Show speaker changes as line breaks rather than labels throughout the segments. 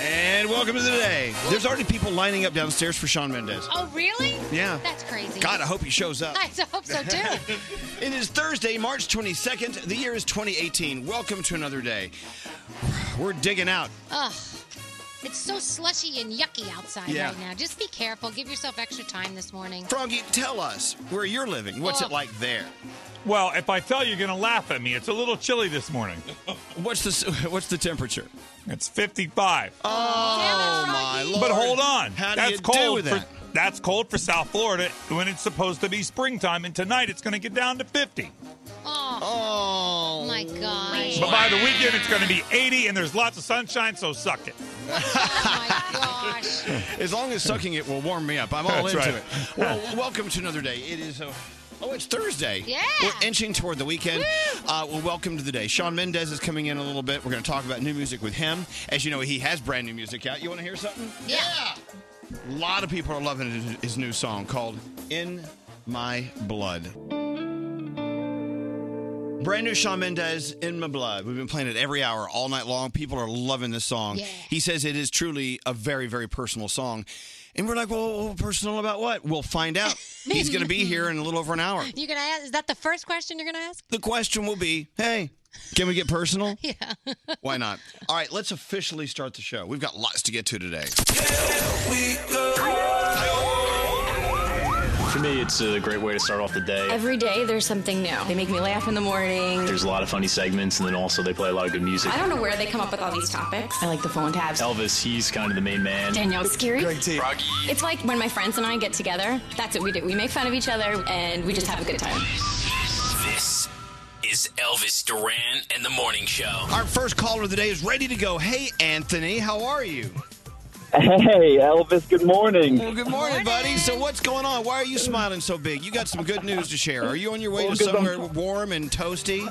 And welcome to the day. There's already people lining up downstairs for Sean Mendez.
Oh, really?
Yeah.
That's crazy.
God, I hope he shows up.
I hope so too.
it is Thursday, March 22nd. The year is 2018. Welcome to another day. We're digging out.
Ugh. It's so slushy and yucky outside
Yeah.
right now. Just be careful. Give yourself extra time this morning.
Froggy, tell us where you're living. What's
Oh.
it like there?
Well, if I tell you, you're going to laugh at me. It's a little chilly this morning.
What's the s- what's the temperature?
It's 55.
Oh my lord!
but hold on.
How do
that's
you
cold
do with
for,
that?
That's cold for South Florida when it's supposed to be springtime, and tonight it's going to get down to 50.
Oh,
Oh
my gosh.
But by the weekend, it's going to be 80, and there's lots of sunshine, so suck it.
Oh my gosh.
As long as sucking it will warm me up, I'm all
That's
into
right.
it. Well, w- welcome to another day. It is. Uh, Oh, it's Thursday.
Yeah.
We're inching toward the weekend. Uh, well, welcome to the day. Sean Mendez is coming in a little bit. We're going to talk about new music with him. As you know, he has brand new music out. You want to hear something?
Yeah.
A lot of people are loving his- his new song called In My Blood. Brand new Shawn Mendes, In My Blood. We've been playing it every hour, all night long. People are loving this song.
Yeah.
He says it is truly a very, very personal song. And we're like, well, personal about what? We'll find out. He's going to be here in a little over an hour.
You're gonna ask? Is that the first question you're gonna ask?
The question will be, hey, can we get personal?
Yeah.
Why not? All right, let's officially start the show. We've got lots to get to today.
For me, it's a great way to start off the day.
Every day there's something new. They make me laugh in the morning.
There's a lot of funny segments, and then also they play a lot of good music.
I don't know where they come up with all these topics. I like the phone tabs.
Elvis, he's kind of the main man.
Danielle's scary. It's like when my friends and I get together. That's what we do. We make fun of each other and we just have a good time.
This is Elvis Duran and the Morning Show.
Our first caller of the day is ready to go. Hey, Anthony, how are you?
Hey, Elvis, good morning.
Well, good morning, buddy. So, what's going on? Why are you smiling so big? You got some good news to share. Are you on your way
Well,
to
'cause I'm-
somewhere warm and toasty?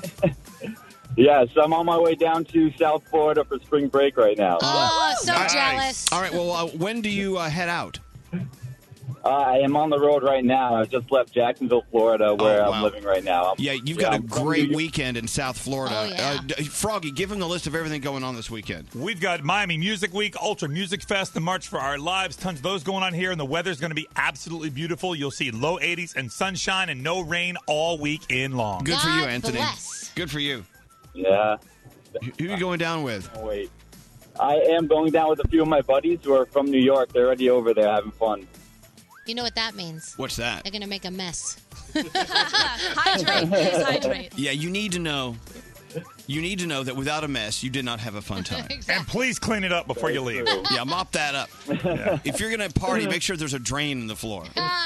Yes, I'm on my way down to South Florida for spring break right now.
Oh, so
Nice.
jealous.
All right. Well, uh, when do you uh, head out?
Uh, I am on the road right now. I've just left Jacksonville, Florida, where
Oh,
I'm
wow.
living right now.
Yeah, you've got
Yeah,
a
I'm from
great
New York.
weekend in South Florida.
Oh, yeah.
uh, d- Froggy, give him the list of everything going on this weekend.
We've got Miami Music Week, Ultra Music Fest, the March for Our Lives, tons of those going on here, and the weather's going to be absolutely beautiful. You'll see low 80s and sunshine and no rain all weekend long.
Good for you,
God
Anthony.
bless.
Good for you.
Yeah,
Who who you going down with?
oh, wait. I am going down with a few of my buddies who are from New York. They're already over there having fun.
You know what that means?
What's that?
They're gonna make a mess.
Hydrate, please hydrate.
Yeah, you need to know. You need to know that without a mess, you did not have a fun time.
And please clean it up before you leave.
Yeah, mop that up. If you're gonna party, make sure there's a drain in the floor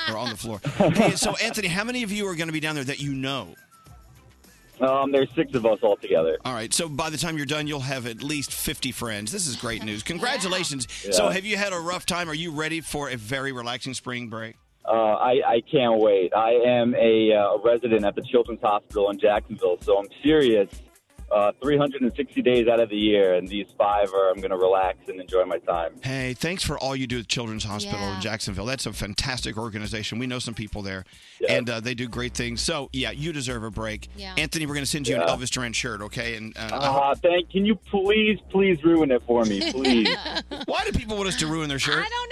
or on the floor. Hey, so Anthony, how many of you are gonna be down there that you know?
Um, there's six of us all together.
All right. So by the time you're done, you'll have at least 50 friends. This is great news. Congratulations. So
Yeah.
have you had a rough time? Are you ready for a very relaxing spring break?
Uh, I, I can't wait. I am a uh, resident at the Children's Hospital in Jacksonville, so I'm serious. Uh, 360 days out of the year, and these five are I'm going to relax and enjoy my time.
Hey, thanks for all you do at Children's Hospital
Yeah.
in Jacksonville. That's a fantastic organization. We know some people there,
Yeah.
and uh, they do great things. So yeah, you deserve a break.
Yeah.
Anthony, we're gonna send you
Yeah.
an Elvis Duran shirt, okay? And uh, I hope-
Uh, thank. Can you please, please ruin it for me, please?
why do people want us to ruin their shirt?
I don't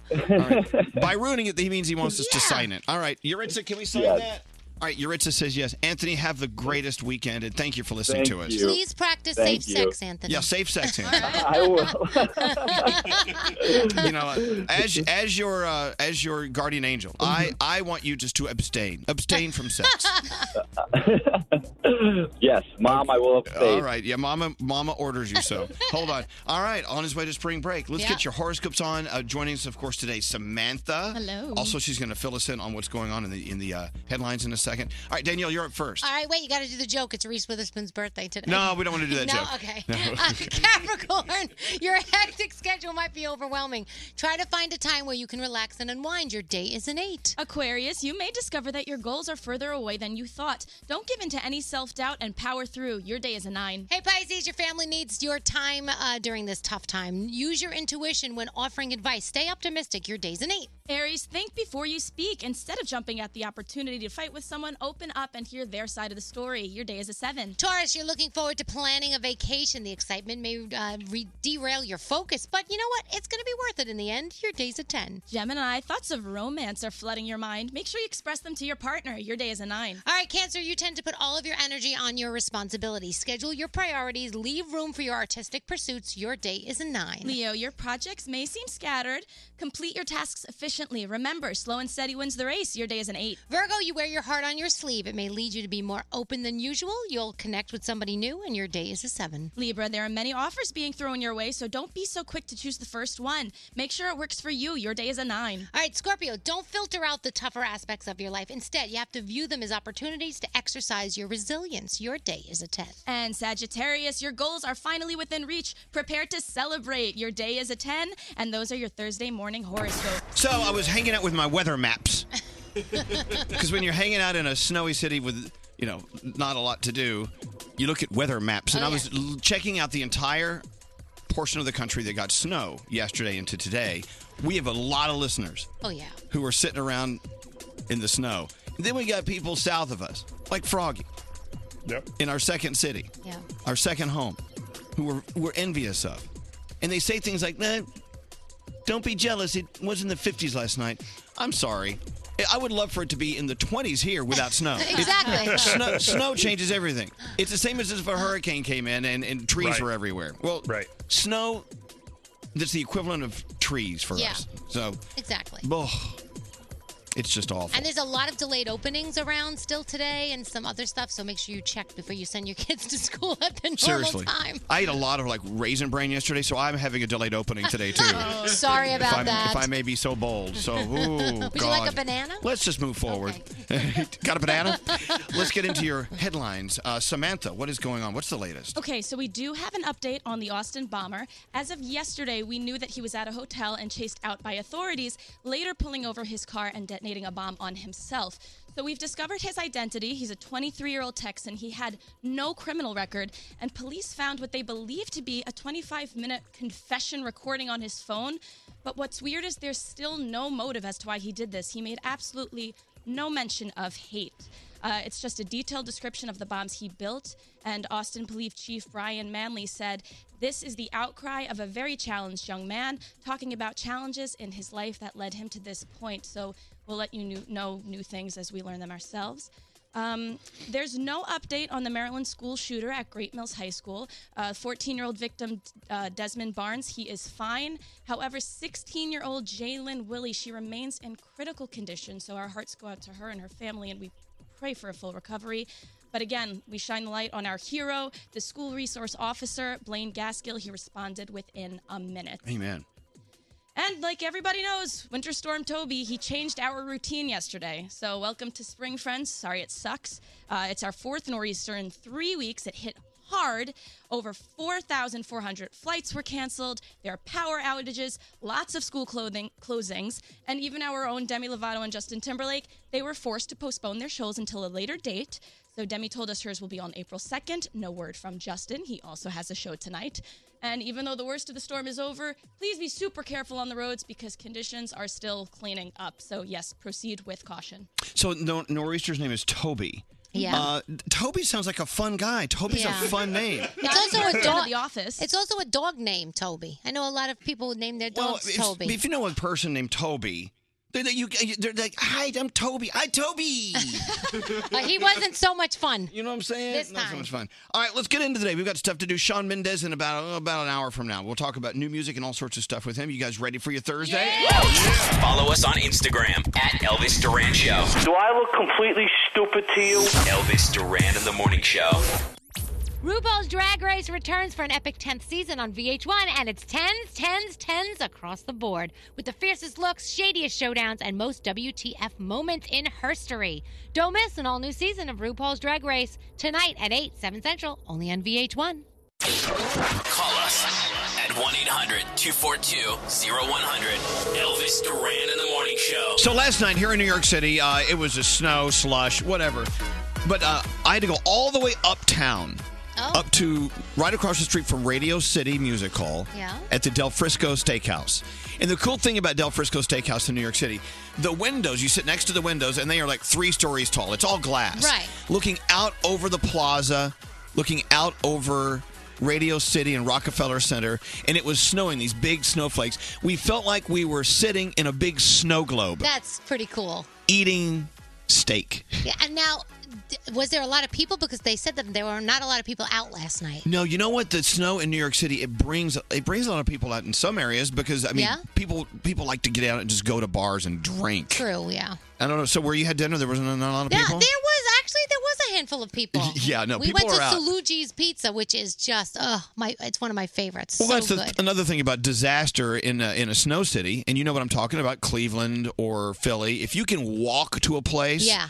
All right. By ruining it, he means he wants us to
Yeah.
sign it. All right, Yuritsa, can we sign
Yes.
that? All right, Yuritsa says yes. Anthony, have the greatest weekend, and thank you for listening to
thank
us.
you.
Please practice
Thank
safe
you.
sex, Anthony.
Yeah, safe sex, Anthony.
I will.
you know, uh, as as your uh, as your guardian angel, I I want you just to abstain, abstain from sex.
yes, Mom, I will abstain.
All right, yeah, Mama Mama orders you so. Hold on. All right, on his way to spring break. Let's
Yeah.
get your horoscopes on. Uh, joining us, of course, today, Samantha.
Hello.
Also, she's going to fill us in on what's going on in the in the uh, headlines in a second. All right, Danielle, you're up first.
All right, wait. You got to do the joke. It's Reese Witherspoon's birthday today.
No, we don't want to do that
no,
joke.
okay. Uh, Capricorn, your hectic schedule might be overwhelming. Try to find a time where you can relax and unwind. Your day is an eight.
Aquarius, you may discover that your goals are further away than you thought. Don't give in to any self doubt and power through. Your day is a nine.
Hey, Pisces, your family needs your time uh, during this tough time. Use your intuition when offering advice. Stay optimistic. Your day's an eight.
Aries, think before you speak. Instead of jumping at the opportunity to fight with someone, someone, open up and hear their side of the story. Your day is a seven.
Taurus, you're looking forward to planning a vacation. The excitement may uh, re- derail your focus, but you know what? It's going to be worth it in the end. Your day's a 10.
Gemini, thoughts of romance are flooding your mind. Make sure you express them to your partner. Your day is a nine.
All right, Cancer, you tend to put all of your energy on your responsibilities. Schedule your priorities, leave room for your artistic pursuits. Your day is a 9.
Leo, your projects may seem scattered. Complete your tasks efficiently. Remember, slow and steady wins the race. Your day is an eight.
Virgo, you wear your heart on your sleeve. It may lead you to be more open than usual. You'll connect with somebody new, and your day is a 7.
Libra, there are many offers being thrown your way, so don't be so quick to choose the first one. Make sure it works for you. Your day is a nine.
All right, Scorpio, don't filter out the tougher aspects of your life. Instead, you have to view them as opportunities to exercise your resilience. Your day is a 10.
And Sagittarius, your goals are finally within reach. Prepare to celebrate. Your day is a 10, and those are your Thursday morning horoscope.
So I was hanging out with my weather maps because when you're hanging out in a snowy city with you know not a lot to do, you look at weather maps,
Oh,
and I was l- checking out the entire portion of the country that got snow yesterday into today. We have a lot of listeners
Oh, yeah.
who are sitting around in the snow. And then we got people south of us, like Froggy, yep. in our second city,
Yeah.
our second home, who we're, we're envious of. And they say things like, nah, don't be jealous. It was in the 50s last night. I'm sorry. I- I would love for it to be in the 20s here without snow. It-
Exactly.
snow, snow changes everything. It's the same as if a hurricane came in and, and trees
Right.
were everywhere. Well, right. snow, that's the equivalent of trees for
Yeah.
us. So,
Exactly.
oh, it's just awful.
And there's a lot of delayed openings around still today and some other stuff, so make sure you check before you send your kids to school at the normal
Seriously,
time.
I ate a lot of like raisin bran yesterday, so I'm having a delayed opening today too.
Oh, sorry
If
about
I'm-
that.
If I may be so bold, so ooh,
Would you like a
God.
banana?
Let's just move forward. Got a banana? Let's get into your headlines. Uh, Samantha, what is going on? What's the latest?
Okay, so we do have an update on the Austin bomber. As of yesterday, we knew that he was at a hotel and chased out by authorities, later pulling over his car and detonating a bomb on himself. So we've discovered his identity. He's a 23 year old Texan. He had no criminal record, and police found what they believe to be a 25 minute confession recording on his phone. But what's weird is there's still no motive as to why he did this. He made absolutely no mention of hate. Uh, it's just a detailed description of the bombs he built. And Austin Police Chief Brian Manley said, This is the outcry of a very challenged young man talking about challenges in his life that led him to this point. So we'll let you new- know new things as we learn them ourselves. Um, there's no update on the Maryland school shooter at Great Mills High School. 14 year old victim uh, Desmond Barnes, he is fine. However, 16 year old Jalen Willie, she remains in critical condition. So our hearts go out to her and her family, and we pray for a full recovery. But again, we shine the light on our hero, the school resource officer, Blaine Gaskill. He responded within a minute.
Amen.
And like everybody knows, Winter Storm Toby, he changed our routine yesterday. So welcome to spring, friends. Sorry it sucks. Uh, it's our fourth nor'easter in three weeks. It hit hard. Over 4,400 flights were canceled. There are power outages, lots of school clothing closings, and even our own Demi Lovato and Justin Timberlake, they were forced to postpone their shows until a later date. So Demi told us hers will be on April 2nd. No word from Justin. He also has a show tonight. And even though the worst of the storm is over, please be super careful on the roads because conditions are still cleaning up. So, yes, proceed with caution.
So Nor- Nor'easter's name is Toby.
Yeah.
Uh, Toby sounds like a fun guy. Toby's
Yeah.
a fun name.
It's also
Not
a
even
dog.
of The office.
It's also a dog name, Toby. I know a lot of people would name their
Well,
dogs
if,
Toby.
if you know a person named Toby, they're, like- you, they're like, "Hi, I'm Toby. Hi, Toby."
Uh, he wasn't so much fun.
You know what I'm saying?
This
Not so
time.
much fun. All right, let's get into today. We've got stuff to do. Sean Mendez in about oh, about an hour from now. We'll talk about new music and all sorts of stuff with him. You guys ready for your Thursday?
Follow us on Instagram at Elvis Duran Show.
Do I look completely stupid to you?
Elvis Duran in the Morning Show.
RuPaul's Drag Race returns for an epic 10th season on VH1, and it's tens, tens, tens across the board, with the fiercest looks, shadiest showdowns, and most WTF moments in herstory. Don't miss an all new season of RuPaul's Drag Race tonight at 8, 7 Central, only on VH1.
Call us at 1 800 242 0100. Elvis Duran in the Morning Show.
So last night here in New York City, uh, it was a snow, slush, whatever. But uh, I had to go all the way uptown
Oh.
up to right across the street from Radio City Music Hall
Yeah.
at the Del Frisco Steakhouse. And the cool thing about Del Frisco Steakhouse in New York City, the windows, you sit next to the windows and they are like three stories tall. It's all glass.
Right.
Looking out over the plaza, looking out over Radio City and Rockefeller Center, and it was snowing, these big snowflakes. We felt like we were sitting in a big snow globe
That's pretty cool.
eating steak.
Yeah, and now, d- was there a lot of people? Because they said that there were not a lot of people out last night.
No, you know what? The snow in New York City it brings it brings a lot of people out in some areas because I mean
Yeah?
people people like to get out and just go to bars and drink.
True, yeah.
I don't know. So where you had dinner, there wasn't a lot of
Yeah, there
people.
was actually there was a handful of people.
Yeah, no,
we
people
went to
are out.
Salugi's Pizza, which is just uh my it's one of my favorites.
Well,
so
that's the,
good.
another thing about disaster in a, in a snow city, and you know what I'm talking about, Cleveland or Philly. If you can walk to a place,
yeah,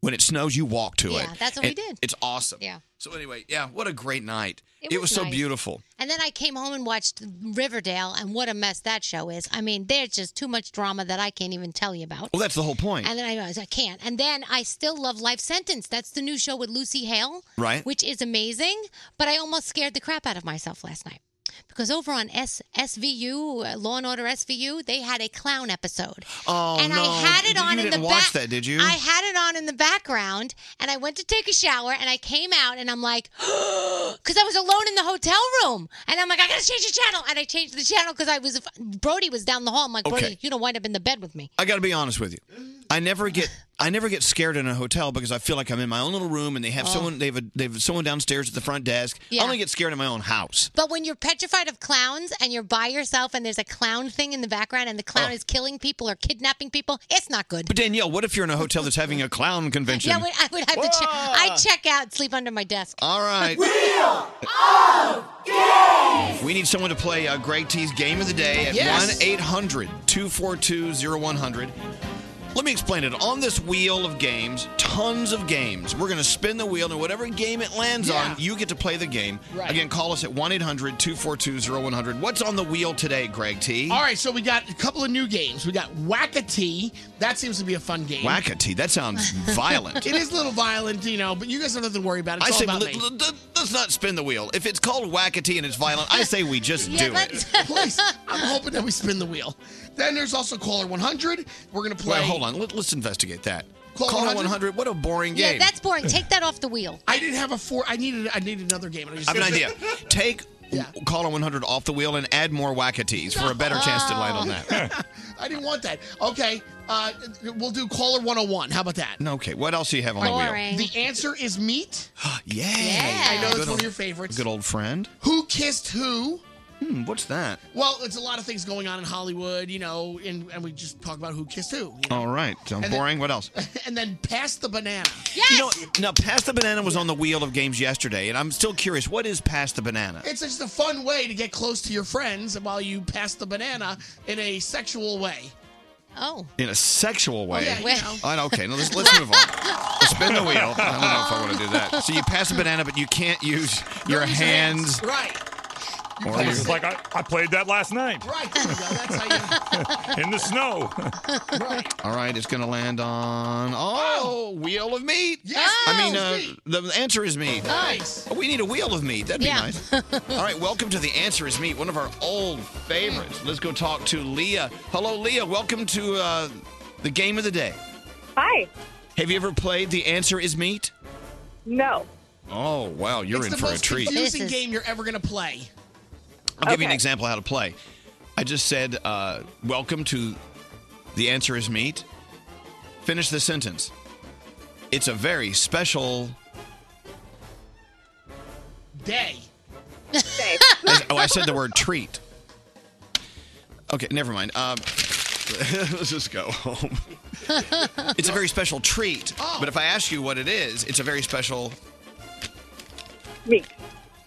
when it snows, you walk to it.
Yeah, that's what we
It-
did.
It's awesome.
yeah.
So anyway, yeah, what a great night.
It was
so
nice.
beautiful.
And then I came home and watched Riverdale, and what a mess that show is. I mean, there's just too much drama that I can't even tell you about.
Well, that's the whole point.
And then I realized I can't. And then I still love Life Sentence. That's the new show with Lucy Hale,
Right.
Which is amazing. But I almost scared the crap out of myself last night because over on S- SVU, uh, Law and Order SVU, they had a clown episode.
Oh
and
no!
I had it
You-
on
you
in
didn't
the
watch
back.
that, did you?
I had it on in the background, and I went to take a shower, and I came out, and I'm like, because I was alone in the hotel room, and I'm like, I gotta change the channel, and I changed the channel because I was Brody was down the hall. I'm like,
Okay.
Brody, you don't wind up in the bed with me.
I got to be honest with you. I never get I never get scared in a hotel because I feel like I'm in my own little room and they have
Oh.
someone they've they've someone downstairs at the front desk.
Yeah.
I only get scared in my own house.
But when you're petrified of clowns and you're by yourself and there's a clown thing in the background and the
Oh.
clown is killing people or kidnapping people, it's not good.
But Danielle, what if you're in a hotel that's having a clown convention?
Yeah, I would, I would have to check. I check out, sleep under my desk.
All right. we need someone to play uh, Greg T's game of the day at
Yes.
1 800 242 0100. Let me explain it. On this wheel of games, tons of games, we're going to spin the wheel, and whatever game it lands on, you get to play the game.
Right.
Again, call us at 1 800 242 0100. What's on the wheel today, Greg T?
All right, so we got a couple of new games. We got Wackatee. That seems to be a fun game.
Wackatee. That sounds violent.
it is a little violent, you know, but you guys don't have to worry about it. It's
I
all
say,
about
let-
me.
let- let- let's not spin the wheel. If it's called Wackatee and it's violent, I say we just do it.
Please, I'm hoping that we spin the wheel. Then there's also caller 100. We're gonna play.
Wait, hold on. Let, us investigate that.
Call
Call,
100?
100? What a boring
Yeah,
game.
that's boring. Take that off the wheel.
I didn't have a four. I needed. I needed another game. and
I
just-
have an idea. Take caller 100 off the wheel and add more wackatees for a better chance to land on that.
I didn't want that. Okay, uh, we'll do caller 101. How about that?
No, okay. What else do you have on the
The answer is meat.
wheel? Yeah.
I know that's
Good
one
old-
of your favorites.
Good old friend.
Who kissed who?
Hmm, what's that?
Well, it's a lot of things going on in Hollywood, you know, and, and we just talk about who kissed who.
All right.
And
Sounds
then-
boring. what else?
and then pass the banana.
You know, now, Pass the Banana was on the wheel of games yesterday, and I'm still curious. What is Pass the Banana?
It's just a fun way to get close to your friends while you pass the banana in a sexual way.
Oh.
In a sexual way.
yeah, you know.
Oh, okay, now let's, let's move on. Spin the wheel. I don't know if I want to do that. So you pass a banana, but you can't use your
Use your
hands.
Right.
Or
I was
your-
just like, I, I played that last night
Right. There you go. That's how
in the snow.
you. right.
All right, it's going to land on. Oh, wheel of meat.
Yes.
Oh.
I mean, uh, the answer is meat.
Oh, Nice.
Oh, we need a wheel of meat. That'd be
Yeah.
nice. All right, welcome to the answer is meat, one of our old favorites. Let's go talk to Leah. Hello, Leah. Welcome to uh, the game of the day.
Hi.
Have you ever played the answer is meat?
No.
Oh wow, you're
it's
in
the
for a
most
treat.
confusing game you're ever gonna play.
I'll give you an example of how to play. I just said, uh, "Welcome to the answer is meat." Finish the sentence. It's a very special.
Day.
Oh, I said the word treat. Okay, never mind. Um, let's just go home. It's a very special treat. But if I ask you what it is, it's a very special
meat.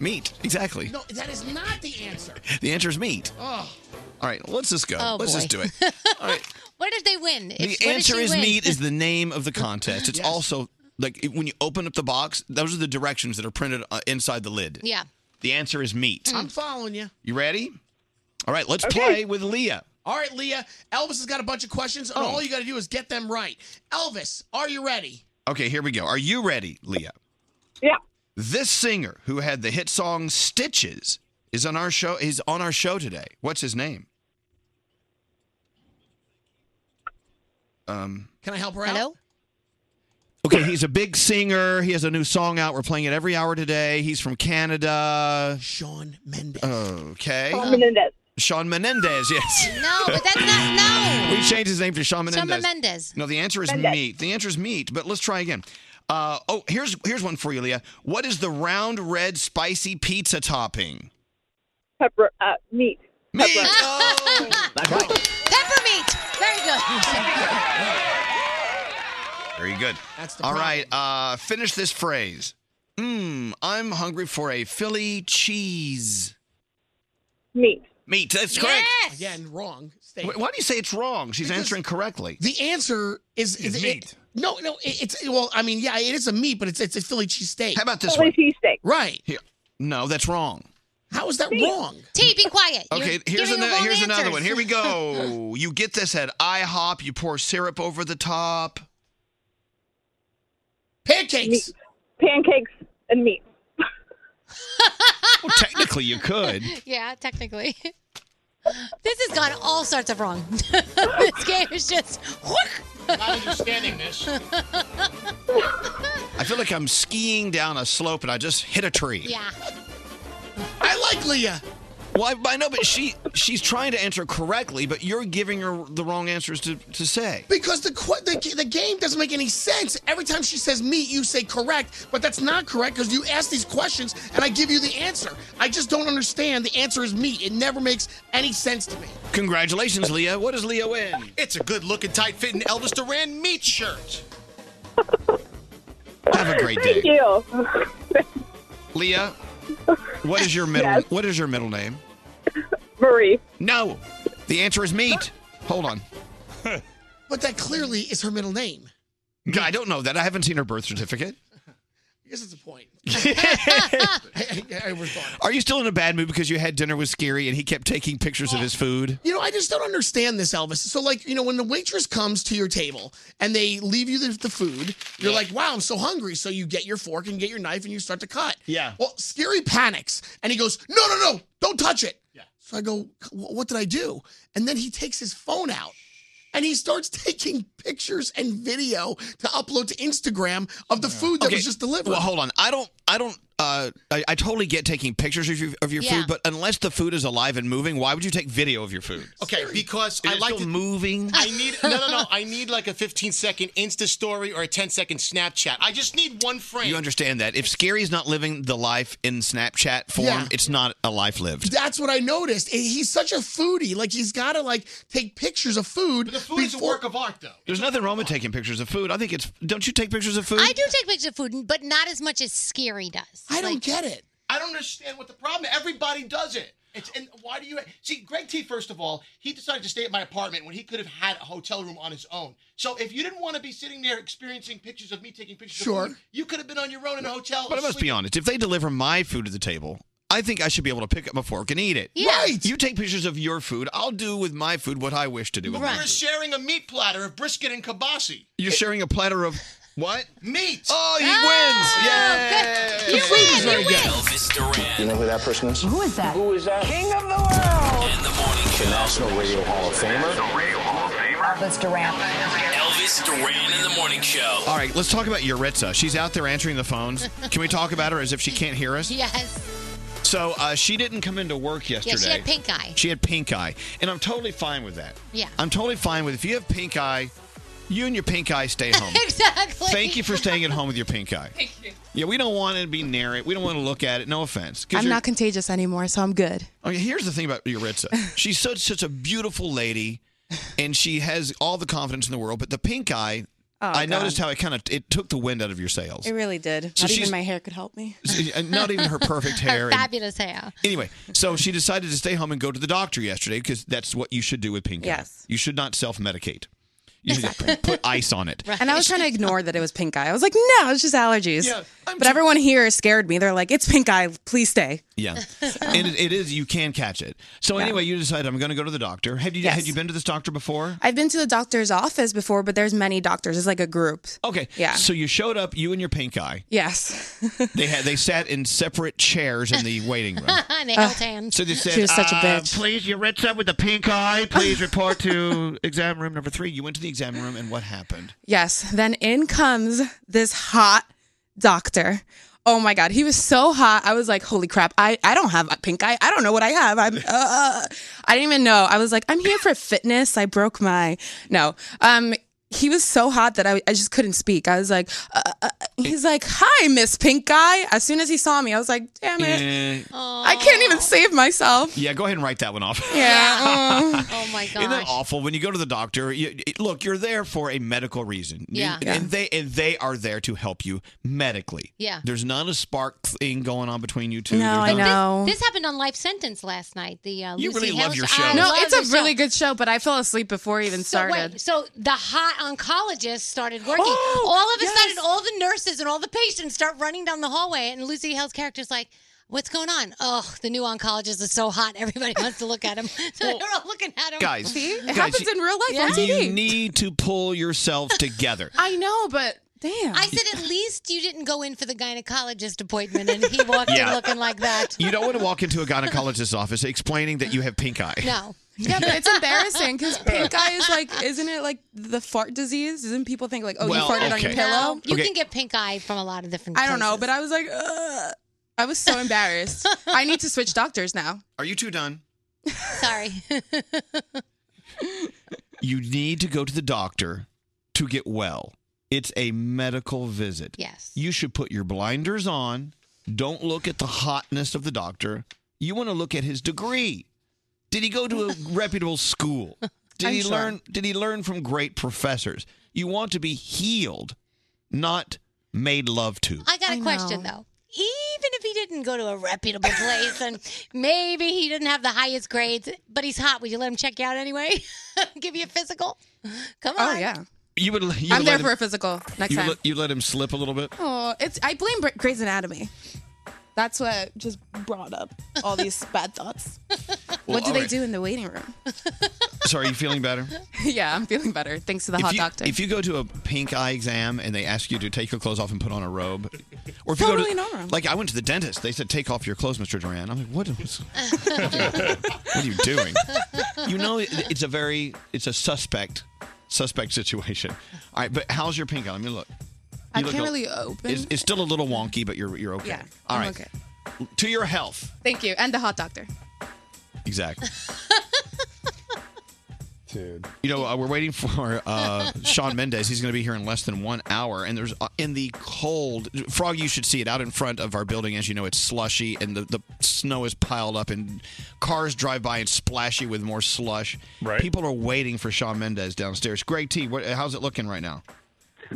Meat, exactly.
No, that is not the answer.
The answer is meat.
Oh.
All right, let's just go.
Oh,
let's
boy.
just do it.
What if they win? If-
the
what if
answer
she
is
wins?
meat is the name of the contest. It's also like it- when you open up the box, those are the directions that are printed uh, inside the lid.
Yeah.
The answer is meat.
Mm.
I'm following you.
You ready? All right, let's
Okay.
play with Leah.
All right, Leah. Elvis has got a bunch of questions, and
Oh.
all you got to do is get them right. Elvis, are you ready?
Okay, here we go. Are you ready, Leah?
Yeah.
This singer who had the hit song Stitches is on our show he's on our show today. What's his name? Um
Can I help her out? Hello?
Okay, he's a big singer. He has a new song out. We're playing it every hour today. He's from Canada.
Sean Mendes.
Okay.
Shawn Menendez.
Sean Menendez, yes.
No, but that's not no.
We changed his name to Sean Menendez.
Shawn Menendez.
No, the answer is
Menendez.
meat. The answer is meat, but let's try again. Uh, oh, here's here's one for you, Leah. What is the round red spicy pizza topping?
Pepper, uh, meat.
Meat.
Pepper.
Pepper meat. Very good.
Very good.
That's
the All right, uh, finish this phrase. Mmm, I'm hungry for a Philly cheese.
Meat.
Meat, that's correct.
Again, wrong. State.
Wh- Why do you say it's wrong? She's answering correctly.
The answer is, is it-
meat.
no, no, it, it's well. I mean, yeah, it is a meat, but it's it's a Philly cheesesteak. How
about this Philly one?
cheesesteak.
Right.
Here. No, that's wrong.
How is that wrong?
T, be quiet. You're
Okay, here's,
giving the
ano-
wrong
here's another
answers.
one. Here we go. you get this at IHOP. You pour syrup over the top.
Pancakes.
Pancakes and meat.
Well, technically, you could.
Yeah, technically. This has gone all sorts of wrong. this game is just.
Not understanding this.
I feel like I'm skiing down a slope and I just hit a tree.
Yeah.
I like Leah.
Well, I, I know, but she she's trying to answer correctly, but you're giving her the wrong answers to, to say.
Because the, qu- the the game doesn't make any sense. Every time she says meat, you say correct, but that's not correct because you ask these questions and I give you the answer. I just don't understand. The answer is meat. It never makes any sense to me.
Congratulations, Leah. Uh, What does Leah win?
It's a good looking, tight fitting Elvis Duran meat shirt.
Have a great
Thank
day,
you.
Leah. What is your middle? What is your middle name?
Marie.
No, the answer is meat. Hold on.
But that clearly is her middle name.
I don't know that. I haven't seen her birth certificate.
I guess it's a point. I, I, I overthought. it.
Are you still in a bad mood because you had dinner with Scary and he kept taking pictures of his food?
You know, I just don't understand this, Elvis. So, like, you know, when the waitress comes to your table and they leave you the, the food, you're like, wow, I'm so hungry. So you get your fork and get your knife and you start to cut.
Yeah.
Well, Scary panics and he goes, no, no, no, don't touch it. Yeah. So I go, "Wh- what did I do? And then he takes his phone out and he starts taking pictures and video to upload to Instagram of the food that was just delivered.
Well, hold on. I don't. I don't. Uh, I, I totally get taking pictures of your, of your
Yeah.
food, but unless the food is alive and moving, why would you take video of your food?
Okay, because I
it
like
still
to,
moving.
I need no, no, no. I need like a 15 second Insta story or a 10 second Snapchat. I just need one frame.
You understand that if Scary's not living the life in Snapchat form,
Yeah.
it's not a life lived.
That's what I noticed. And He's such a foodie. Like he's got to like take pictures of food. But the food is a work
of art, though.
There's nothing wrong with taking pictures of food. I think it's. Don't you take pictures of food?
I do take pictures of food, but not as much as Scary does.
I don't get it.
I don't understand what the problem. Everybody does it. It's and why do you see Greg T? First of all, he decided to stay at my apartment when he could have had a hotel room on his own. So if you didn't want to be sitting there experiencing pictures of me taking pictures,
Sure.
of you, you could have been on your own in a hotel.
But I must
asleep.
be honest. If they deliver my food to the table, I think I should be able to pick up a fork and eat it.
Yeah. Right.
You take pictures of your food. I'll do with my food what I wish to do.
But
With
we
my
were
food.
sharing a meat platter of brisket and kibasi.
You're sharing a platter of what?
Meat.
Oh, he
You
wins!
win,
Yay!
you win.
Elvis Duran
You know who that person is?
Who is that?
Who is that?
King of the world. And the morning show.
National Radio Hall of Famer.
Elvis Duran. Elvis Duran in the morning show.
All right, let's talk about Yuritsa. She's out there answering the phones. Can we talk about her as if she can't hear us?
Yes.
So uh, she didn't come into work yesterday.
Yeah, she had pink eye.
She had pink eye, and I'm totally fine with that.
Yeah.
I'm totally fine with if you have pink eye, you and your pink eye stay home.
Exactly.
Thank you for staying at home with your pink eye.
Thank you.
Yeah, we don't want to be near it. We don't want to look at it. No offense. 'Cause
I'm
you're-
not contagious anymore, so I'm good.
Okay, here's the thing about Yuritsa. She's such such a beautiful lady, and she has all the confidence in the world. But the pink eye,
Oh,
I
God.
noticed how it kind of it took the wind out of your sails.
It really did.
So
not
she's-
even my hair could help me.
And Not even her perfect hair.
Her
and-
fabulous hair.
anyway, so she decided to stay home and go to the doctor yesterday because that's what you should do with pink eye.
Yes.
You should not self medicate. You should just put ice on it.
And I was trying to ignore that it was pink eye. I was like, no, it's just allergies.
Yeah.
but everyone here is scared me. They're like, it's pink eye. Please stay.
Yeah, and it, it is. You can catch it. So
Yeah.
anyway, you decide I'm going to go to the doctor. Have you had you been to this doctor before?
I've been to the doctor's office before, but there's many doctors. It's like a group.
Okay.
Yeah.
So you showed up, you and your pink eye.
Yes.
They had they sat in separate chairs in the waiting room.
and they held hands.
So they said, "Uh, Please, you red sub with the pink eye. Please report to exam room number three. You went to the exam room, and what happened?
Yes. Then in comes this hot doctor. Oh my God. He was so hot. I was like, holy crap. I, I don't have a pink eye. I don't know what I have. I'm, uh, uh, I didn't even know. I was like, I'm here for fitness. I broke my, no. Um, he was so hot that I, I just couldn't speak. I was like, uh, uh, uh. he's like, hi, Miss Pink Eye. As soon as he saw me, I was like, damn it.
Eh,
I can't even save myself. Mm.
yeah, go ahead and write that one off.
Yeah.
oh my
Isn't that
gosh.
awful? When you go to the doctor, you, it- look, you're there for a medical reason. You-
Yeah. Yeah.
And they and they are there to help you medically.
Yeah.
There's not a spark thing going on between you two.
No,
There's
I
not-
know.
This happened on Life Sentence last night. The uh,
You
Lucy
really love
Hales-
your
I
show.
No,
love
it's a
this
really good show, but I fell asleep before he even
So
started.
wait, so the hot oncologist started working.
Oh,
all of a
yes.
sudden, all the nurses and all the patients start running down the hallway, and Lucy Hale's character's like, "What's going on? Oh, the new oncologist is so hot. Everybody wants to look at him. So they're all looking at him.
Guys, guys, you-
Yeah.
You need to pull yourselves together.
I know, but damn.
I said at least you didn't go in for the gynecologist appointment, and he walked in
Yeah.
looking like that.
You don't want to walk into a gynecologist's office explaining that you have pink eye.
No.
Yeah, but it's embarrassing because pink eye is like, isn't it like the fart disease? Doesn't people think like, oh,
Well,
you farted on your
okay.
pillow?
You
Okay.
can get pink eye from a lot of different.
I don't know,
places.
but I was like, Ugh. I was so embarrassed. I need to switch doctors now.
Are you two done?
Sorry.
You need to go to the doctor to get well. It's a medical visit.
Yes.
You should put your blinders on. Don't look at the hotness of the doctor. You want to look at his degree. Did he go to a reputable school? Did
I'm
he
sure.
learn did he learn from great professors? You want to be healed, not made love to.
I got a question though. Even if he didn't go to a reputable place and maybe he didn't have the highest grades, but he's hot, would you let him check you out anyway? Give you a physical? Come on.
Oh yeah,
You would you
I'm
would
there
let him-
for a physical next
you
time.
let- you let him slip a little bit?
oh, it's I blame Bra- Grey's Anatomy. That's what just brought up all these bad thoughts. what do
all
they
right.
do in the waiting room?
So are you feeling better?
yeah, I'm feeling better thanks to the
if
hot
you,
doctor.
If you go to a pink eye exam and they ask you to take your clothes off and put on a robe, or if you
Totally
go to
normal.
like I went to the dentist, they said take off your clothes, Mr. Duran. I'm like, what? Is, what are you doing? You know, it- it's a very it's a suspect suspect situation. All right, but how's your pink eye? Let me look.
I
You look
can't
a-
really open
It's, it's still a little wonky, but you're you're okay.
Yeah,
All
I'm
right.
okay.
To your health,
Thank you, and the hot doctor.
exactly. Dude. You know, uh, we're waiting for uh, Sean Mendez. He's going to be here in less than one hour. And there's uh, in the cold, Frog, you should see it out in front of our building. As you know, it's slushy and the, the snow is piled up, and cars drive by and splash you with more slush. Right. People are waiting for Sean Mendez downstairs. Greg T, what, how's it looking right now?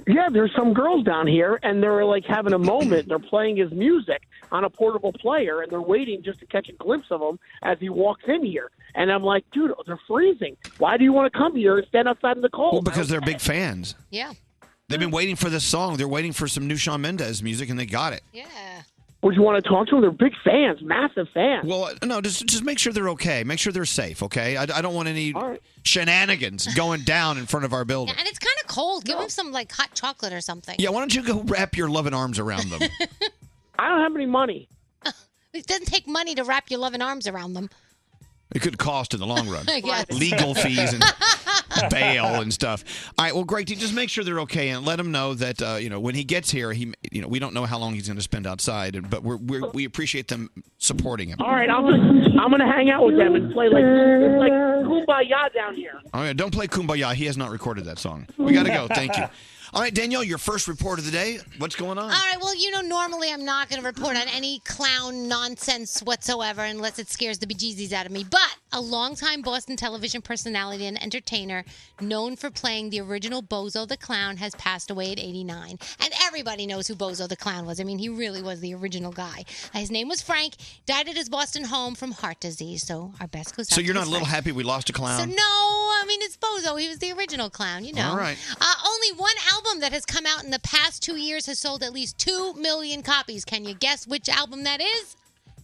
Yeah, there's some girls down here, and they're like having a moment. They're playing his music on a portable player, and they're waiting just to catch a glimpse of him as he walks in here. And I'm like, dude, they're freezing. Why do you want to come here and stand outside in the cold?
Well, because they're big fans.
Yeah.
They've been waiting for this song. They're waiting for some new Sean Mendez music, and they got it.
Would you want to talk to them? They're big fans, massive fans.
Well, no, just just make sure they're okay. Make sure they're safe, okay? I, I don't want any shenanigans going down in front of our building.
And it's kind of cold. Give him some like hot chocolate or something.
Yeah, why don't you go wrap your loving arms around them?
I don't have any money.
It doesn't take money to wrap your loving arms around them.
It could cost in the long run.
I guess.
Legal fees and bail and stuff. All right, well, Greg, just make sure they're okay and let them know that uh, you know when he gets here, he you know we don't know how long he's going to spend outside, and- but we're, we're we appreciate them supporting him.
All right, I'm just, I'm gonna hang out with them and play like it's like kumbaya down here.
All right, don't play Kumbaya. He has not recorded that song. We got to go. Thank you. All right, Danielle, your first report of the day. What's going on?
All right, well, you know, normally I'm not going to report on any clown nonsense whatsoever unless it scares the bejesus out of me. But a longtime Boston television personality and entertainer known for playing the original Bozo the Clown has passed away at 89. And everybody knows who Bozo the Clown was. I mean, he really was the original guy. Uh, His name was Frank, died at his Boston home from heart disease. So our best goes out
So
to
you're
his
not a little
friends.
happy we lost a clown?
So no, I mean, it's Bozo. He was the original clown, you know.
All right.
Uh, only one album that has come out in the past two years has sold at least two million copies. Can you guess which album that is?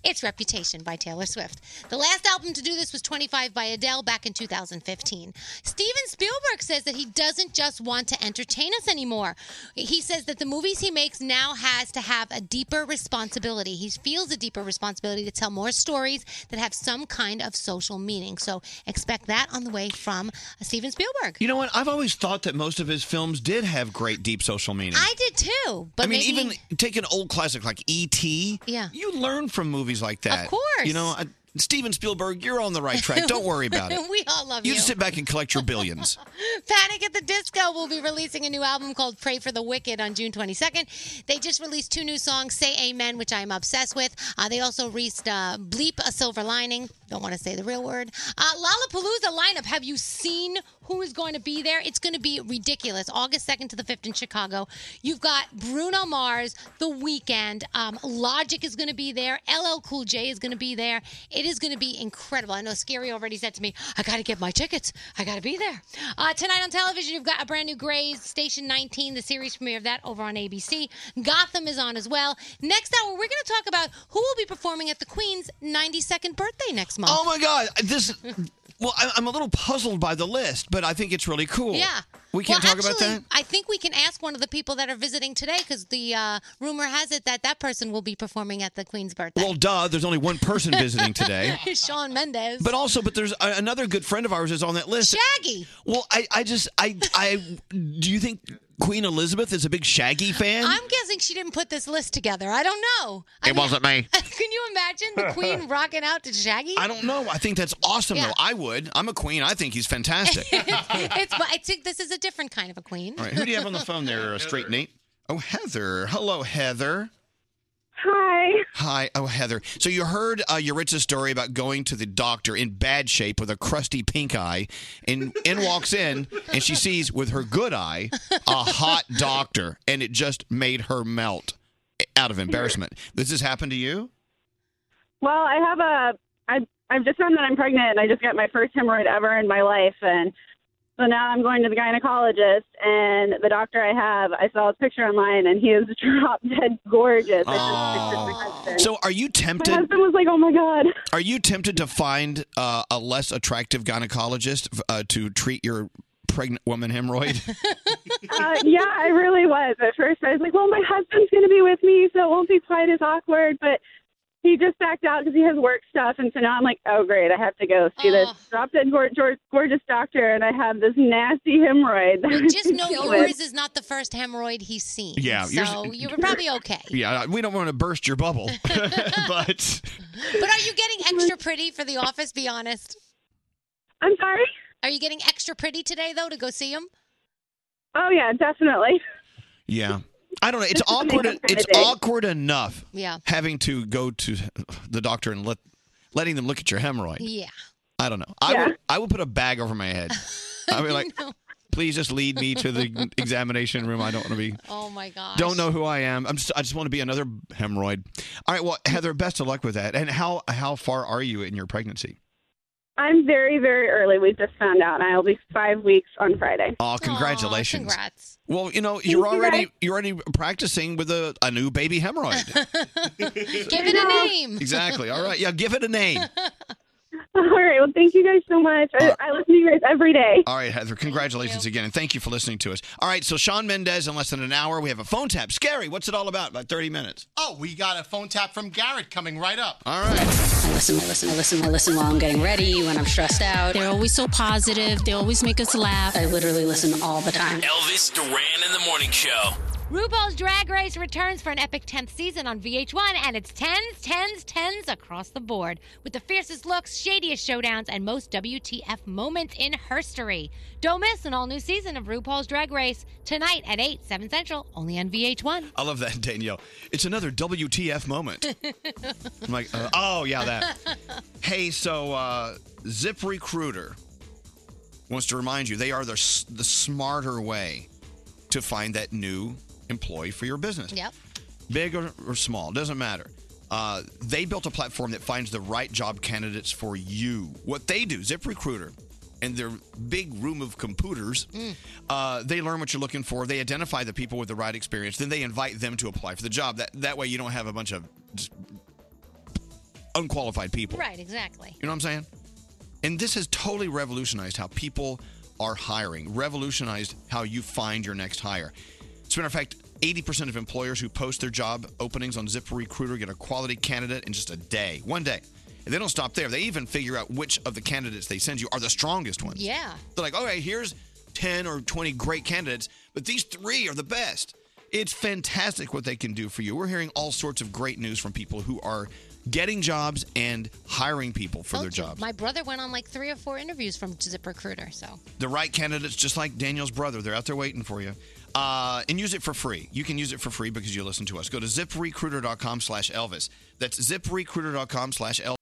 It's Reputation by Taylor Swift. The last album to do this was 25 by Adele back in 2015. Steven Spielberg says that he doesn't just want to entertain us anymore. He says that the movies he makes now has to have a deeper responsibility. He feels a deeper responsibility to tell more stories that have some kind of social meaning. So expect that on the way from Steven Spielberg.
You know what? I've always thought that most of his films did have great deep social meaning.
I did too, but
I mean,
maybe-
even take an old classic like E.T.
Yeah.
You learn from movies like that.
course.
You know, I, Steven Spielberg, you're on the right track. Don't worry about it.
we all love you.
you just sit back and collect your billions.
Panic at the Disco will be releasing a new album called Pray for the Wicked on June 22nd. They just released two new songs, Say Amen, which I'm obsessed with. Uh, they also released uh, Bleep, A Silver Lining. Don't want to say the real word. Uh, Lollapalooza lineup. Have you seen who is going to be there? It's going to be ridiculous. August 2nd to the 5th in Chicago. You've got Bruno Mars, The Weeknd, um, Logic is going to be there. LL Cool J is going to be there. It is going to be incredible. I know Scary already said to me, I got to get my tickets. I got to be there. Uh, tonight on television, you've got a brand new Grey's Station 19, the series premiere of that over on ABC. Gotham is on as well. Next hour, we're going to talk about who will be performing at the Queen's 92nd birthday next month.
Oh my God! This. Well, I- I'm a little puzzled by the list, but I think it's really cool.
Yeah.
We can't
Well,
talk about
actually,
that.
I think we can ask one of the people that are visiting today because the uh, rumor has it that that person will be performing at the Queen's birthday.
Well, duh. There's only one person visiting today.
Sean Mendez.
But also, but there's a, another good friend of ours is on that list.
Shaggy.
Well, I, I just, I, I, do you think Queen Elizabeth is a big Shaggy fan?
I'm guessing she didn't put this list together. I don't know. I
it wasn't me.
Can you imagine the Queen rocking out to Shaggy?
I don't know. I think that's awesome,
Yeah.
though. I would. I'm a queen. I think he's fantastic.
it's, but I think this is a different kind of a queen.
All right. Who do you have on the phone there, uh, Straight Nate? Oh, Heather. Hello, Heather.
Hi.
Hi. Oh, Heather. So you heard uh, Yuritsa's story about going to the doctor in bad shape with a crusty pink eye, and in walks in, and she sees with her good eye a hot doctor, and it just made her melt out of embarrassment. This has happened to you?
Well, I have a. I I've just found that I'm pregnant, and I just got my first hemorrhoid ever in my life, and so now I'm going to the gynecologist. And the doctor I have, I saw his picture online, and he is drop dead gorgeous. I just pictured my husband.
So are you
my
tempted?
husband was like, "Oh my god."
Are you tempted to find uh, a less attractive gynecologist uh, to treat your pregnant woman hemorrhoid?
Uh, yeah, I really was. At first, I was like, "Well, my husband's going to be with me, so it won't be quite as awkward." But he just backed out because he has work stuff, and so now I'm like, "Oh, great! I have to go see this drop dead gor- gor- gorgeous doctor, and I have this nasty hemorrhoid." that
You just
I'm
know
dealing
yours
with."
is not the first hemorrhoid he's seen.
Yeah, yours-
So you were probably okay.
yeah, we don't want to burst your bubble, but
But are you getting extra pretty for the office? Be honest.
I'm sorry.
Are you getting extra pretty today though to go see him?
Oh yeah, definitely.
yeah, I don't know. It's
This is an
awkward.
amazing
It's
candidate.
awkward enough
Yeah.
having to go to the doctor and let letting them look at your hemorrhoid.
Yeah.
I don't know. I
Yeah.
would I would put a bag over my head. I'd be like, please just lead me to the examination room. I don't want to be.
Oh my gosh.
Don't know who I am. I'm just, I just want to be another hemorrhoid. All right, well, Heather, best of luck with that. And how how far are you in your pregnancy?
I'm very, very early. We just found out, and I'll be five weeks on Friday.
Oh, congratulations!
congrats.
Well, you know,
you,
you're already
guys.
you're already practicing with a, a new baby hemorrhoid.
Give it a name.
exactly. All right. Yeah, give it a name.
All right. Well, thank you guys so much. I, I listen to you guys every day.
All right, Heather. Congratulations again, and thank you for listening to us. All right, so Sean Mendez in less than an hour. We have a phone tap. Scary. What's it all about? About thirty minutes.
Oh, we got a phone tap from Garrett coming right up.
All right.
I listen, I listen, I listen, I listen while I'm getting ready, when I'm stressed out. They're always so positive. They always make us laugh. I literally listen all the time.
Elvis Duran in the morning show.
RuPaul's Drag Race returns for an epic 10th season on VH1, and it's tens, tens, tens across the board with the fiercest looks, shadiest showdowns, and most WTF moments in history. Don't miss an all new season of RuPaul's Drag Race tonight at 8, 7 Central, only on VH1.
I love that, Danielle. It's another WTF moment. I'm like, uh, oh yeah, that. Hey, so uh, Zip Recruiter wants to remind you they are the s- the smarter way to find that new employee for your business.
Yep.
big or, or small, doesn't matter. Uh, they built a platform that finds the right job candidates for you. What they do, ZipRecruiter, and their big room of computers. Uh, they learn what you're looking for. They identify the people with the right experience. Then they invite them to apply for the job. That that way you don't have a bunch of just unqualified people.
Right, exactly.
You know what I'm saying? And this has totally revolutionized how people are hiring, revolutionized how you find your next hire. As a matter of fact, 80% of employers who post their job openings on ZipRecruiter get a quality candidate in just a day, one day. And they don't stop there. They even figure out which of the candidates they send you are the strongest ones.
Yeah.
They're like, okay, here's 10 or 20 great candidates, but these three are the best. It's fantastic what they can do for you. We're hearing all sorts of great news from people who are getting jobs and hiring people for their jobs.
My brother went on like three or four interviews from ZipRecruiter, so
the right candidates, just like Daniel's brother. They're out there waiting for you. Uh, and use it for free. You can use it for free because you listen to us. Go to ziprecruiter.com slash Elvis. That's ziprecruiter.com slash Elvis.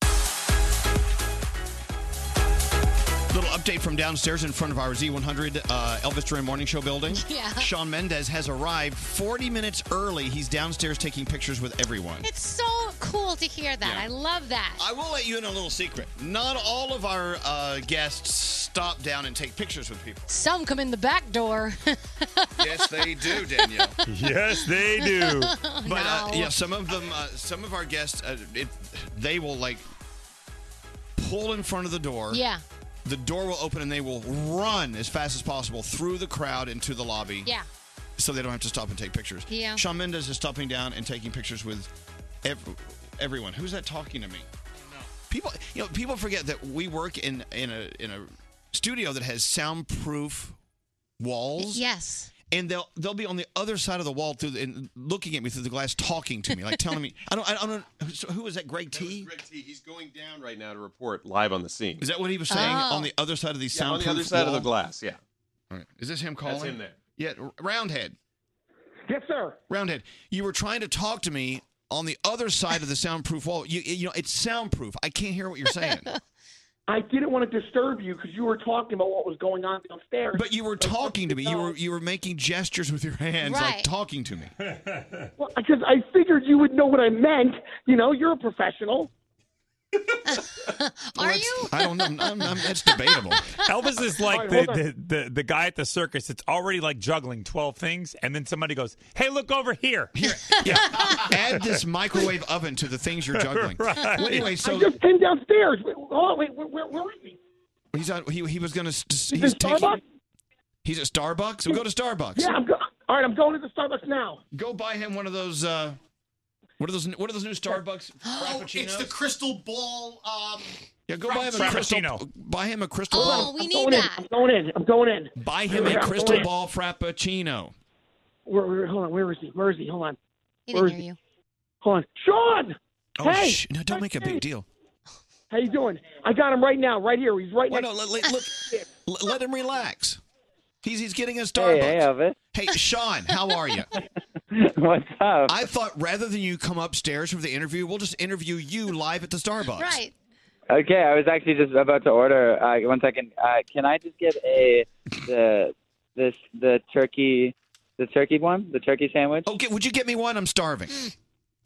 Little update from downstairs in front of our Z100 uh, Elvis Duran Morning Show building.
Yeah.
Sean Mendez has arrived 40 minutes early. He's downstairs taking pictures with everyone.
it's so cool to hear that.
Yeah.
I love that.
I will let you in on a little secret. Not all of our uh, guests stop down and take pictures with people.
Some come in the back door.
yes, they do, Danielle.
Yes, they
do.
But uh,
No.
yeah, some of them, uh, some of our guests, uh, it, they will like pull in front of the door.
yeah.
The door will open and they will run as fast as possible through the crowd into the lobby.
Yeah.
So they don't have to stop and take pictures.
Yeah.
Shawn Mendes is stopping down and taking pictures with ev- everyone. Who's that talking to me? People, you know, people forget that we work in in a in a studio that has soundproof walls.
Yes.
And they'll they'll be on the other side of the wall through the, and looking at me through the glass, talking to me, like telling me, I don't I don't. know- So who was that? Greg T.
Greg T. He's going down right now to report live on the scene.
Is that what he was saying
Oh.
on the other side of the
Yeah, on
soundproof
the other side of the
wall?
glass? Yeah.
All right. Is this him
That's
calling?
him there.
Yeah, R- Roundhead. Yes, sir. Roundhead, you were trying to talk to me on the other side of the soundproof wall. You, you know, it's soundproof. I can't hear what you're saying.
I didn't want to disturb you because you were talking about what was going on downstairs.
But you were talking to me. You were you were making gestures with your hands, like
Right.
talking to me.
Well, because I figured you would know what I meant. You know, you're a professional.
Are you?
I don't know. I'm, I'm, I'm, it's debatable.
Elvis is
All
like
right, hold
the, the, the, the guy at the circus. It's already like juggling 12 things, and then somebody goes, Hey, look over here.
Here. Add this microwave oven to the things you're juggling.
Right.
Well, anyway, so
I just came downstairs. Wait, Hold on, wait, where, where, where is he?
he's on, he, he was going to. He's
Starbucks?
taking. He's at Starbucks. We'll go to Starbucks.
Yeah, I'm go- all right. I'm going to the Starbucks now.
Go buy him one of those. Uh, what are those? What are those new Starbucks frappuccinos?
it's the crystal ball. Um,
yeah, go buy him a
Frappuccino.
crystal. Buy him a crystal.
Oh,
ball.
we
I'm
need
going
that.
In. I'm going in. I'm going in.
Buy him a
I'm
crystal
going in.
ball frappuccino.
Where, where, hold on. Where is he? Where is he? Hold on.
He
Where
didn't
is
hear you.
Hold on. Sean.
Oh,
hey.
shh. no! Don't make a big deal.
How you doing? I got him right now. Right here. He's right
Why
next.
no, let, let- look, let, let him relax. He's he's getting a Starbucks.
Hey, hey, Elvis.
Hey, Sean, how are you?
What's up?
I thought rather than you come upstairs from the interview, we'll just interview you live at the Starbucks.
Right.
Okay, I was actually just about to order. Uh, one second. Uh, can I just get a the this the turkey the turkey one the turkey sandwich?
Okay, would you get me one? I'm starving.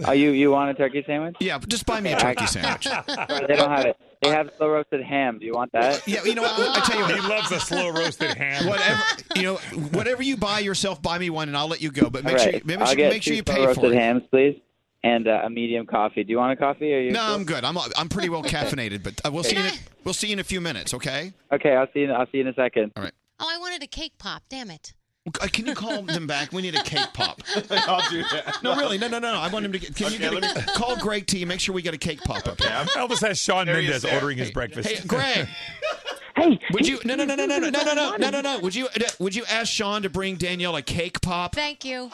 Oh, you you want a turkey sandwich?
Yeah, just buy me a turkey sandwich.
they don't have it. They have slow roasted ham. Do you want that?
Yeah, you know what? I tell you what.
He loves a slow roasted ham.
Whatever you know, whatever you buy yourself, buy me one, and I'll let you go. But
All
make sure,
right.
maybe
I'll
sure-
get
make sure
two
you
slow
pay
roasted
for it.
hams, please, and uh, a medium coffee. Do you want a coffee? Or are you?
No, I'm good. I'm I'm pretty well caffeinated, but uh, we'll see. You in a, we'll see you in a few minutes, okay?
Okay, I'll see you. I'll see you in a second.
All right.
Oh, I wanted a cake pop. Damn it.
Uh, Can you call them back? We need a cake pop.
I'll do that.
No, really, no, no, no. no. I want him to get. Can you
Okay,
get a, call Greg T? and Make sure we get a cake pop up. here.
Elvis has Sean
There he
Mendez
is there.
ordering his breakfast.
Hey, Greg.
Hey,
would you? No, no, no, no, no, no, no, no, no, no, no, no. Would you? uh, Would you ask Sean to bring Danielle a cake pop?
Thank you.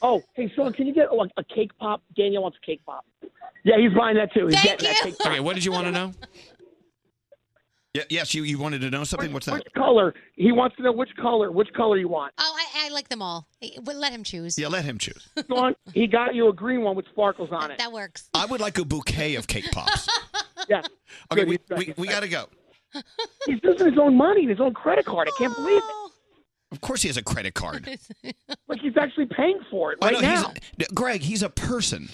Oh, hey, Sean, can you get oh, a cake pop? Daniel wants a cake pop. Yeah, he's buying that too. He's
Thank
getting that
you.
cake pop.
Okay, what did you want to know? Yeah, yes, you, you wanted to know something. What's that?
Which color? He wants to know which color. Which color you want?
Oh, I, I like them all. Eh, well, Let him choose.
Yeah, let him choose.
Sean, he got you a green one with sparkles on it.
That works.
I would like a bouquet of cake pops.
Yeah.
Okay, we, we, we got to go.
He's using his own money, and his own credit card. I can't believe it.
Of course, he has a credit card.
Like he's actually paying for it right
oh, no,
now.
He's, Greg, he's a person.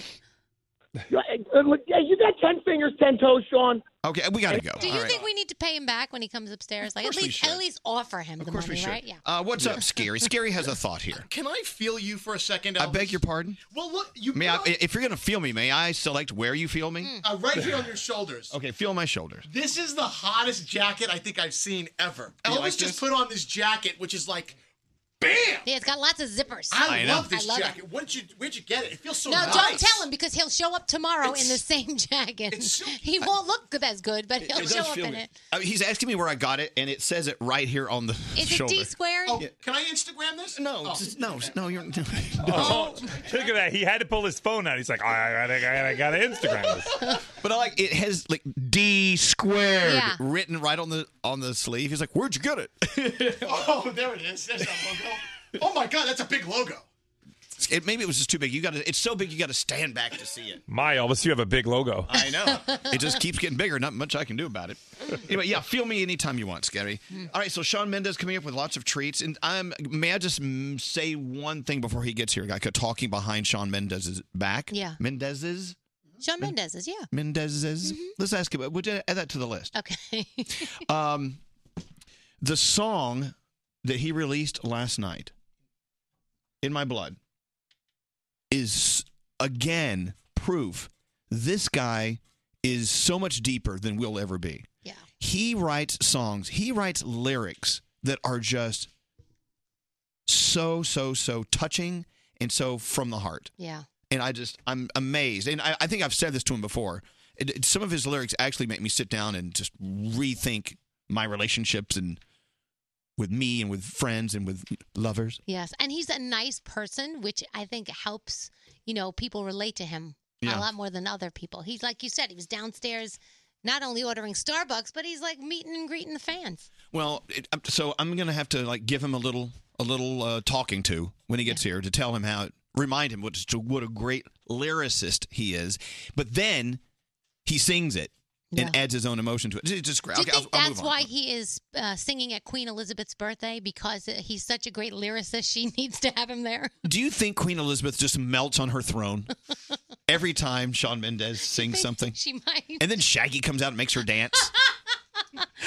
Yeah, uh, look, yeah, you got ten fingers, ten toes, Sean.
Okay, we gotta go.
Do you
Oh, All right.
think we need to pay him back when he comes upstairs? Like at
course we
least
should.
at least offer him the
Of course
money,
we should.
right? Yeah.
Uh, what's up, Scary? Scary has a thought here.
Can I feel you for a second?
I
Elvis?
beg your pardon.
Well, look, you.
May I, if you're gonna feel me, may I select where you feel me?
Mm.
Uh, right here on your shoulders.
Okay, feel my shoulders.
This is the hottest jacket I think I've seen ever.
You
Elvis
like
just put on this jacket, which is like, bam!
Yeah, it's got lots of zippers.
I, love this
I love it.
jacket. Where'd you Where'd you get it? It feels so
no,
nice.
don't tell him because he'll show up tomorrow in the
It's-
same jacket. he won't look as good, but he'll show up in it.
Uh, he's asking me where I got it, and it says it right here on the
Is it
shoulder.
D squared?
Oh, can I Instagram this? Oh.
No, just- no, no. You're no.
Oh, look at that. He had to pull his phone out. He's like, I, I, I, I gotta Instagram this.
But I like it has like D squared
Yeah.
written right on the on the sleeve. He's like, "Where'd you get it?"
Oh, there it is. There's that logo. Oh my God, that's a big logo.
it maybe it was just too big. You got to. It's so big, you got to stand back to see it.
My Elvis, you have a big logo.
I know. it just keeps getting bigger. Not much I can do about it. Anyway, yeah, feel me anytime you want, Scary. All right, so Sean Mendez coming up with lots of treats, and I'm may I just mm, say one thing before he gets here? I kept talking behind Sean Mendez's back.
Yeah.
Mendez's.
Sean Mendez is, yeah.
Mendez's. Let's ask him. Would you add that to the list?
Okay.
um, the song that he released last night, "In My Blood," is again proof this guy is so much deeper than we'll ever be.
Yeah,
he writes songs. He writes lyrics that are just so so so touching and so from the heart
yeah.
and I just I'm amazed. And I, I think I've said this to him before. It, it- some of his lyrics actually make me sit down and just rethink my relationships and with me and with friends and with lovers.
Yes, and he's a nice person, which I think helps you know people relate to him
Yeah.
a lot more than other people. He's like you said, he was downstairs, not only ordering Starbucks, but he's like meeting and greeting the fans.
Well, it, I'm- so I'm gonna have to like give him a little a little uh, talking to when he gets here to tell him how remind him what what a great lyricist he is. But then he sings it and adds his own emotion to it. It's just great.
Do you
okay,
think
I'll, I'll
that's
move on.
why he is uh, singing at Queen Elizabeth's birthday because uh, he's such a great lyricist? She needs to have him there.
Do you think Queen Elizabeth just melts on her throne every time Sean Mendez sings something?
She might.
And then Shaggy comes out and makes her dance.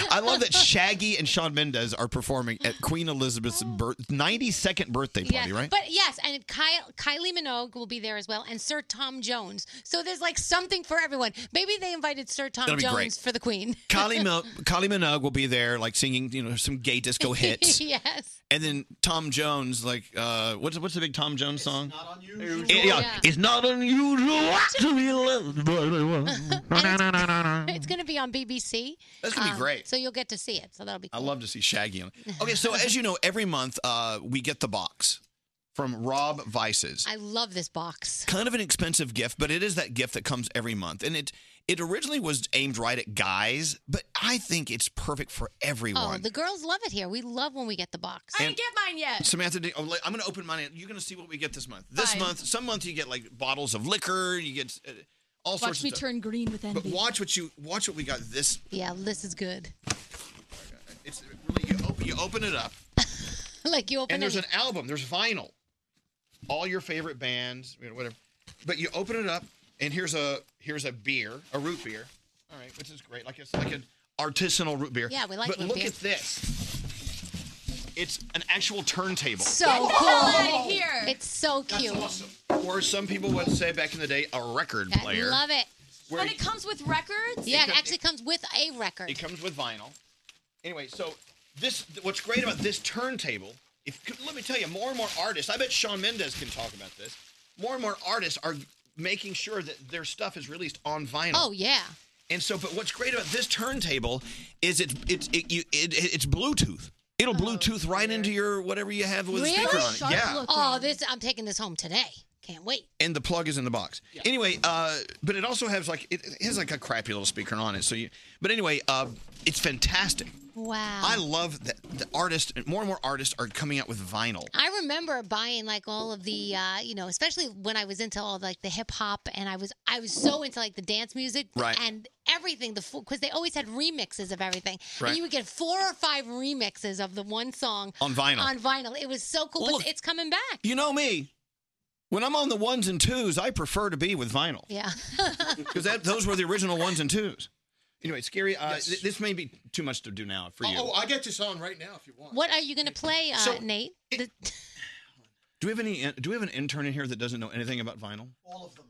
I love that Shaggy and Sean Mendez are performing at Queen Elizabeth's birth, 92nd birthday party,
Oh. yeah,
right?
But yes, and Kyle, Kylie Minogue will be there as well, and Sir Tom Jones. So there's like something for everyone. Maybe they invited Sir Tom
That'll be
Jones
great.
for the Queen.
Kylie, Mil- Kylie Minogue will be there, like singing, you know, some gay disco hits.
yes.
And then Tom Jones, like, uh, what's what's the big Tom Jones song? It's not unusual.
Yeah.
It's not unusual to be loved by anyone.
It's going to be on BBC.
That's gonna be great.
Um, So you'll get to see it. So that'll be
I
cool.
love to see Shaggy on it. Okay, so as you know, every month uh, we get the box from Rob Vices.
I love this box.
Kind of an expensive gift, but it is that gift that comes every month. And it it originally was aimed right at guys, but I think it's perfect for
Oh,
everyone.
the girls love it here. We love when we get the box.
I didn't And-
get mine yet.
Samantha, do- oh, I'm going to open mine. You're going to see what we get this month. This
Fine.
month, some month you get like bottles of liquor. You get uh, all sorts
Watch
of
me
stuff.
turn green with
But
envy.
watch what you watch what we got this.
Yeah, this is good.
It's really you open, you open it up.
like you open
and there's
it.
an album. There's vinyl. All your favorite bands, you know, whatever. But you open it up, and here's a here's a beer, a root beer. All right, which is great. Like it's like an artisanal root beer.
Yeah, we like
But
root
look
beer.
at this. It's an actual turntable.
so
Get the
cool.
hell outta here.
It's so cute.
Or some people would say back in the day, a record
I
player.
love it.
Where But it
comes with records? Yeah, it, actually comes with a record.
It comes with vinyl. Anyway, so this what's great about this turntable, if let me tell you, more and more artists, I bet Sean Mendez can talk about this. More and more artists are making sure that their stuff is released on vinyl.
Oh, yeah.
And so, but what's great about this turntable is it's it's it, you, it, it- it's Bluetooth.
Oh,
It'll Bluetooth right into your whatever you have with a speaker on it. yeah.
Oh, this I'm taking this home today. Can't wait.
And the plug is in the box. Anyway, uh, but it also has like it, it has like a crappy little speaker on it. So you, but anyway, uh, it's fantastic.
Wow.
I
Um,
love that the artists, more and more artists are coming out with vinyl.
I remember buying like all of the, uh, you know, especially when I was into all like the hip hop, and I was I was so into like the dance music,
Right.
and everything. The because they always had remixes of everything,
Right.
and you would get four or five remixes of the one song
On vinyl.
On vinyl, it was so cool.
Look.
But it's coming back.
You know me. When I'm on the ones and twos, I prefer to be with vinyl
Yeah.
because those were the original ones and twos. Anyway, Scary, uh, th- this may be too much to do now for you.
Oh, I get this on right now if you want.
What are you going to play, uh,
So-
Nate? The-
Do we have any? uh, Do we have an intern in here that doesn't know anything about vinyl?
All of them.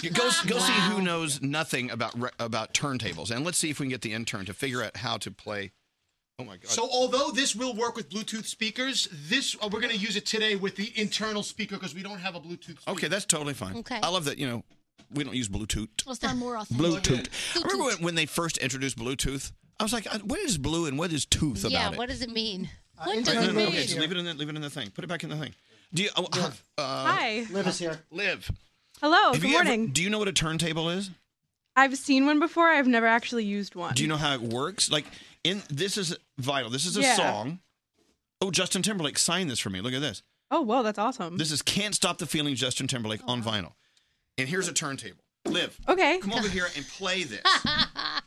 You Go, go see who knows nothing about re- about turntables, and let's see if we can get the intern to figure out how to play. Oh my God!
So although this will work with Bluetooth speakers, this uh, we're going to use it today with the internal speaker because we don't have a Bluetooth. Speaker.
okay, that's totally fine.
Okay.
I love that. You know, we don't use Bluetooth.
Let's sound more
Bluetooth. I remember when, when they first introduced Bluetooth. I was like, I- what is blue and what is tooth
yeah,
about
what
it?
does it mean? What
Uh,
Wait, no,
does
no,
it
no,
mean?
okay, just leave it in the leave it in the thing. Put it back in the thing. Do you? Oh, uh,
Hi.
Liv is here. Liv.
Hello,
Have
Oh, good
you ever-
morning.
do you know what a turntable is?
I've seen one before. I've never actually used one.
Do you know how it works? Like in this is vital. This is a
Yeah.
song. Oh, Justin Timberlake signed this for me. Look at this.
Oh, whoa, that's awesome.
This is "Can't Stop the Feeling" Justin Timberlake on vinyl. And here's a turntable. Liv,
Okay.
come over here and play this.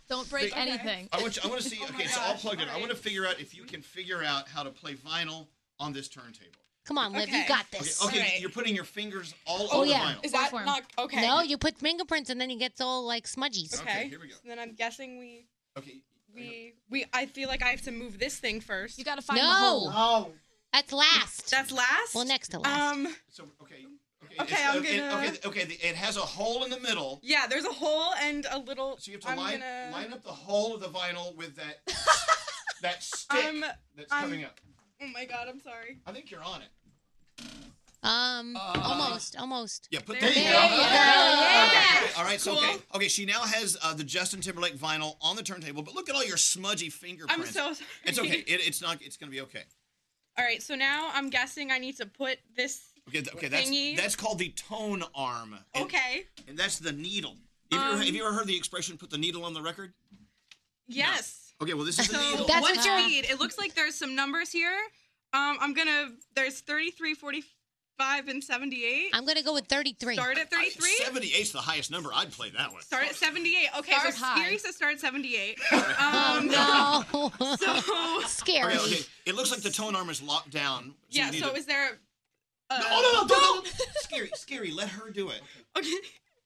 Don't break anything.
I want you, I want to see. Okay, it's all plugged in. I want to figure out if you can figure out how to play vinyl on this turntable.
Come on, Liv, you
Okay.
got
Okay,
this.
Okay, you're putting your fingers all
Oh
over
yeah,
vinyl.
No, you put fingerprints and then it gets all like smudgies.
Okay.
here we go.
then I'm guessing we
Okay.
we we. I feel like I have to move this thing first. You gotta
find the No. hole.
Oh,
that's last.
That's last.
Well, next to last.
Um.
So okay. Okay,
Okay,
it's-
I'm
okay,
gonna-
Okay, okay, the- it has a hole in the middle.
Yeah, there's a hole and a little. So you
have to line, line up the hole of the vinyl with that that stick
Um,
that's
um,
coming up.
Oh my god, I'm sorry.
I think you're on it.
Um, almost, almost.
Yeah, put
There
there,
you
you
go.
go.
Yeah.
Okay, All right, so okay,
Cool.
okay. She now has uh, the Justin Timberlake vinyl on the turntable, but look at all your smudgy fingerprints.
I'm so sorry.
It's okay. It, it's not. It's gonna be okay.
All right, so now I'm guessing I need to put this.
Okay, th- okay. That's
Thingy.
that's called the tone arm, and,
Okay.
and that's the needle. Have you, ever,
Um,
have you ever heard the expression "put the needle on the record"?
Yes.
Okay, well this is the
So
needle.
That's what's your read? It looks like there's some numbers here. Um, I'm gonna. There's 33, 45, and 78.
I'm gonna go with 33.
Start at 33.
78 is the highest number. I'd play that one.
Start at 78. Okay,
Start
so
high.
Scary says start at 78. Um,
Oh, no.
So
Scary.
Okay, okay. It looks like the tone arm is locked down. So
Yeah.
You need
So
to,
is uh, there? A,
No, no, no, don't- scary, scary. Let her do it.
Okay.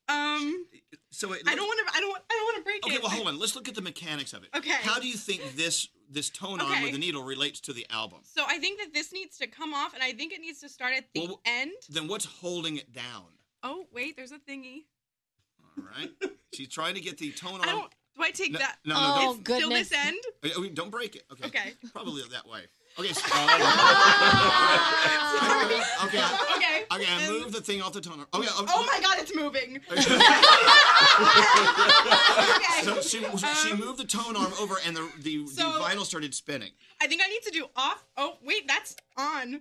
Um,
So it
I don't want to. I don't. want- I don't want to break
Okay,
it.
well, hold on. Let's look at the mechanics of it.
Okay.
How do you think this this tone arm
Okay.
with the needle relates to the album?
So I think that this needs to come off, and I think it needs to start at the
Well,
end.
Then what's holding it down?
Oh wait, there's a thingy.
All right. She's trying to get the tone arm.
I don't. Do I take
No,
that?
no, no, don't-
It's
Oh,
Still this end.
Okay, okay, don't break it. Okay.
Okay.
Probably that way. Okay. So, uh, okay. I-
Okay.
Okay. I moved the thing off the tone arm. Okay.
Oh,
okay.
my god, it's moving.
So she, she moved the tone arm over, and the the, the
Um, so-
vinyl started spinning.
I think I need to do off. Oh wait, that's on.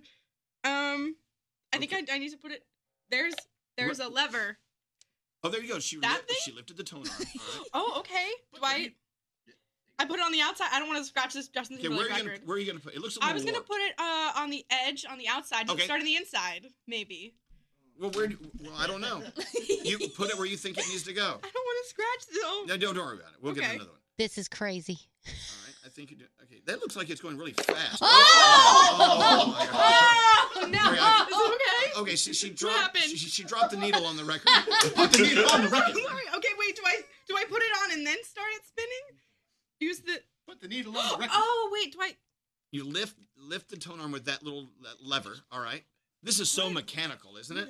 Um, I think I, I need to put it. There's there's a lever.
Oh, there you go. She
That
li-
thing?
she lifted the tone arm. All right.
Oh okay. Do I? I put it on the outside. I don't want to scratch this Justin
Okay, where are
Timberlake
you gonna
record.
where are you gonna put? It looks a little.
I was gonna
warped.
put it uh on the edge, on the outside. Just
Okay.
start on the inside, maybe.
Well, where? Do, well, I don't know. you put it where you think it needs to go.
I don't want to scratch though.
No, don't, don't worry about it. We'll get
Okay.
another one.
This is crazy.
All right. I think you do. Okay. That looks like it's going really fast.
Oh!
my God.
Oh
Okay, I-
Is
Okay. She, she dropped. She, she she dropped the needle on the record. Put the needle on the
I'm
record.
sorry. Okay, wait. Do I do I put it on and then start it spinning? Use the.
Put the needle on the record.
Oh wait, do I?
You lift lift the tone arm with that little that lever. All right. This is so mechanical, isn't it?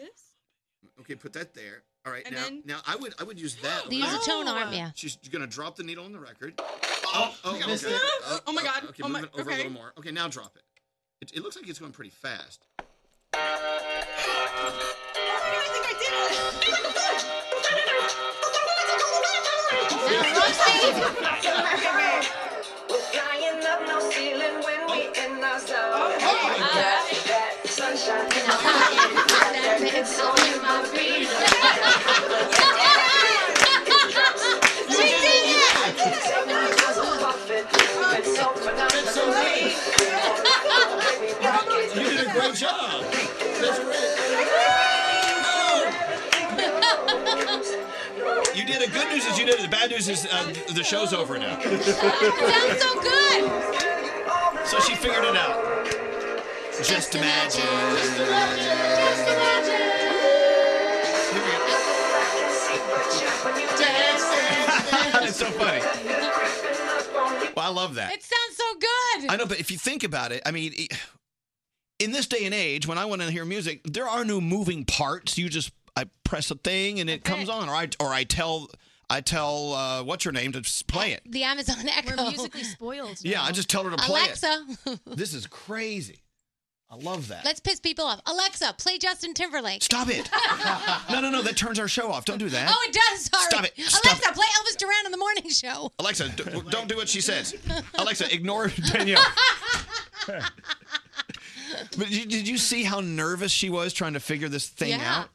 Okay. Put that there. All right.
And
now
then-
now I would I would use that.
Use the
over
tone
there.
arm, yeah.
She's gonna drop the needle on the record. Oh, oh,
I
okay.
missed it. Oh my God.
Okay,
Oh
move
my-
it over
okay.
a little more. Okay, now drop it. it. It looks like it's going pretty fast.
I think I did
You did a great job. That's great. You did a good news is you did it. The bad news is uh, th- the show's over now.
Sounds so good.
So she figured it out. Just imagine. Just imagine. Just imagine. It's so funny. love that.
It sounds so good.
I know, but if you think about it, I mean, i- in this day and age, when I want to hear music, there are no moving parts. You just I press a thing and it comes on, or I or I tell I tell uh, what's her name to s- play it.
The Amazon Echo.
We're musically spoiled.
Yeah, I just tell her to play
Alexa,
it. This is crazy. I love that.
let's piss people off. Alexa, play Justin Timberlake.
Stop it. Ah, no, no, no. That turns our show off. Don't do that.
Oh, it does. Sorry.
Stop it. Stop
Alexa, play Elvis Duran on the morning show.
Alexa, d- don't do what she says. Alexa, ignore Danielle. but did you, did you see how nervous she was trying to figure this thing
Yeah.
out?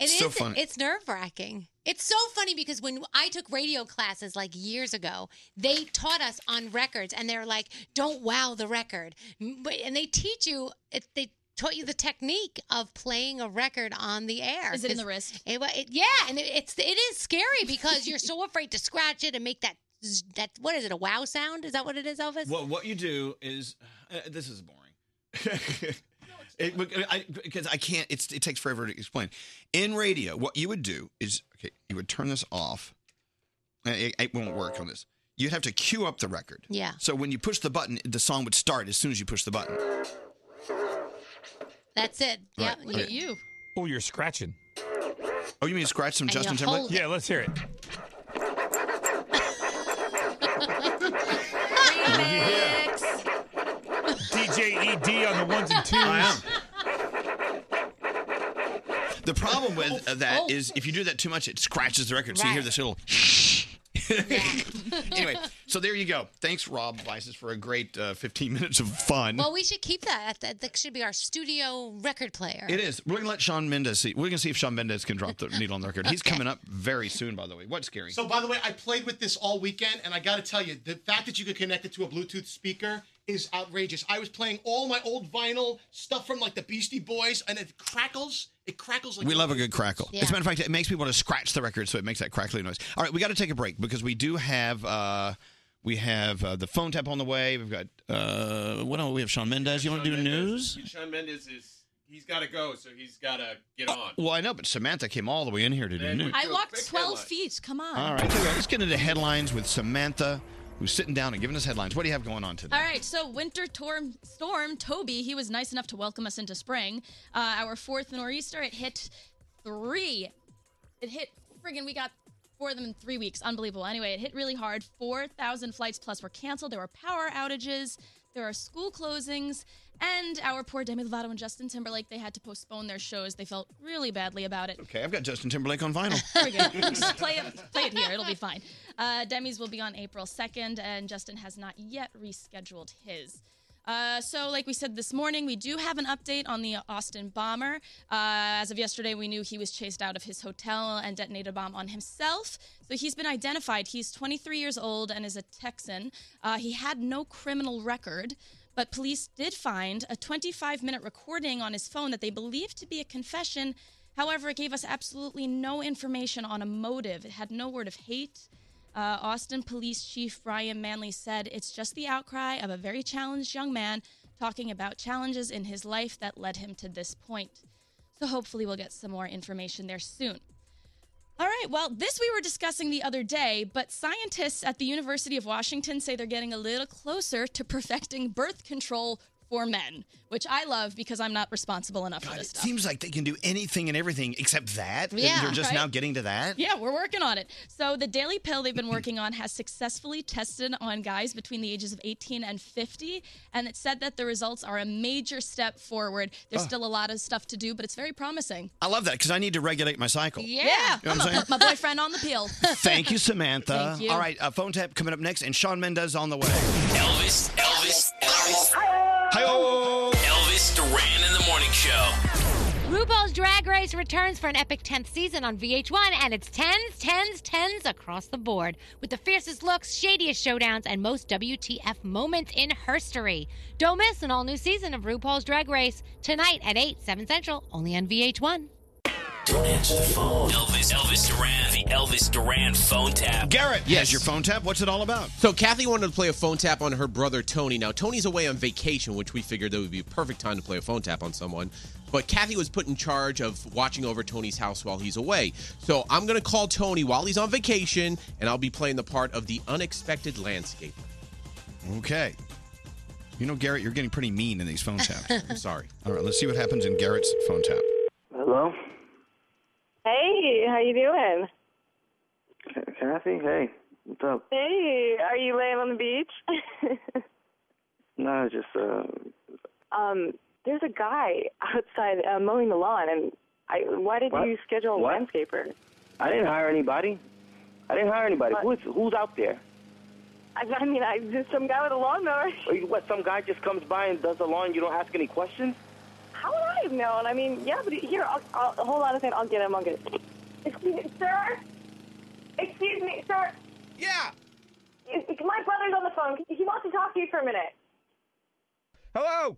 It is.
So funny.
It's nerve wracking. It's so funny because when I took radio classes like years ago, they taught us on records, and they're like, "Don't wow the record," M- but- and they teach you. It, they taught you the technique of playing a record on the air.
Is it in the
'Cause
wrist?
it wa- it- yeah, and it, it's it is scary because you're so afraid to scratch it and make that zzz- that what is it a wow sound? Is that what it is, Elvis?
Well, what you do is uh, this is boring. because I, can't. It's, it takes forever to explain. In radio, what you would do is okay. You would turn this off. Uh, It, it won't work on this. You'd have to cue up the record.
Yeah.
So when you push the button, the song would start as soon as you push the button.
That's it. Yeah.
Right, okay.
you.
Oh, you're scratching.
Oh, you mean scratch some
And you Justin Timberlake? hold it.
Yeah, let's hear it. DJ ED E on the ones and twos.
The problem with uh, that is if you do that too much, it scratches the record. So you hear
Right.
this little. anyway, so there you go. Thanks, Rob Vices, for a great uh, 15 minutes of fun.
Well, we should keep that. That, that should be our studio record player.
it is. We're gonna let Sean Mendes see. We're gonna see if Sean Mendes can drop the needle on the record. He's coming up very soon, by the way. What's scary?
So, by the way, I played with this all weekend, and I got to tell you, the fact that you could connect it to a Bluetooth speaker is outrageous. I was playing all my old vinyl stuff from like the Beastie Boys, and it crackles. It crackles like
we love a good crackle.
Yeah.
As a matter of fact, it makes me want to scratch the record, so it makes that crackly noise. All right, we got to take a break because we do have uh, we have uh, the phone tap on the way. We've got uh, what else? We have Sean Mendes. You want to do news?
Sean Mendes is he's got to go, so he's got to
Oh,
get on.
Well, I know, but Samantha came all the way in here to do news.
I
Do a quick
walked 12
headline.
feet. Come on.
All right, so let's get into headlines with Samantha, who's sitting down and giving us headlines. What do you have going on today?
All right, so winter torm, storm Toby, he was nice enough to welcome us into spring. Uh, our fourth nor'easter, it hit three. It hit friggin', we got four of them in three weeks. Unbelievable. Anyway, it hit really hard. 4,000 flights plus were canceled. There were power outages. There are school closings. And our poor Demi Lovato and Justin Timberlake, they had to postpone their shows. They felt really badly about it.
Okay, I've got Justin Timberlake on vinyl.
Very good. Just play it, play it here. It'll be fine. Uh, Demi's will be on April 2nd, and Justin has not yet rescheduled his. Uh, so, like we said this morning, we do have an update on the Austin bomber. Uh, as of yesterday, we knew he was chased out of his hotel and detonated a bomb on himself. So, he's been identified. He's 23 years old and is a Texan. Uh, he had no criminal record, but police did find a 25 minute recording on his phone that they believed to be a confession However, it gave us absolutely no information on a motive. It had no word of hate. Uh, Austin Police Chief Brian Manley said it's just the outcry of a very challenged young man talking about challenges in his life that led him to this point. So hopefully, we'll get some more information there soon. All right, well, this we were discussing the other day, but scientists at the University of Washington say they're getting a little closer to perfecting birth control for men, which I love because I'm not responsible enough for
God,
this
it
stuff.
seems like they can do anything and everything except that. and
Yeah,
They're just
right?
now getting to that.
Yeah, we're working on it. So the daily pill they've been working on has successfully tested on guys between the ages of 18 and 50, and it said that the results are a major step forward. There's
Oh.
still a lot of stuff to do, but it's very promising.
I love that because I need to regulate my cycle. You know
I'm
what I'm
gonna
saying?
put my boyfriend on the pill.
Thank you, Samantha.
Thank you.
All right, uh, phone tap coming up next, and Sean Mendez on the way.
Elvis, Elvis, Elvis.
Hi-oh.
Elvis Duran in the morning show.
RuPaul's Drag Race returns for an epic 10th season on VH1, and it's tens, tens, tens across the board, with the fiercest looks, shadiest showdowns, and most WTF moments in history. Don't miss an all new season of RuPaul's Drag Race tonight at 8, 7 Central, only on VH1.
Don't answer the phone. Elvis, Elvis Duran, the Elvis Duran phone tap.
Garrett has your phone tap. What's it all about?
So Kathy wanted to play a phone tap on her brother Tony. Now Tony's away on vacation, which we figured that would be a perfect time to play a phone tap on someone. But Kathy was put in charge of watching over Tony's house while he's away. So I'm gonna call Tony while he's on vacation, and I'll be playing the part of the unexpected landscaper.
Okay. You know, Garrett, you're getting pretty mean in these phone taps. I'm
sorry.
All right, let's see what happens in Garrett's phone tap.
Hello?
Hey, how you doing?
Kathy? Hey, what's up?
Hey, are you laying on the beach?
No, just, uh,
um, there's a guy outside uh, mowing the lawn, and I. Why did
What?
you schedule a
What?
landscaper?
I didn't hire anybody. I didn't hire anybody.
What?
Who's, who's out there?
I, I mean, I just some guy with a lawnmower.
Or you- What, some guy just comes by and does the lawn, you don't ask any questions?
How would I have known? I mean, yeah, but here, I'll, I'll, hold on a second. I'll get him. I'll get him. Excuse me, sir. Excuse me, sir.
Yeah.
My brother's on the phone. He wants to talk to you for a minute.
Hello?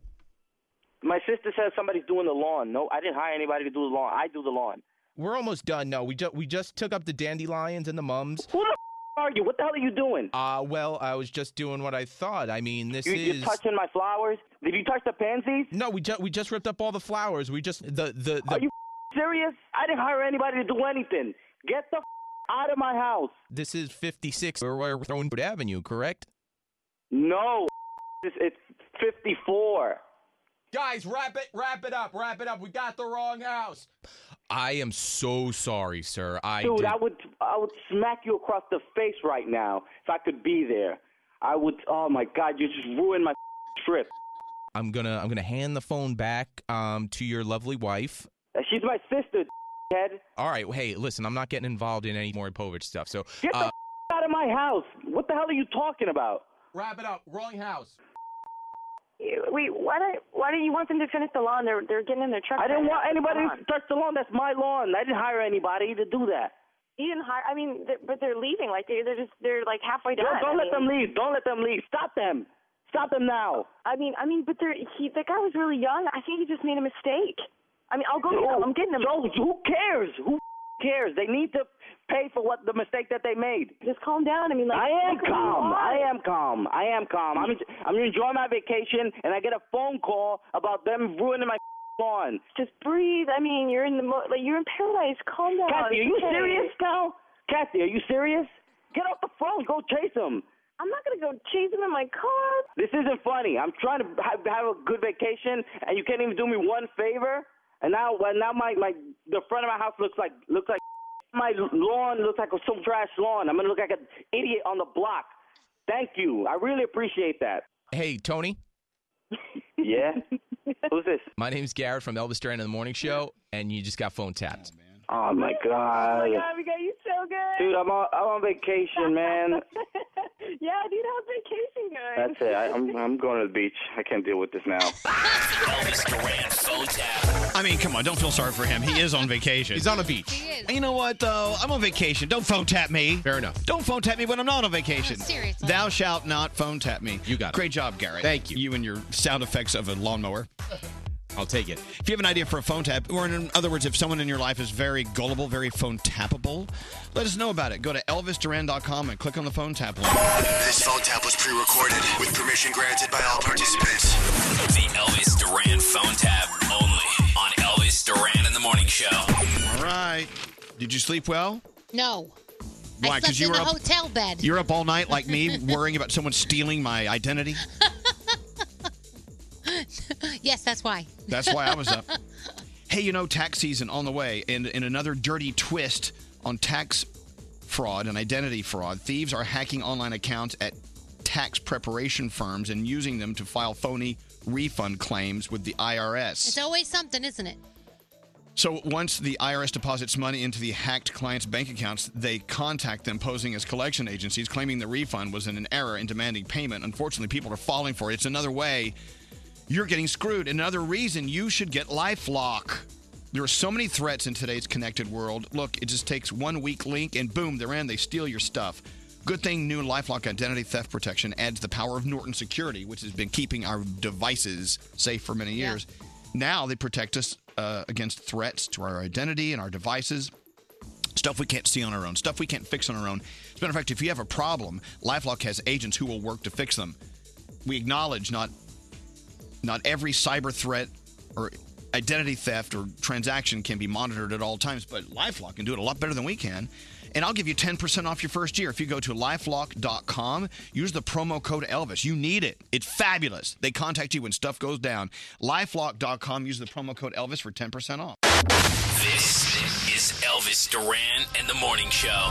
My sister says somebody's doing the lawn. No, I didn't hire anybody to do the lawn. I do the lawn.
We're almost done. No, we ju- we just took up the dandelions and the mums.
Who the f- are you? What the hell are you doing?
Uh, well, I was just doing what I thought. I mean, this
You-
is
you're touching my flowers. Did you touch the pansies?
No, we just we just ripped up all the flowers. We just the the. the
Are you serious? I didn't hire anybody to do anything. Get the f- out of my house.
this is 56. We're, we're throwing Wood Avenue, correct?
No, it's, it's 54.
Guys, wrap it, wrap it up, wrap it up. We got the wrong house. I am so sorry, sir. I
Dude,
did-
I would I would smack you across the face right now if I could be there. I would. Oh my God, you just ruined my trip.
I'm gonna I'm gonna hand the phone back um to your lovely wife.
Uh, She's my sister. Head.
All right, hey, listen, I'm not getting involved in any more Povich stuff. So
Get the
uh,
f- out of my house. What the hell are you talking about?
wrap it up. Wrong house.
Wait, why don't why don't you want them to finish the lawn? They're they're getting in their truck.
I didn't want anybody
Come on.
to touch the lawn. That's my lawn. I didn't hire anybody to do that.
You didn't hire. I mean, th but they're leaving. Like they they're just they're like halfway
No,
done.
don't
I
let them
mean-
leave. Don't let them leave. Stop them. Stop them now.
I mean, I mean, but they're he. The guy was really young. I think he just made a mistake. I mean, I'll go get him. I'm getting him.
Joe, who cares? Who cares? They need to pay for what the mistake that they made.
Just calm down. I mean, like
I am
look who you are.
calm. I am calm. I am calm. I'm I'm enjoying my vacation, and I get a phone call about them ruining my lawn.
Just breathe. I mean, you're in the mo- like you're in paradise. Calm down.
Kathy, are you
It's okay.
serious now? Kathy, are you serious? Get off the phone. Go chase them.
I'm not gonna go chase him in my car.
This isn't funny. I'm trying to have, have a good vacation, and you can't even do me one favor. And now, well, now my, my the front of my house looks like looks like my lawn looks like some trash lawn. I'm gonna look like an idiot on the block. Thank you. I really appreciate that.
Hey, Tony.
Yeah. Who's this?
My name's Garrett from Elvis Duran and the Morning Show, and you just got phone tapped.
Oh my
Oh
god.
my god, we got you so good.
Uh, Dude, I'm on I'm on vacation, man.
yeah, dude, how's vacation going?
That's it. I, I'm I'm going to the beach. I can't deal with this now.
I mean, come on, don't feel sorry for him. He is on vacation. He's
on a beach.
You know what, though? I'm on vacation. Don't phone tap me. Fair enough. Don't phone tap me when I'm not on vacation.
seriously.
Thou shalt not phone tap me. You
got it.
Great job, Garrett.
Thank you.
You and your sound effects of a lawnmower.
I'll take it.
If you have an idea for a phone tap, or in other words, if someone in your life is very gullible, very phone tappable, let us know about it. Go to elvisduran.com and click on the phone tap link.
This phone tap was pre-recorded with permission granted by all participants.
The Elvis Duran phone tap only on Elvis Duran in the Morning Show.
All right. Did you sleep well?
No.
Why?
I slept
you
in
were
a
up.
hotel bed.
You're up all night like me, worrying about someone stealing my identity.
yes, that's why.
That's why I was up. Hey, you know, tax season on the way, and in another dirty twist on tax fraud and identity fraud, thieves are hacking online accounts at tax preparation firms and using them to file phony refund claims with the IRS.
It's always something, isn't it?
So once the IRS deposits money into the hacked client's bank accounts, they contact them posing as collection agencies, claiming the refund was in an error and demanding payment. Unfortunately, people are falling for it. It's another way you're getting screwed. Another reason you should get LifeLock. There are so many threats in today's connected world. Look, it just takes one weak link and boom, they're in. They steal your stuff. Good thing new LifeLock identity theft protection adds the power of Norton Security, which has been keeping our devices safe for many years. Now they protect us uh, against threats to our identity and our devices stuff we can't see on our own, stuff we can't fix on our own. As a matter of fact, if you have a problem, LifeLock has agents who will work to fix them. We acknowledge not not every cyber threat or identity theft or transaction can be monitored at all times, but LifeLock can do it a lot better than we can. And I'll give you 10% off your first year if you go to lifelock.com, use the promo code Elvis. You need it. It's fabulous. They contact you when stuff goes down. lifelock.com, use the promo code Elvis for 10% off.
This is Elvis Duran and the Morning Show.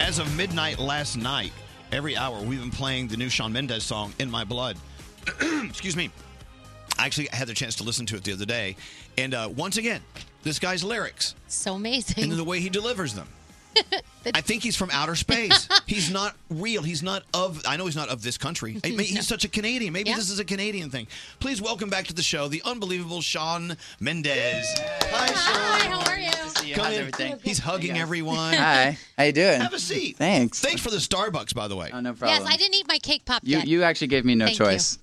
As of midnight last night, every hour we've been playing the new Sean Mendez song "In My Blood." Excuse me. I actually had the chance to listen to it the other day, and uh, once again, this guy's lyrics
so amazing,
and the way he delivers them. I think he's from outer space. he's not real. He's not of. I know he's not of this country. I mean,
No.
He's such a Canadian. Maybe
Yeah.
this is a Canadian thing. Please welcome back to the show the unbelievable Sean Mendez. Hi, Sean.
How are you?
Come in. He's hugging everyone.
Hi. How you doing?
Have a seat.
Thanks.
Thanks for the Starbucks, by the way.
Oh, no problem.
Yes, I didn't eat my cake pop
you
yet.
you actually gave me no
Thank you.
choice.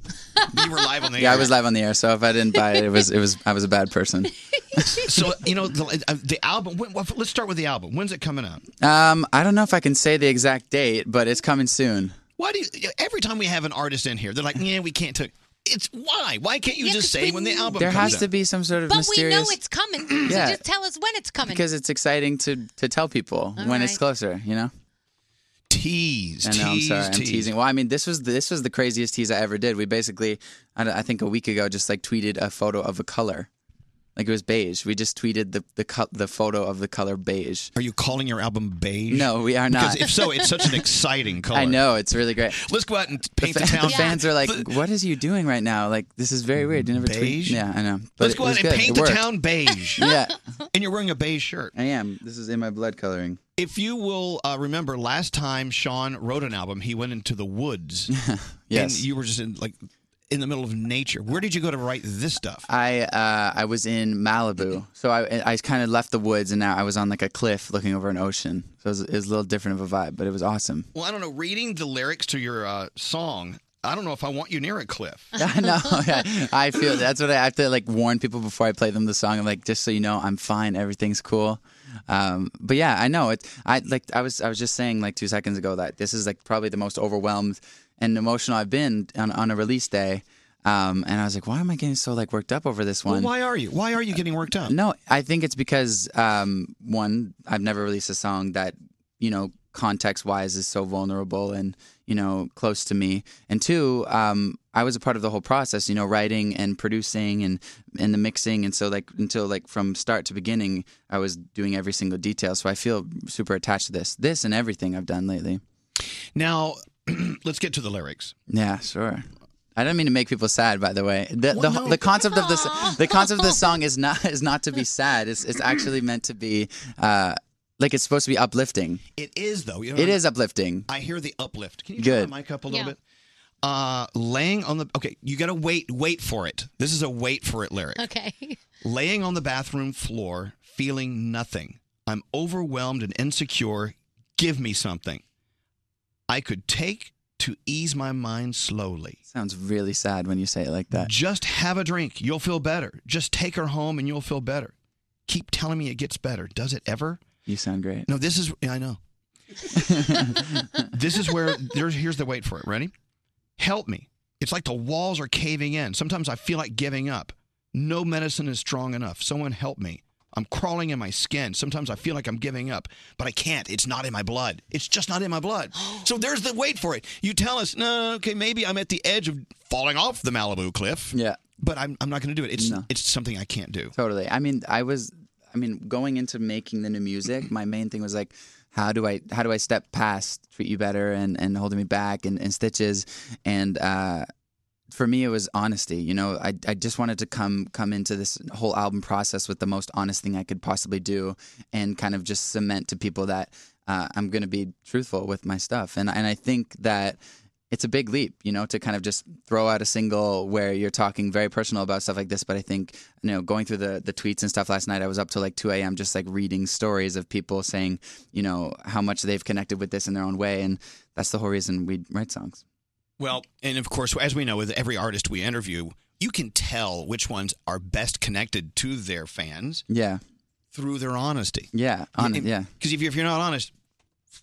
you were live on the
yeah,
air.
I was live on the air, so if I didn't buy it, it was it was I was a bad person.
so you know the, uh, the album. When, well, let's start with the album. When's it coming out?
Um, I don't know if I can say the exact date, but it's coming soon.
Why do you, every time we have an artist in here, they're like, "Yeah, we can't." T-. It's why? Why can't you just say when the album?
There
comes
has to
out?
be some sort of
But
mysterious
we know it's coming. so
Yeah.
just tell us when it's coming.
because it's exciting to to tell people
All
when it's
right.
closer, you know.
Tease.
I know.
tease,
I'm sorry. I'm
tease.
teasing. Well, I mean, this was this was the craziest tease I ever did. We basically, I, don't- I think a week ago, just like tweeted a photo of a color, like it was beige. We just tweeted the the co- the photo of the color beige.
Are you calling your album beige?
No, we are not.
Because if so, it's such an exciting color.
I know it's really great.
Let's go out and paint the,
fa-
town.
fans are like, "What is you doing right now? Like, this is very weird. You never tweet-
Beige?
Yeah, I know. But
Let's
it
go
was
out and
good.
paint
It
the
worked.
town beige.
yeah,
and you're wearing a beige shirt.
I am. This is in my blood coloring.
If you will uh, remember, last time Sean wrote an album, he went into the woods.
Yes.
And you were just in like in the middle of nature. Where did you go to write this stuff?
I uh, I was in Malibu, so I I kind of left the woods, and now I was on like a cliff looking over an ocean. So it was, it was a little different of a vibe, but it was awesome.
Well, I don't know. Reading the lyrics to your uh, song, I don't know if I want you near a cliff.
I know. yeah. I feel that's what I have to like warn people before I play them the song. I'm like, just so you know, I'm fine. Everything's cool. Um, but yeah, I know it. I like. I was. I was just saying like two seconds ago that this is like probably the most overwhelmed and emotional I've been on, on a release day. Um, and I was like, why am I getting so like worked up over this
Well,
one?
why are you? Why are you getting worked up?
No, I think it's because um, one, I've never released a song that you know context wise is so vulnerable and you know close to me, and two, um, I was a part of the whole process, you know, writing and producing and and the mixing, and so like until like from start to beginning, I was doing every single detail, so I feel super attached to this, this and everything I've done lately.
Now, let's get to the lyrics.
Yeah, sure. I don't mean to make people sad, by the way. The the,
Well, no.
the concept of this the concept of the song is not is not to be sad. It's it's actually meant to be uh, like it's supposed to be uplifting.
It is though. You know,
It is uplifting.
I hear the uplift. Can you
Good.
turn the mic up a little
Yeah.
bit? Uh, laying on the okay, you got to wait, wait for it. This is a wait for it lyric.
Okay.
Laying on the bathroom floor, feeling nothing. I'm overwhelmed and insecure. Give me something I could take to ease my mind slowly.
Sounds really sad when you say it like that.
Just have a drink. You'll feel better. Just take her home and you'll feel better. Keep telling me it gets better. Does it ever?
You sound great.
No, this is, yeah, I know. this is where, there's, here's the wait for it. Ready? Help me. It's like the walls are caving in. Sometimes I feel like giving up. No medicine is strong enough. Someone help me. I'm crawling in my skin. Sometimes I feel like I'm giving up, but I can't. It's not in my blood. It's just not in my blood. So there's the wait for it. You tell us, no, okay, maybe I'm at the edge of falling off the Malibu cliff.
Yeah.
But I'm, I'm not going to do it. It's
No.
it's something I can't do.
Totally. I mean, I was, I mean, going into making the new music, my main thing was like, how do I, how do I step past treat you better and and holding me back and, and stitches, and uh, for me it was honesty. You know, I I just wanted to come come into this whole album process with the most honest thing I could possibly do, and kind of just cement to people that. Uh, I'm gonna be truthful with my stuff, and and I think that it's a big leap, you know, to kind of just throw out a single where you're talking very personal about stuff like this. But I think, you know, going through the, the tweets and stuff last night, I was up till like 2 a.m. just like reading stories of people saying, you know, how much they've connected with this in their own way. And that's the whole reason we write songs.
Well, and of course, as we know with every artist we interview, you can tell which ones are best connected to their fans
Yeah.
through their honesty.
Yeah. On, yeah.
Because if, you're- if you're not honest,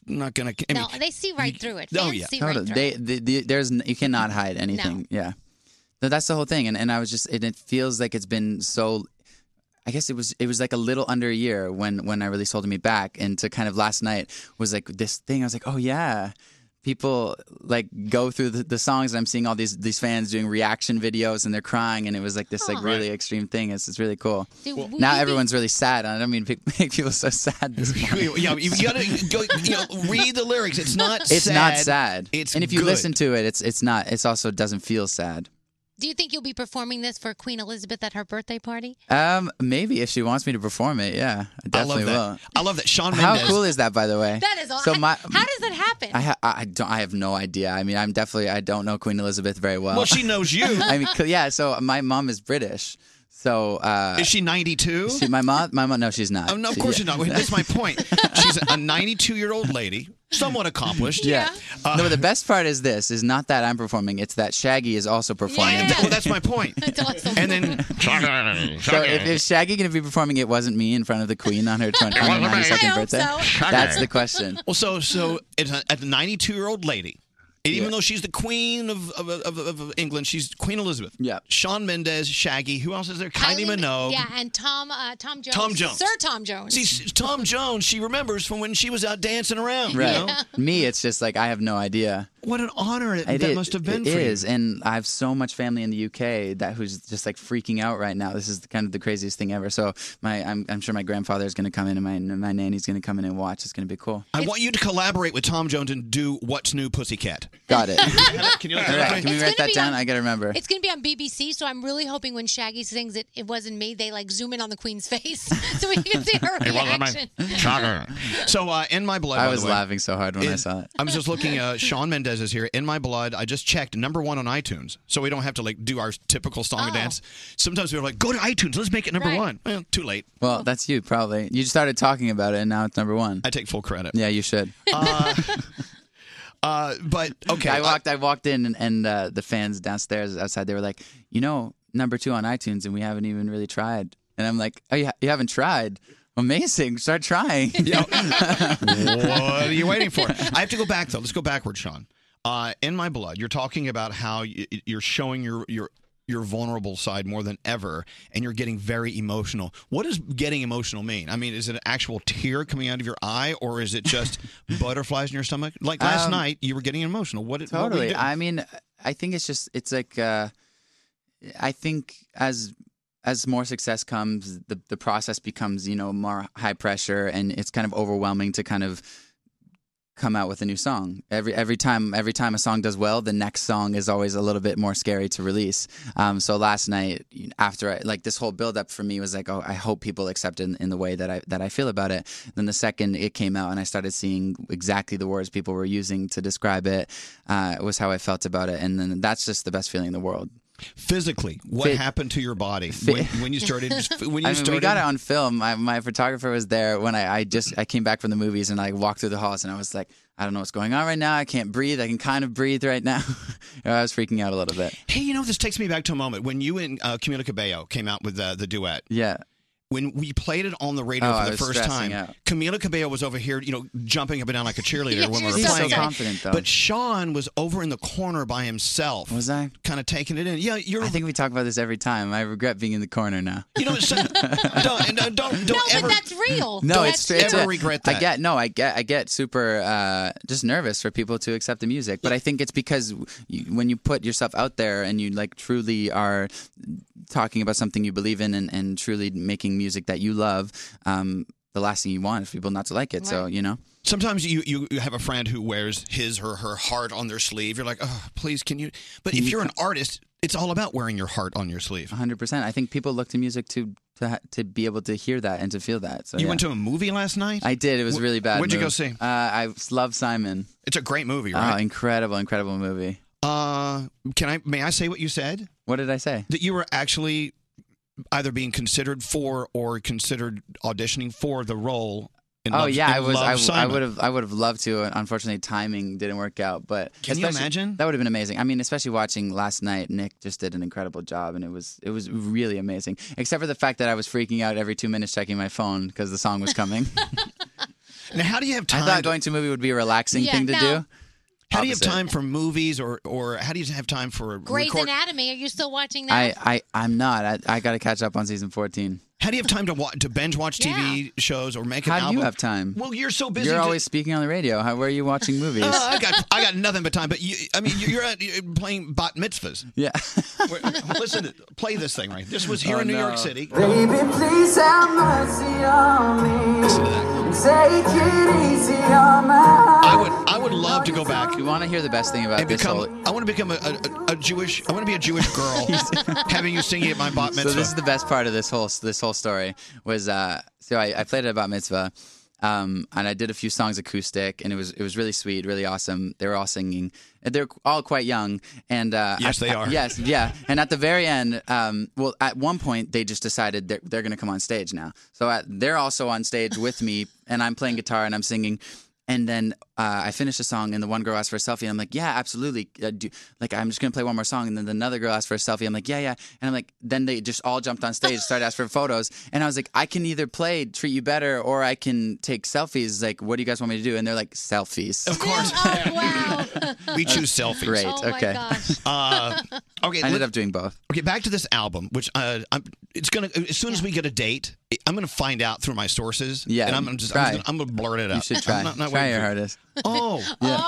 I'm not going to. oh,
Oh,
no, they see right through it. Fans see right
Totally.
through
They,
it.
the, the, there's, n- you cannot hide anything. Yeah. No, that's the whole thing. And and I was just and it feels like it's been so I guess it was it was like a little under a year when when I released Holding Me Back and to kind of last night was like this thing. I was like, Oh yeah. People like go through the, the songs and I'm seeing all these these fans doing reaction videos and they're crying and it was like this like really extreme thing. It's it's really cool.
Dude, Well-
now
we-
everyone's really sad. I don't mean to make- make people so sad. This morning.
Yeah, you gotta go, you know, read the lyrics. It's not.
It's not
sad.
sad.
It's
and if you
good.
listen to it, it's it's not. It's also doesn't feel sad.
Do you think you'll be performing this for Queen Elizabeth at her birthday party?
Um, maybe if she wants me to perform it, yeah, I
I love
definitely
that.
will.
I love that. Sean
How
Mendes-
cool is that, by the way?
That is awesome.
So my,
How does that happen?
I, ha- I I don't, I have no idea. I mean, I'm definitely, I don't know Queen Elizabeth very well.
Well, she knows you.
I mean, c- yeah. So my mom is British. So uh,
Is she 92?
She, my mom, my mom. No, she's not.
Oh, no, of course
yeah.
she's not. That's my point. She's a 92 year old lady, somewhat accomplished.
Yeah.
Uh,
no, but the best part is this: is not that I'm performing; it's that Shaggy is also performing.
Well, that's my point. And then.
So if, if Shaggy going to be performing "It Wasn't Me" in front of the Queen on her twen- on her
It wasn't me.
92nd
I hope
birthday,
so.
that's the question.
Well, so so it's a, a 92 year old lady, and even though she's the queen of of, of, of of England, she's Queen Elizabeth. Yeah. Sean Mendez, Shaggy. Who else is there? Kylie, Minogue.
Yeah, and Tom uh, Tom Jones.
Tom Jones.
Sir Tom Jones.
See, s- Tom Jones, she remembers from when she was out dancing around. you
Right.
know?
Me, it's just like I have no idea.
What an honor it,
It
that
is-
must have been
It
for
is,
you.
and I have so much family in the UK that who's just like freaking out right now. This is kind of the craziest thing ever. So my, I'm, I'm sure my grandfather is going to come in, and my my nanny's going to come in and watch. It's going to be cool.
I want you to collaborate with Tom Jones and do What's New Pussycat.
Got it.
Can you look
All
that
right,
up for me?
can we
It's gonna
write that
be
down?
on-
I got to remember.
It's going to be on BBC, so I'm really hoping when Shaggy sings it, it wasn't me. They like zoom in on the Queen's face so we can see her
It wasn't me.
reaction.
So, uh, In My Blood.
I
by the
was
way,
laughing so hard when I
is-
saw it.
I was just looking. Uh, Sean Mendez is here. In My Blood. I just checked number one on iTunes, so we don't have to like do our typical song and dance. Sometimes we're like, go to iTunes. Let's make it number
Right.
one. Well, too late.
Well, that's you probably. You started talking about it, and now it's number one. I
take full credit.
Yeah, you should.
Uh, but okay,
I walked. I walked in, and, and uh, the fans downstairs outside. They were like, "You know, number two on iTunes, and we haven't even really tried." And I'm like, "Oh, you, ha- you haven't tried? Amazing! Start trying."
what are you waiting for? I have to go back though. Let's go backwards, Sean. Uh, in my blood, you're talking about how y- y- you're showing your your your vulnerable side more than ever, and you're getting very emotional. What does getting emotional mean? I mean, is it an actual tear coming out of your eye, or is it just butterflies in your stomach? Like last
Um,
night, you were getting emotional. What did- What were you
totally
doing?
i mean i think it's just it's like uh i think as as more success comes the the process becomes you know more high pressure and it's kind of overwhelming to kind of come out with a new song every every time every time a song does well the next song is always a little bit more scary to release um so last night after I, like this whole build up for me was like oh i hope people accept it in, in the way that i that i feel about it then the second it came out and i started seeing exactly the words people were using to describe it uh was how i felt about it and then that's just the best feeling in the world
physically what happened to your body when, when you started? When you
I mean,
started,
we got it on film. My, my photographer was there when I, I just I came back from the movies and I walked through the halls and I was like, I don't know what's going on right now. I can't breathe. I can kind of breathe right now. I was freaking out a little bit.
Hey, you know, this takes me back to a moment when you and uh, Camila Cabello came out with uh, the duet.
Yeah.
When we played it on the radio
Oh, I
for the
was
first time,
stressing out.
Camila Cabello was over here, you know, jumping up and down like a cheerleader
Yeah,
when
she
we were
was so
playing it.
confident, though.
But Sean was over in the corner by himself.
Was I?
Kind of taking it in. Yeah, you're.
I think we talk about this every time. I regret being in the corner now.
You know, so, don't, uh, don't, don't
no, but that's real.
No,
that's
it's true. It's
ever
a-
regret
I
that.
get no, I get, I get super uh, just nervous for people to accept the music, but I think it's because you, when you put yourself out there and you like truly are talking about something you believe in and, and truly making music that you love, um, the last thing you want is people not to like it. So you know,
Sometimes you, you you have a friend who wears his or her heart on their sleeve. You're like, oh, please, can you? But if you're an artist, it's all about wearing your heart on your sleeve.
hundred percent. I think people look to music to to ha- to be able to hear that and to feel that. So
you
yeah.
went to a movie last night.
I did. It was
Wh-
really bad.
where'd you go
move.
see?
Uh, I love Simon.
It's a great movie,
Oh,
right?
incredible, incredible movie.
Uh, can I? May I say what you said?
What did I say?
That you were actually either being considered for or considered auditioning for the role. In
oh
Love-
yeah,
in
I was.
Love,
I, I
Simon.
would have. I would have loved to. Unfortunately, timing didn't work out. But
Can you
especially-
imagine?
That would have been amazing. I mean, especially watching last night, Nick just did an incredible job, and it was it was really amazing. Except for the fact that I was freaking out every two minutes checking my phone because the song was coming.
Now, how do you have
I
time?
thought going to a movie would be a relaxing
Yeah,
thing to
no.
do.
How do you have
Opposite.
time for movies or or how do you have time for
Grey's
record-
Anatomy. Are you still watching that?
I, I, I'm not. I, I got to catch up on season 14.
How do you have time to wa- to binge watch TV shows or make an
How do
album?
you have time?
Well, you're so busy.
You're
to-
always speaking on the radio. How, where are you watching movies?
Uh, I got I got nothing but time. But you, I mean, you're, at, you're playing bat mitzvahs.
Yeah.
Wait, listen, to- play this thing right. This was here
Oh,
in New
no.
York City.
Baby, please have mercy on me. Take it easy on my heart.
I would I would love to go back. You
want to hear the best thing about
and
this
become,
whole-
I want to become a, a, a Jewish. I want to be a Jewish girl, having you singing at my bat mitzvah.
So this is the best part of this whole this whole story was uh, so I, I played at a bat mitzvah, um, and I did a few songs acoustic, and it was it was really sweet, really awesome. They were all singing, and they're all quite young. And uh,
Yes,
at-
they are.
yes, yeah. And at the very end, um, well, at one point they just decided they're, they're going to come on stage now. So at, they're also on stage with me, and I'm playing guitar and I'm singing. And then uh, I finished the song, and the one girl asked for a selfie. And I'm like, yeah, absolutely. Uh, do, like, I'm just gonna play one more song. And then another girl asked for a selfie. I'm like, yeah, yeah. And I'm like, then they just all jumped on stage, started asking for photos. And I was like, I can either play "Treat You Better" or I can take selfies. Like, what do you guys want me to do? And they're like, selfies. Of
course. we choose selfies.
Great. okay.
Uh, okay.
I ended
let-
up doing both.
Okay, back to this album, which uh, I'm, it's gonna. As soon as we get a date, I'm gonna find out through my sources.
Yeah,
and I'm, I'm just,
try.
I'm, just gonna, I'm gonna blurt it out.
You should try.
I'm not- not
try
waiting
your
for-
hardest.
Oh,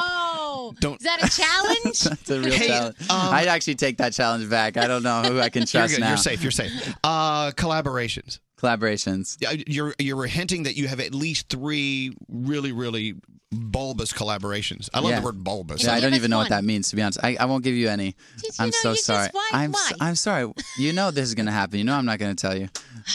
Oh,
Don't-
is that a challenge?
That's a real
Hey,
challenge.
um,
I'd actually take that challenge back. I don't know who I can
You're
trust
good.
now.
You're safe. You're safe. Uh, collaborations.
Collaborations.
Yeah, You're you were hinting that you have at least three really really bulbous collaborations. I love
Yeah.
the word bulbous.
Yeah, I don't even know what that means to be honest. I, I won't give you any. I'm so sorry.
why-
I'm
why?
So, I'm sorry. You know this is gonna happen. You know I'm not gonna tell you.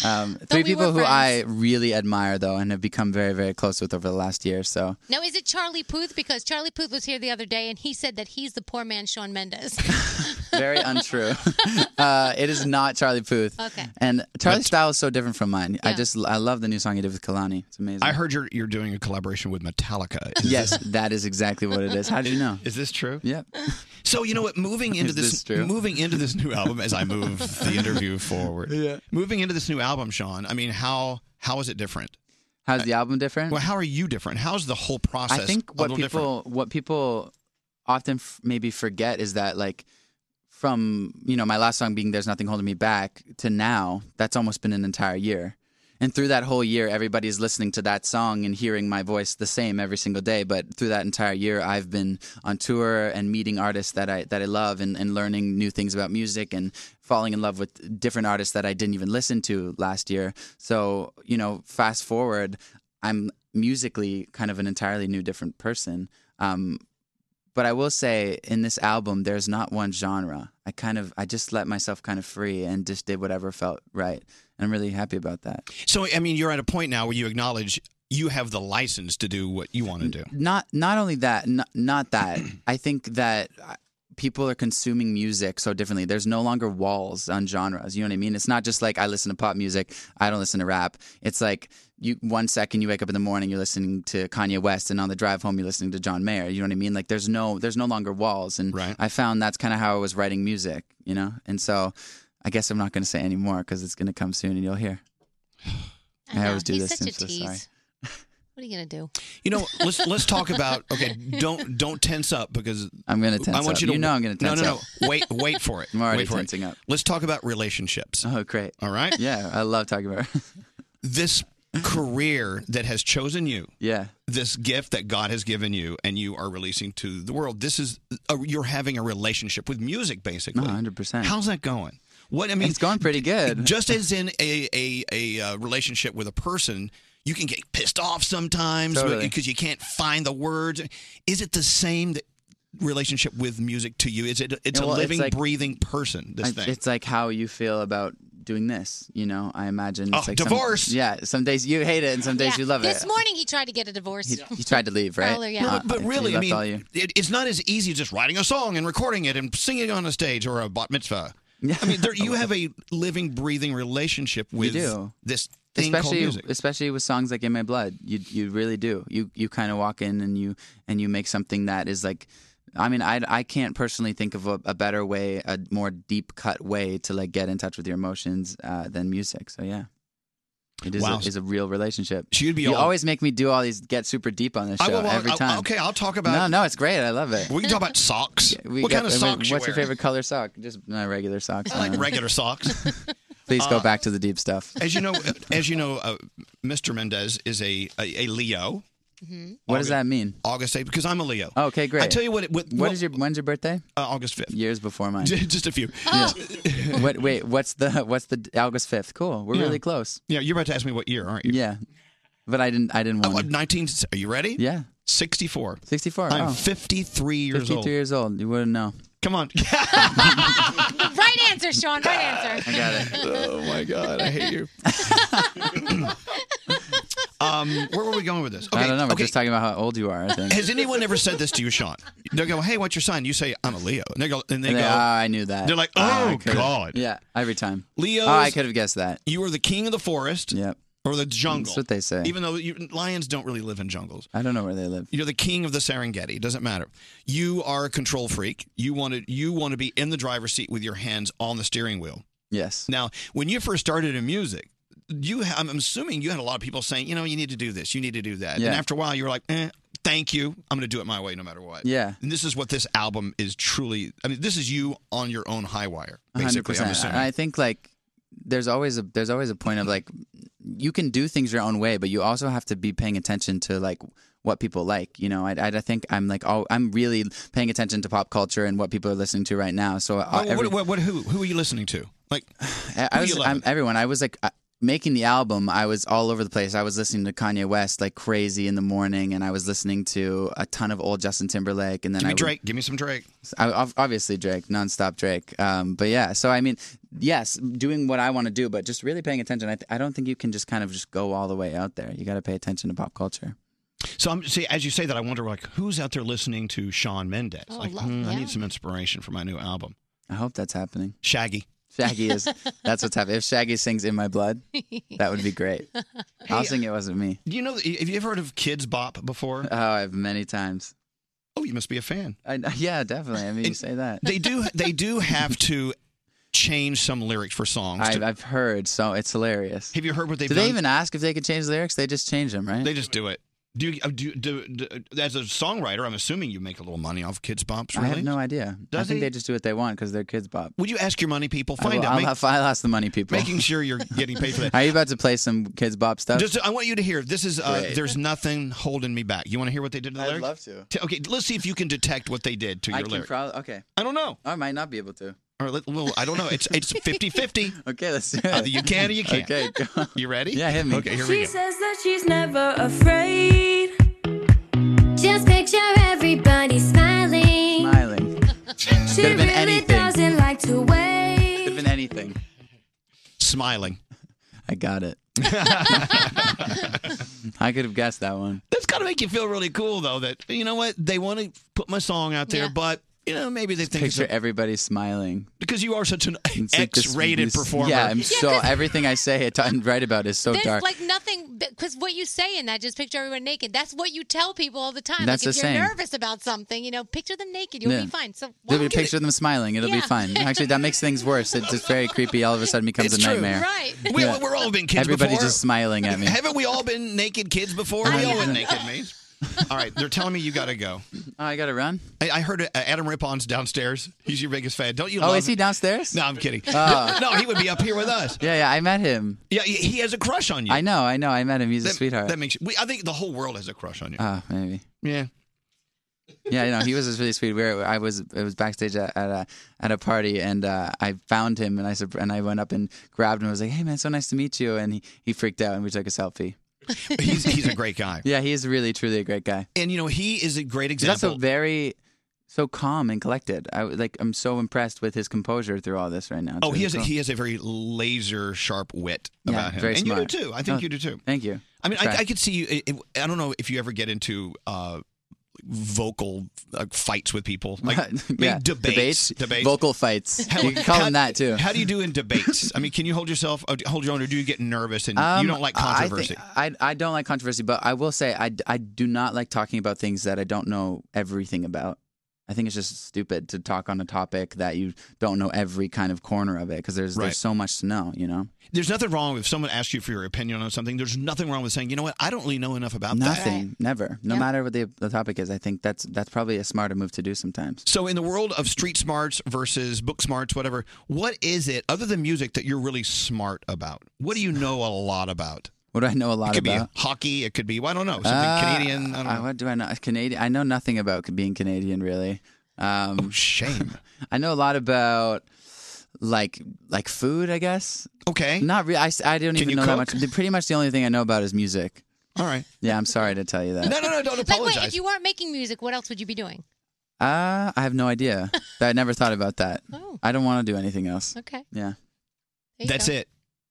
Um,
we
three
were
people who
friends.
I really admire though and have become very very close with over the last year. So
Now, is it Charlie Puth? Because Charlie Puth was here the other day and he said that he's the poor man Sean Mendes.
very untrue. uh, it is not Charlie Puth.
Okay.
And Charlie's style is so different from mine. I just I love the new song he did with Kalani. It's amazing.
I heard you're you're doing a collaboration with Metallica. Is
yes, that is exactly what it is. How did you know?
Is this true?
Yeah.
So you know what? Moving into
Is
this,
this true?
moving into this new album as I move the interview forward. Yeah. Moving into this new album, Sean. I mean, how how is it different?
How's the album different?
Well, how are you different? How's the whole process?
I think
a
what
little
people what people often f- maybe forget is that like from you know my last song being "There's Nothing Holding Me Back" to now, that's almost been an entire year. And through that whole year, everybody's listening to that song and hearing my voice the same every single day. But through that entire year, I've been on tour and meeting artists that I that I love and, and learning new things about music and falling in love with different artists that I didn't even listen to last year. So you know, fast forward, I'm musically kind of an entirely new, different person. Um, but I will say in this album, there's not one genre. I kind of, I just let myself kind of free and just did whatever felt right. And I'm really happy about that.
different? So I mean, you're at a point now where you acknowledge you have the license to do what you want to do.
Not, not only that, not, not that. I think that uh, people are consuming music so differently. There's no longer walls on genres. You know what I mean? It's not just like I listen to pop music, I don't listen to rap. It's like you one second you wake up in the morning, you're listening to Kanye West, and on the drive home, you're listening to John Mayer. You know what I mean? Like there's no, there's no longer walls. And I found that's kind of how I was writing music. You know, and so. I guess I'm not going to say any more because it's going to come soon and you'll hear. I, always do
he's
this.
such
I'm
a
so
tease.
sorry.
What are you going to do?
You know, let's let's talk about. Okay, don't don't tense up because
I'm gonna tense
I want
up.
you to
You know I'm gonna
no,
tense
no,
up.
no. Wait, wait for it.
I'm already
wait for
tensing
it.
up.
Let's talk about relationships.
Oh, great.
All right.
Yeah, I love talking about
this career that has chosen you.
Yeah.
This gift that God has given you and you are releasing to the world. This is a, you're having a relationship with music basically.
100%.
How's that going? What I mean,
it's going pretty good.
Just as in a a, a uh, relationship with a person, you can get pissed off sometimes because
Totally.
you can't find the words. Is it the same that relationship with music to you? Is it it's
Yeah, well,
a
it's
living,
like-
breathing person? This
I-
thing.
It's like how you feel about doing this. You know, I imagine. It's
Oh,
like some-
divorce!
yeah, some days you hate it, and some days
Yeah.
you love
this
it.
morning he tried to get a divorce.
he, he tried to leave, right?
Earlier, yeah.
Uh,
but, but
he
really, I
left all
mean,
you.
it, it's not as easy as just writing a song and recording it and singing it on a stage or a bat mitzvah. I mean, there, you have a living, breathing relationship
You
with
do.
this thing called
especially
music.
especially with songs like in my blood you you really do you you kind of walk in and you and you make something that is like i mean i, I can't personally think of a, a better way a more deep cut way to like get in touch with your emotions uh, than music so yeah It is,
Wow.
a, is a real relationship.
She'd be
You
all-
always make me do all these get super deep on this
I
show
will-
every
I'll-
time.
okay, I'll talk about-
No, no, it's great. I love it.
We can talk about socks.
We
what
got-
kind of
I mean,
socks? you
What's your
wear?
favorite color sock? Just no, regular socks.
I like
no.
regular socks.
Please
Uh,
go back to the deep stuff.
As you know, as you know, uh, Mr. Mendez is a a, a Leo.
What does that mean?
August 8th, because I'm a Leo.
Okay, great.
I tell you what. It, what,
What is your when's your birthday?
Uh, August fifth.
Years before mine.
Just a few.
Yeah. what? Wait. What's the? What's the August fifth? Cool. We're
Yeah.
really close.
Yeah, you're about to ask me what year, aren't you? Oh,
Yeah. But I didn't. I didn't want.
I'm 19. Are you ready?
Yeah.
64.
64.
I'm
oh.
53 years old.
53 years old. You wouldn't know.
Come on.
right answer, Sean. Right answer.
I got it.
oh my god, I hate you. um, where were we going with this?
I don't know. We're just talking about how old you are. I think.
Has anyone ever said this to you, Sean? They go, "Hey, what's your sign?" You say, "I'm a Leo," and they go, and they
And they-
go,
"Oh, I knew that."
They're like,
Oh, I
"Oh
could've-
God!"
Yeah, every time.
Leo.
Oh, I could have guessed that.
You were the king of the forest.
Yep.
Or the jungle.
That's what they say.
Even though you, lions don't really live in jungles.
I don't know where they live.
You're the king of the Serengeti. It doesn't matter. You are a control freak. You want to you want to be in the driver's seat with your hands on the steering wheel.
Yes.
Now, when you first started in music, you ha- I'm assuming you had a lot of people saying, you know, you need to do this, you need to do that.
Yeah.
And after a while, you were like, eh, thank you. I'm going to do it my way no matter what.
Yeah.
And this is what this album is truly. I mean, this is you on your own high wire,
A hundred
basically. I'm
percent.
assuming.
And I think like there's always a there's always a point of like you can do things your own way, but you also have to be paying attention to like what people like. You know, I I I think I'm like oh I'm really paying attention to pop culture and what people are listening to right now. So uh,
Well, what-
every-
what, what, who, who are you listening to? Like,
I,
Who
I
you
was I'm, everyone. I was like I, making the album. I was all over the place. I was listening to Kanye West like crazy in the morning, and I was listening to a ton of old Justin Timberlake. And then
give me
I would-
Drake. Give me some Drake.
I, ob- obviously Drake, nonstop Drake. Um, but yeah, so I mean, yes, doing what I want to do, but just really paying attention. I, th- I don't think you can just kind of just go all the way out there. You got to pay attention to pop culture.
So I'm see as you say that I wonder like who's out there listening to Sean Mendez?
Oh,
like
love-
"Hmm, I
yeah.
need some inspiration for my new album.
I hope that's happening.
Shaggy.
Shaggy is that's what's happening. If Shaggy sings "In My Blood," that would be great. I'll
Hey,
sing it wasn't me.
Do you know? Have you ever heard of Kids Bop before?
Oh, I've many times.
Oh, you must be a fan.
I, yeah, definitely. I mean, you say that.
They do. They do have to change some lyrics for songs.
I've,
to-
I've heard, so it's hilarious.
have you heard what they've
do
done?
they even ask if they could change the lyrics? They just change them, right?
They just do it. Do you, uh, do, do, do as a songwriter? I'm assuming you make a little money off Kids Bops. Really?
I have no idea. I
Does
think
he?
they just do what they want because they're kids, Bob.
Would you ask your money people? Find
I, will-
out.
I'll,
Make-
have- I'll ask the money people.
making sure you're getting paid for that.
Are you about to play some kids bop stuff?
Just, I want you to hear. This is uh,
Great.
there's nothing holding me back. You want to hear what they did to the lyrics?
I'd love to.
T- Okay, let's see if you can detect what they did to your
I can
lyrics.
probably okay.
I don't know.
I might not be able to.
or let, well, I don't know. It's it's 50-50.
Okay, let's do it.
Either Uh, you can or you can't.
Okay, go.
You ready?
Yeah, hit me.
Okay, here
she
we go.
says that she's never afraid. Just picture everybody smiling.
Smiling.
She
Could've been
really
anything.
doesn't like to wait.
Could have been anything.
Smiling.
I got it. I could have guessed that one.
That's got to make you feel really cool, though. That you know what they want to put my song out there,
Yeah.
but you know maybe they think it's
Picture
a-
everybody smiling.
because you are such an
It's like this-
X-rated
this-
performer.
Yeah, I'm so everything I say it- and write about is so
There's
dark.
like nothing because what you say in that just picture everyone naked. That's what you tell people all the time.
That's
like if
the
you're
same.
nervous about something, you know, picture them naked. You'll
Yeah.
be fine. So why
There'll be a
don't you-
picture of them smiling. It'll
Yeah.
be fine. Actually, that makes things worse. It just very creepy. All of a sudden becomes
It's
a
true.
nightmare.
Right. We- we're all been kids
Everybody's
before.
just smiling at me.
Haven't we all been naked kids before? We all been naked, mate. All right, they're telling me you got to go.
Oh, I got to run.
I, I heard uh, Adam Rippon's downstairs. He's your biggest fan. Don't you?
Oh,
love
is he downstairs?
No, I'm kidding.
Oh.
No, he would be up here with us.
Yeah, yeah, I met him.
Yeah, he- he has a crush on you.
I know, I know, I met him. He's a sweetheart.
That makes you, we, I think the whole world has a crush on you.
Oh, maybe.
Yeah.
Yeah, I know. He was just really sweet. We were, I was it was backstage at, at a at a party, and uh, I found him, and I sup- and I went up and grabbed him. I was like, "Hey, man, so nice to meet you." And he, he freaked out, and we took a selfie.
he's he's a great guy.
Yeah, he is really truly a great guy.
And you know, he is a great
He's also
example.
very so calm and collected. I was like I'm so impressed with his composure through all this right now. It's
Oh,
really
he has a,
cool.
he has a very laser sharp wit
Yeah,
about him,
very
and you
smart.
do too. I think
Oh,
you do too.
Thank you.
I mean,
Try.
I, I could see you. It, it- I don't know if you ever get into uh, vocal uh, fights with people, like
Yeah,
maybe debates,
debates, vocal fights. You can call them that, too.
How do you do in debates? I mean, can you hold yourself, uh, hold your own, or do you get nervous and
Um,
you don't like
I-
controversy?
I, think, I, I don't like controversy, but I will say I, I do not like talking about things that I don't know everything about. I think it's just stupid to talk on a topic that you don't know every kind of corner of it because there's
Right.
there's so much to know, you know.
There's nothing wrong with if someone asks you for your opinion on something. There's nothing wrong with saying, you know what, I don't really know enough about that.
Nothing, never, no matter what the, the topic is. I think that's that's probably a smarter move to do sometimes.
So, in the world of street smarts versus book smarts, whatever, what is it other than music that you're really smart about? What do you know a lot about?
What do I know a lot
it could
about?
be hockey. It could be well, I don't know something
Uh,
Canadian. I don't know.
What do I know? Canadian. I know nothing about being Canadian, really. Um, oh,
shame.
I know a lot about like like food, I guess.
Okay.
Not really. I, s- I don't
Can
even
you
know that much.
cook?
The- Pretty much the only thing I know about is music.
All right.
Yeah, I'm sorry to tell you that.
no, no, don't
Like, wait,
apologize.
if you weren't making music, what else would you be doing?
Uh, I have no idea. I never thought about that.
Oh.
I don't want to do anything else.
Okay.
Yeah.
There you go.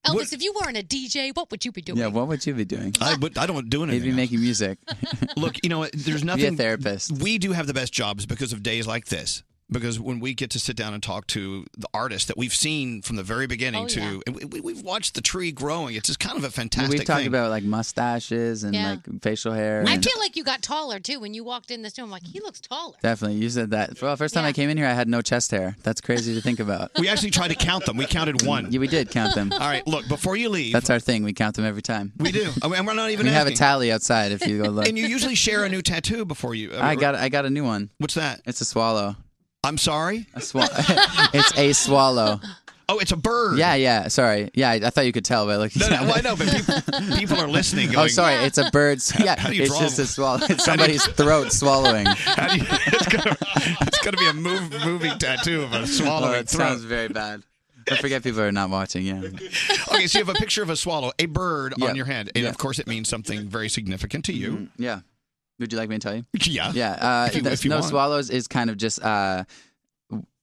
Elvis, if you weren't a DJ, what would you be doing?
Yeah. What would you be doing?
I would. I don't do anything.
Maybe making music.
Look, you know, what, there's
Be a
nothing.
therapist.
We do have the best jobs because of days like this. Because when we get to sit down and talk to the artist that we've seen from the very beginning
Oh,
to,
yeah.
and we- we, we've watched the tree growing. It's just kind of a
Well,
fantastic
We've talked
thing.
about like mustaches and
Yeah.
like facial hair.
I
and-
feel like you got taller too when you walked in this room. Like he looks taller.
Definitely. You said that. Well, first time I came in here, I had no chest hair. That's crazy to think about.
we actually tried to count them. We counted one.
Yeah, we did count them.
All right, look, before you leave,
That's our thing. We count them every time.
we do. I mean, we're not even
we have a
asking.
tally outside if you go look.
And you usually share a new tattoo before you. uh,
I got I got a new one.
What's that?
It's a swallow.
I'm sorry.
A swallow. it's a swallow.
Oh, it's a bird.
Yeah, yeah. Sorry. Yeah, I, I thought you could tell by looking.
No, no,
at
well,
it.
I know, but people, people are listening. Going,
oh, sorry. It's a bird's. Yeah,
How do you
it's
draw
just
them?
a swallow. It's somebody's throat swallowing.
It's going to be a move, moving tattoo of a swallow.
Oh, it sounds very bad. I forget people are not watching. Yeah.
okay, so you have a picture of a swallow, a bird
Yeah.
on your hand, and
Yeah. Mm-hmm.
of course it means something very significant to you.
Yeah. Would you like me to tell you?
Yeah.
Yeah. Uh,
If you-
the
if you
Snow
want.
Swallows is kind of just. Uh,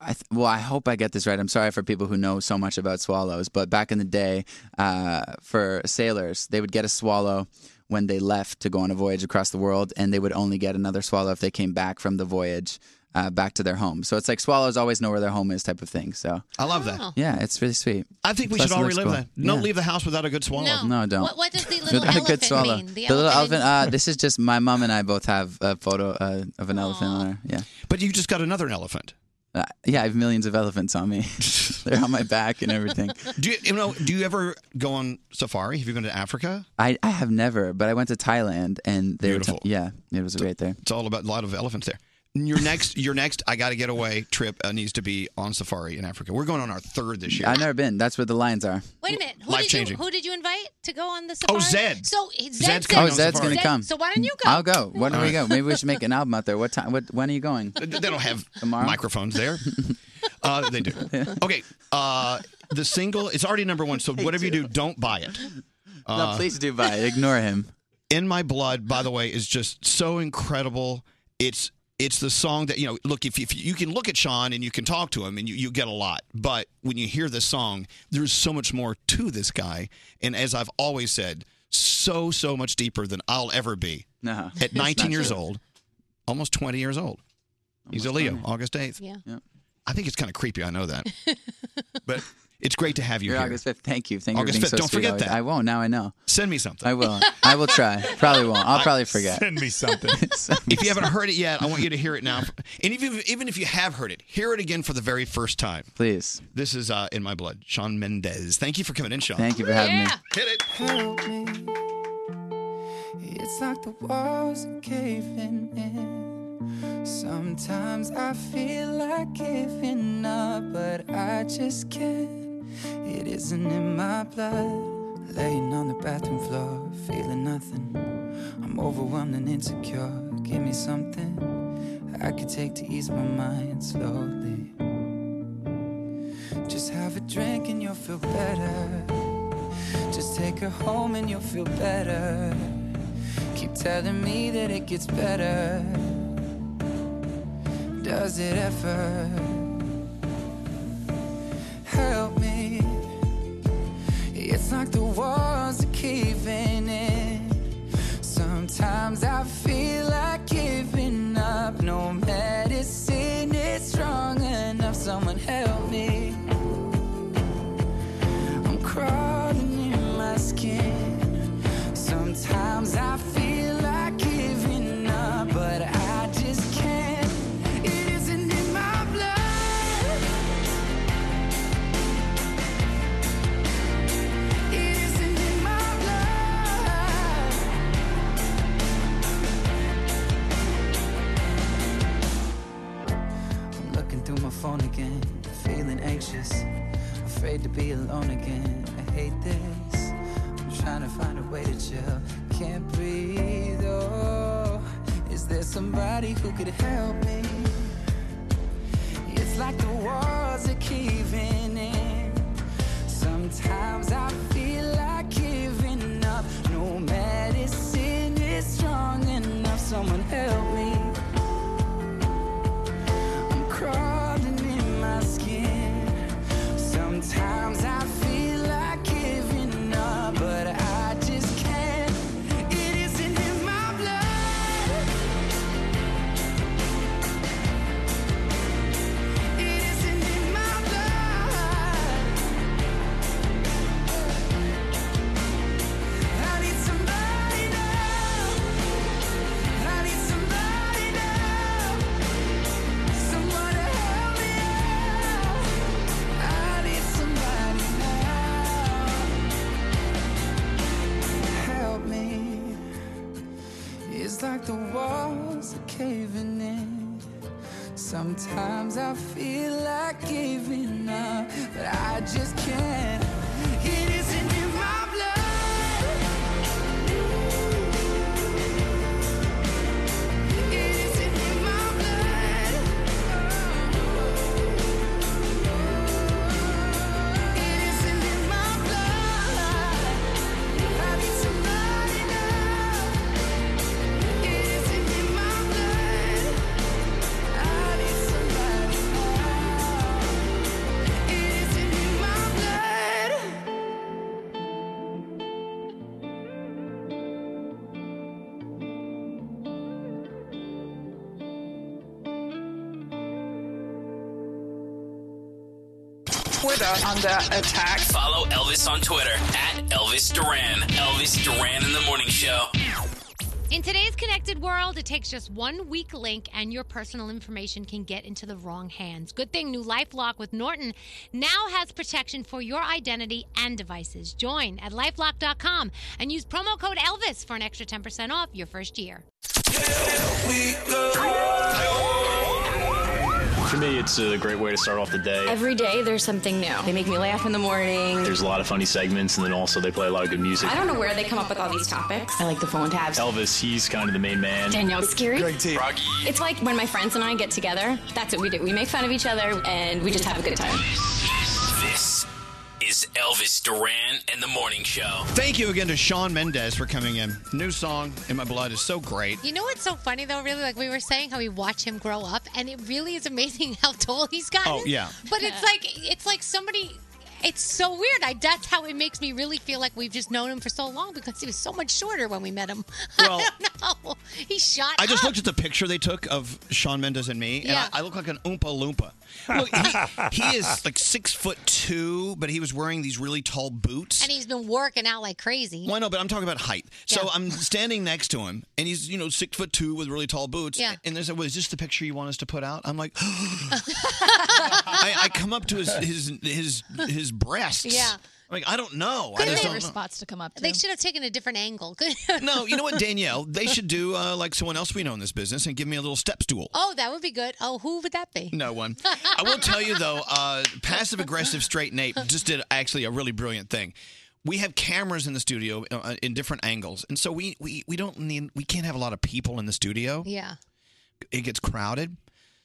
I th- well, I hope I get this right. I'm sorry for people who know so much about swallows, but back in the day, uh, for sailors, they would get a swallow when they left to go on a voyage across the world, and they would only get another swallow if they came back from the voyage uh, back to their home. So it's like swallows always know where their home is, type of thing. So
I love that.
Yeah, it's really sweet.
I think we
Plus
Oh, should
it
all
looks
relive
cool.
that. Don't
Yeah.
leave the house without a good swallow.
No, don't.
What- what does the little
Without a
elephant
good swallow.
mean? The
little
elephant
elephant. Uh, this is just my mom and I both have a photo uh, of an elephant on her. Yeah.
But you just got another elephant.
Uh, yeah, I have millions of elephants on me. They're on my back and everything.
Do you, you know? Do you ever go on safari? Have you been to Africa?
I, I have never, but I went to Thailand and they
Beautiful.
were t- yeah, it was great there.
It's all about a lot of elephants there. Your next, your next, I got to get away trip uh, needs to be on safari in Africa. We're going on our third this year.
I've never been. That's where the lions are.
Wait a minute. Who did you
Life-changing.
who did you invite to go on the safari?
Zed.
So
Zed's
Zed's
coming
Oh,
on
Zed's
safari.
gonna come.
So why don't you go?
I'll go. When do
All
we
right.
go? Maybe we should make an album out there. What time? What, when are you going?
They don't have
Tomorrow?
microphones there. Uh, they do. Okay. Uh, the single, it's already number one. So whatever you do, don't buy it. Uh,
no, please do buy. it. Ignore him.
In My Blood, by the way, is just so incredible. It's it's the song that you know. Look, if, if you can look at Sean and you can talk to him, and you, you get a lot. But when you hear this song, there's so much more to this guy. And as I've always said, so so much deeper than I'll ever be.
No,
At
it's
19
not
years
true.
old, almost 20 years old. He's a Leo, August 8th.
Yeah.
I think it's kind of creepy. I know that, but it's great to have you
You're
here.
August 5th. Thank you. Thank you for
August
being
5th.
so
Don't
sweet
forget
always.
that.
I won't. Now I know.
Send me something.
I will. I will try. Probably won't. I'll probably forget.
Send
me something.
if you haven't heard it yet, I want you to hear it now. And even even if you have heard it, hear it again for the very first time.
Please.
This is uh, in my blood, Sean Mendez. Thank you for coming in, Sean.
Thank you for having me.
Hit it.
Help me. It's like the walls are caving in. Sometimes I feel like giving up, but I just can't. It isn't in my blood. Laying on the bathroom floor, feeling nothing. I'm overwhelmed and insecure. Give me something I could take to ease my mind slowly. Just have a drink and you'll feel better. Just take her home and you'll feel better. Keep telling me that it gets better. Does it ever? Help me. It's like the walls are caving in. Sometimes I feel like giving up. No medicine is strong enough. Someone help me. I'm crawling in my skin. Sometimes I feel like giving up, but I just can't. It isn't phone again. Feeling anxious, afraid to be alone again. I hate this. I'm trying to find a way to chill. Can't breathe. Oh, is there somebody who could help me? It's like the walls are caving in. Sometimes I feel like giving up. No medicine is strong enough. Someone help me. I'm crawling in my skin. Sometimes I feel like giving up, but I just can't. It isn't in my blood. It isn't in my blood. I need somebody now. I need somebody now. Someone to help me out. I need somebody now. Help me. It's like the walls are caving in. Sometimes I feel like giving up, but I just can't. It isn't in my blood. It isn't in my blood. It isn't in my blood. I need somebody now. It isn't in my blood. I need somebody now. It isn't in my blood.
Twitter under attack. Follow Elvis on Twitter at Elvis Duran. Elvis Duran in the Morning Show.
In today's connected world, it takes just one weak link and your personal information can get into the wrong hands. Good thing new LifeLock with Norton now has protection for your identity and devices. Join at lifelock.com and use promo code Elvis for an extra 10% off your first year.
For me, it's a great way to start off the day.
Every day there's something new. They make me laugh in the morning.
There's a lot of funny segments, and then also they play a lot of good music.
I don't know where they come up with all these topics. I like the phone tabs.
Elvis, he's kind of the main man.
Danielle's scary.
Greg T. Froggy.
It's like when my friends and I get together. That's what we do. We make fun of each other and we just have a good time.
This is Elvis Duran and the Morning Show.
Thank you again to Sean Mendez for coming in. New song, In My Blood, is so great.
You know what's so funny though, really? Like we were saying how we watch him grow up, and it really is amazing how tall he's gotten.
Oh, yeah.
But it's like it's like somebody. It's so weird. I that's how it makes me really feel like we've just known him for so long because he was so much shorter when we met him.
Well-
I don't know. He shot.
I just
up.
looked at the picture they took of Sean Mendes and me, and
Ah. Yeah.
I, I look like an Oompa Loompa. Look, he, he is like six foot two, but he was wearing these really tall boots.
and he's been working out like crazy.
Well, no, but I'm talking about height. So I'm standing next to him, and he's you know six foot two with really tall boots.
Yeah.
And there's like, well, is this the picture you want us to put out? I'm like, I, I come up to his his his his breasts.
Yeah.
I'm like I don't know. I
Couldn't
just
they-
don't know.
spots to come up
They should have taken a different angle.
No, you know what, Danielle? They should do uh, like someone else we know in this business and give me a little step stool.
Oh, that would be good. Oh, who would that be?
No one. I will tell you though, uh, passive aggressive straight Nate just did actually a really brilliant thing. We have cameras in the studio uh, in different angles, and so we, we we don't need we can't have a lot of people in the studio.
Yeah.
it gets crowded.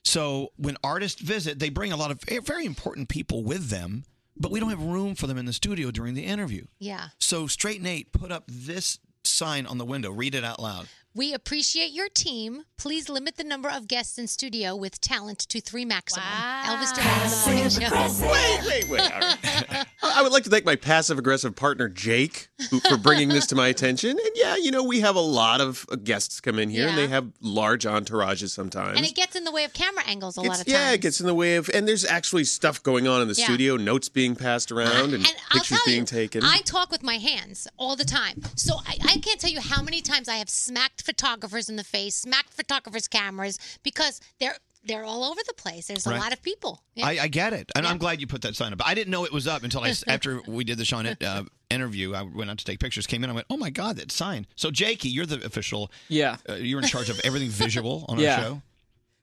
So when artists visit, they bring a lot of very important people with them, but we don't have room for them in the studio during the interview.
Yeah.
So straight Nate put up this sign on the window. Read it out loud.
We appreciate your team. Please limit the number of guests in studio with talent to three maximum. Elvis Duran on the morning show.
Wait, wait, wait. All right. I would like to thank my passive aggressive partner, Jake, who- for bringing this to my attention. And yeah, you know, we have a lot of uh, guests come in here and
Yeah.
they have large entourages sometimes.
And it gets in the way of camera angles a
It's-
lot of times.
yeah, it gets in the way of, and there's actually stuff going on in the
Yeah.
studio, notes being passed around and,
I'll
pictures
tell
being
you,
taken.
I talk with my hands all the time. So I, I can't tell you how many times I have smacked photographers in the face, smacked photographers' cameras, because they're they're all over the place. There's a
Right.
lot of people. Yeah.
I, I get it, and I'm glad you put that sign up. I didn't know it was up until I, after we did the Sean uh, interview. I went out to take pictures, came in, I went, "Oh my god, that sign!" So, Jakey, you're the official.
Yeah.
uh, you're in charge of everything visual on
Oh,
yeah.
our show.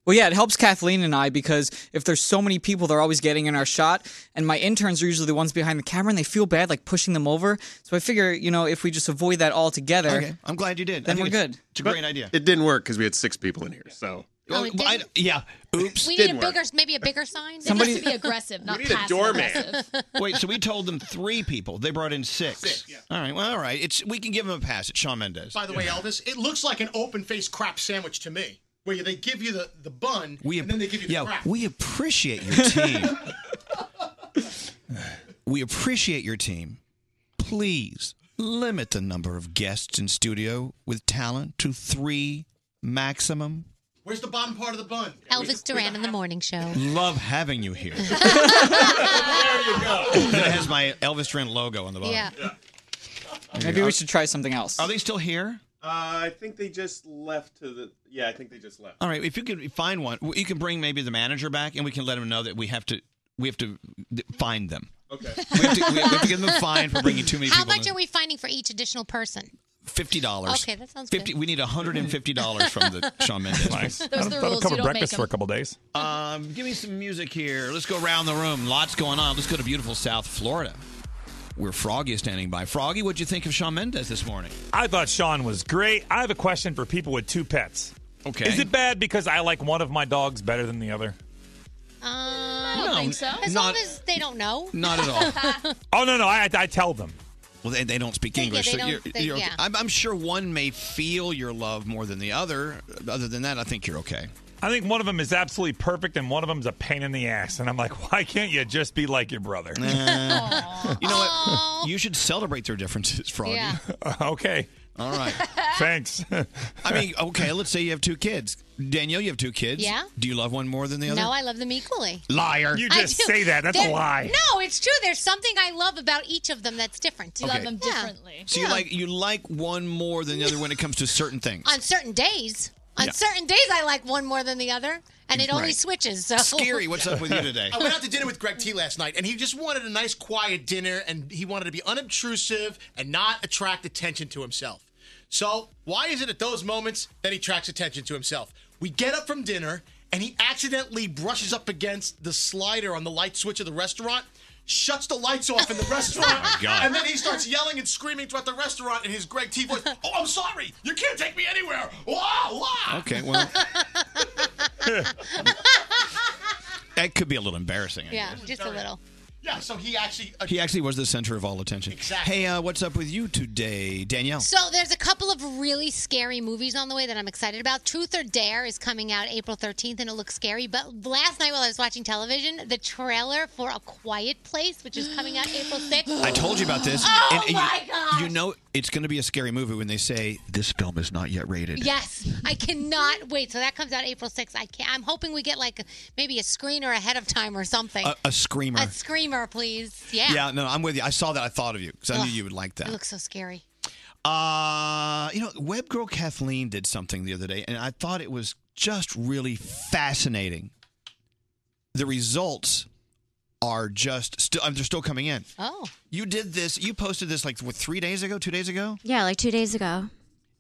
Well, yeah, it helps Kathleen and I because if there's so many people, they're always getting in our shot, and my interns are usually the ones behind the camera, and they feel bad like pushing them over. So I figure, you know, if we just avoid that altogether,
Okay, I'm glad you did. I
Then
think
we're
it's-
good.
It's a great idea.
It didn't work because we had six people in here. So
Oh, it
Well, I- yeah. Oops.
We need a bigger, maybe a bigger sign.
Somebody-
It has to be aggressive, not
need a
passive
doorman.
aggressive.
Wait, so we told them three people. They brought in six. All right. Well, all right. It's we can give them a pass. It's Shawn Mendes.
By the way, Elvis, it looks like an open faced crap sandwich to me, where they give you the, the bun
we
and then they give you the
yeah,
crap.
we appreciate your team. we appreciate your team. Please limit the number of guests in studio with talent to three maximum.
Where's the bottom part of the bun?
Elvis Duran in the morning show.
Love having you here. there
you go.
That has my Elvis Duran logo on the bottom.
Yeah.
maybe we should try something else.
Are they still here?
Uh, I think they just left to the. Yeah, I think they just left.
All right, if you could find one, you can bring maybe the manager back, and we can let him know that we have to we have to find them.
Okay.
We have to, we have to give them a fine for bringing too many
How
people.
much
in.
are we finding for each additional person?
Fifty dollars.
Okay, that sounds
Fifty.
good.
We need hundred and fifty dollars from the Shawn Mendes.
Nice.
Those are the That'll rules,
cover you don't make breakfast 'em. for a couple days.
Um, give me some music here. Let's go around the room. Lots going on. Let's go to beautiful South Florida, where Froggy is standing by. Froggy, what'd you think of Shawn Mendes this morning?
I thought Sean was great. I have a question for people with two pets.
Okay.
Is it bad because I like one of my dogs better than the other?
Um, I
don't think so.
As
Not-
long as they don't know.
Not at all.
oh no, no, I, I tell them.
Well, they, they don't speak English.
they
so
don't-
you're,
they-
you're okay.
yeah.
I'm, I'm sure one may feel your love more than the other. Other than that, I think you're okay.
I think one of them is absolutely perfect and one of them's a pain in the ass. And I'm like, why can't you just be like your brother?
you know what? You should celebrate their differences, Froggy.
Yeah.
okay.
All right.
Thanks.
I mean, okay, let's say you have two kids. Danielle, you have two kids.
Yeah.
Do you love one more than the other?
No, I love them equally.
Liar.
I do. There- No, it's true. There's something I love about each of them that's different.
You love Okay. them
differently.
So you like you like one more than the other when it comes to certain things.
on certain days. On
Yeah.
certain days, I like one more than the other, and it only
Right.
switches. So
I went out to dinner with Greg T last night, and he just wanted a nice, quiet dinner, and he wanted to be unobtrusive and not attract attention to himself. So, why is it at those moments that he attracts attention to himself? We get up from dinner, and he accidentally brushes up against the slider on the light switch of the restaurant. Shuts the lights off in the restaurant,
Oh my God.
and then he starts yelling and screaming throughout the restaurant in his Greg T voice. Oh, I'm sorry, you can't take me anywhere. Wah, wah.
Okay, well. that could be a little embarrassing. I guess.
yeah, just a little.
Yeah, so he actually
He actually was the center of all attention.
Exactly.
Hey, uh, what's up with you today, Danielle?
So there's a couple of really scary movies on the way that I'm excited about. Truth or Dare is coming out April 13th, and it looks scary. But last night while I was watching television, the trailer for A Quiet Place, which is coming out April 6th.
I told you about this.
Oh
and- and
my
you,
gosh.
You know it's going to be a scary movie when they say this film is not yet rated.
Yes, I cannot wait. So that comes out April 6th. I can't, I'm hoping we get like maybe a screener ahead of time or something.
A, a screamer.
A screamer, please. Yeah.
Uh, yeah, no, I'm with you. I saw that. I thought of you because I
Ugh.
knew you would like that.
It looks so scary.
Uh, you know, web girl Kathleen did something the other day, and I thought it was just really fascinating. The results are just still they're still coming in.
Oh.
You did this. You posted this like what three days ago, two days ago.
Yeah, like two days ago.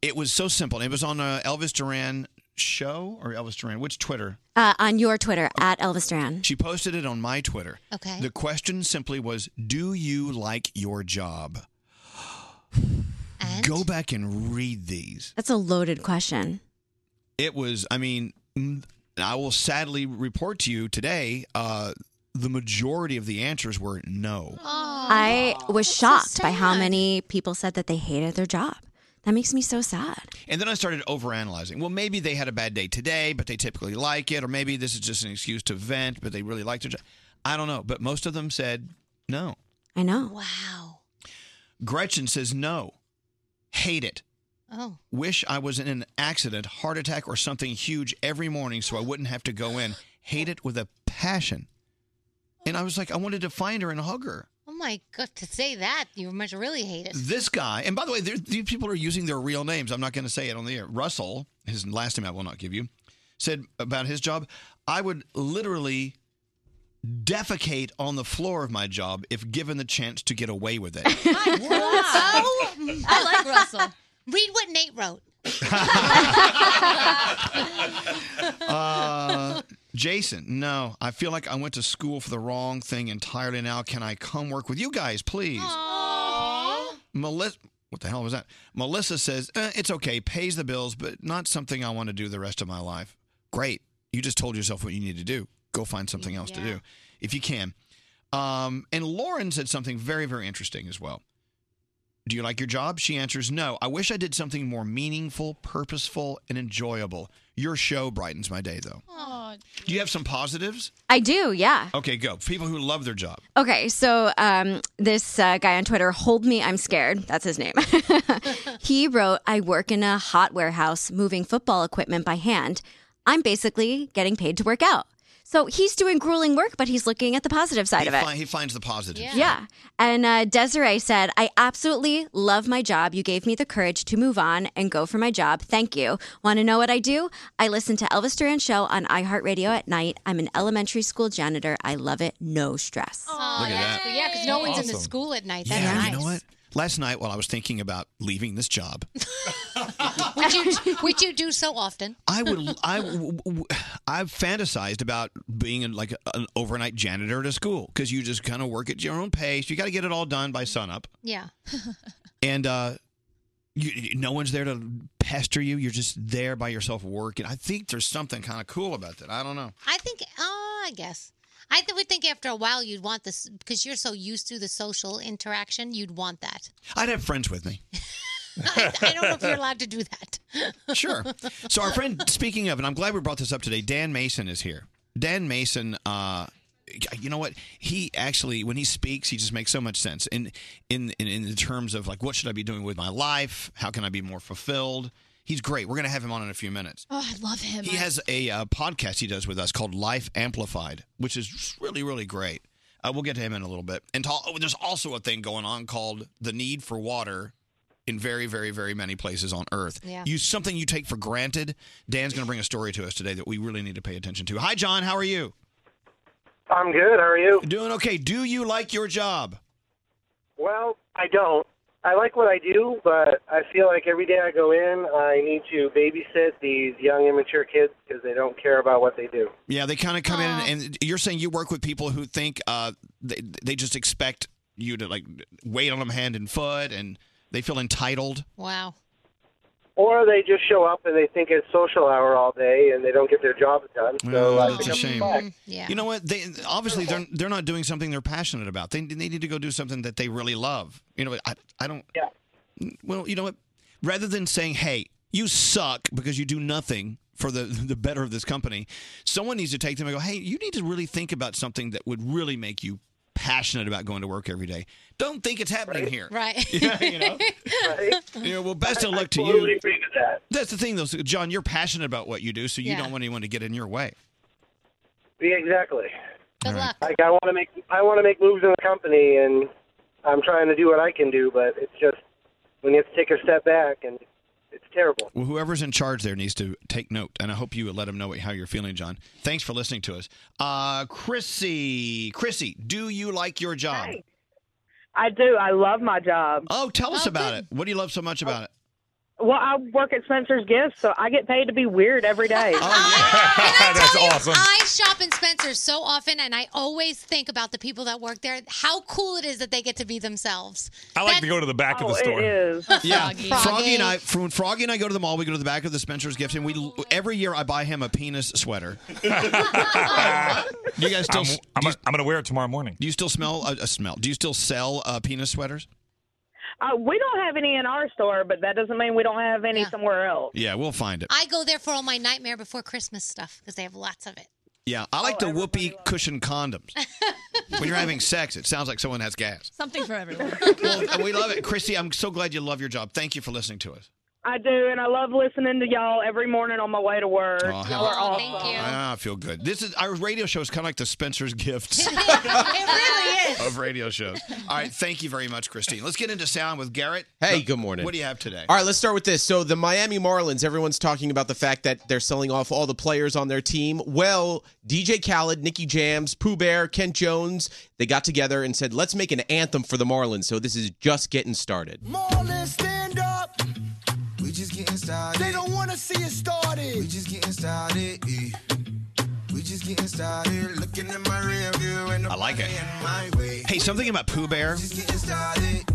It was so simple. It was on uh, Elvis Duran show or Elvis Duran, which Twitter?
Uh, on your Twitter, at Elvis Duran.
She posted it on my Twitter.
Okay.
The question simply was, "Do you like your job?" Go back and read these.
That's a loaded question.
It was, I mean, mm, I will sadly report to you today uh, the majority of the answers were no.
I was shocked by how many people said that they hated their job. That makes me so sad.
And then I started overanalyzing. Well, maybe they had a bad day today, but they typically like it. Or maybe this is just an excuse to vent, but they really liked their job. I don't know. But most of them said no.
I know.
Wow.
Gretchen says no. Hate it.
Oh.
Wish I was in an accident, heart attack, or something huge every morning so I wouldn't have to go in. Hate it with a passion. And I was like, I wanted to find her and hug her.
Oh my god! To say that, you must really hate it.
This guy, and by the way, there- these people are using their real names. I'm not going to say it on the air. Russell, his last name I will not give you, said about his job, I would literally defecate on the floor of my job if given the chance to get away with it.
I like Russell. Read what Nate wrote.
Uh, Jason, no, I feel like I went to school for the wrong thing entirely now. Can I come work with you guys, please? Melissa, what the hell was that? Melissa says, eh, it's okay, pays the bills, but not something I want to do the rest of my life. Great. You just told yourself what you need to do. Go find something else to do if you can. Um, and Lauren said something very, very interesting as well. Do you like your job? She answers, No. I wish I did something more meaningful, purposeful, and enjoyable. Your show brightens my day, though. Do you have some positives?
I do, yeah.
Okay, go. People who love their job.
Okay, so um, this uh, guy on Twitter, Hold Me, I'm Scared, that's his name. he wrote, I work in a hot warehouse moving football equipment by hand. I'm basically getting paid to work out. So he's doing grueling work, but he's looking at the positive side
he,
of it.
fi- he finds the positives.
Yeah. And uh, Desiree said, I absolutely love my job. You gave me the courage to move on and go for my job. Thank you. Want to know what I do? I listen to Elvis Duran Show on iHeartRadio at night. I'm an elementary school janitor. I love it. No stress.
Look at that.
Yeah, because no one's in the
Awesome.
school at night. That's
Yeah,
nice.
you know what? Last night, while I was thinking about leaving this job,
which, you, which you do so often.
I would I w- w- I've fantasized about being a, like an overnight janitor at a school because you just kind of work at your own pace. You got to get it all done by sunup,
Yeah.
and uh, you, you- no one's there to pester you. You're just there by yourself working. I think there's something kind of cool about that. I don't know.
I think, uh, I guess. I th- would think after a while you'd want this because you're so used to the social interaction, you'd want that.
I'd have friends with me.
I don't know if you're allowed to do that.
Sure. So our friend, speaking of, and I'm glad we brought this up today. Dan Mason is here. Dan Mason, uh, you know what? He actually, when he speaks, he just makes so much sense. In in in, in the terms of like, what should I be doing with my life? How can I be more fulfilled? He's great. We're gonna have him on in a few minutes.
Oh, I love him.
He has a uh, podcast he does with us called Life Amplified, which is really, really great. Uh, we'll get to him in a little bit. And ta- oh, there's also a thing going on called the need for water in very, very, very many places on Earth.
Yeah.
You something you take for granted. Dan's going to bring a story to us today that we really need to pay attention to. Hi, John. How are you?
I'm good. How are you?
Doing okay. Do you like your job?
Well, I don't. I like what I do, but I feel like every day I go in, I need to babysit these young, immature kids because they don't care about what they do.
Yeah, they kind of come in, and you're saying you work with people who think uh, they they just expect you to like wait on them hand and foot, and they feel entitled.
Wow.
Or they just show up and they think it's social hour all day and they don't get their job done. So I
that's
think
a
I'm
shame.
back.
Yeah.
You know what? They obviously they're they're not doing something they're passionate about. They they need to go do something that they really love. You know, I I don't. Yeah. Well, you know what? Rather than saying, "Hey, you suck because you do nothing for the the better of this company," someone needs to take them and go, "Hey, you need to really think about something that would really make you passionate about going to work every day. Don't think it's happening here."
Right.
Yeah, you know. You know, well, best of luck to you.
Totally agree with that.
That's the thing, though, so, John. You're passionate about what you do, so you
Yeah.
don't want anyone to get in your way.
Yeah, exactly.
Good luck.
Like I want to make I want to make moves in the company, and I'm trying to do what I can do, but it's just when you have to take a step back, and it's terrible.
Well, whoever's in charge there needs to take note, and I hope you let them know how you're feeling, John. Thanks for listening to us. Uh, Chrissy, Chrissy, do you like your job?
I do. I love my job.
Oh, tell us about it. What do you love so much about it?
Well, I work at Spencer's Gifts, so I get paid to be weird every day.
Oh,
That's awesome.
I shop in Spencer's so often, and I always think about the people that work there. How cool it is that they get to be themselves.
I like to go to the back of the store.
Yeah,
Froggy.
Froggy and I. From when Froggy and I go to the mall, we go to the back of the Spencer's Gift, and we every year I buy him a penis sweater. you guys still?
I'm-
I'm,
going to wear it tomorrow morning.
Do you still smell a, a smell? Do you still sell uh, penis sweaters?
Uh, we don't have any in our store, but that doesn't mean we don't have any somewhere else.
Yeah, we'll find it.
I go there for all my Nightmare Before Christmas stuff because they have lots of it.
Yeah, I like the whoopee cushion condoms. when you're having sex, it sounds like someone has gas.
Something for everyone.
Well, we love it, Christy. I'm so glad you love your job. Thank you for listening to us.
I do, and I love listening to y'all every morning on my way to work.
Oh,
y'all
hell-
are awesome.
Ah, I feel good. This is our radio show is kind of like the Spencer's Gifts of radio shows. All right, thank you very much, Christine. Let's get into sound with Garrett.
Hey, good morning.
What do you have today?
All right, let's start with this. So the Miami Marlins, everyone's talking about the fact that they're selling off all the players on their team. Well, DJ Khaled, Nicky Jams, Pooh Bear, Kent Jones, they got together and said, "Let's make an anthem for the Marlins." So this is just getting started.
Marlins, stand up. We just getting started. They don't wanna see us started. We just getting started. eh. We just just getting started. Looking in my rear view and
I like it.
my way.
Hey, something about Pooh Bear.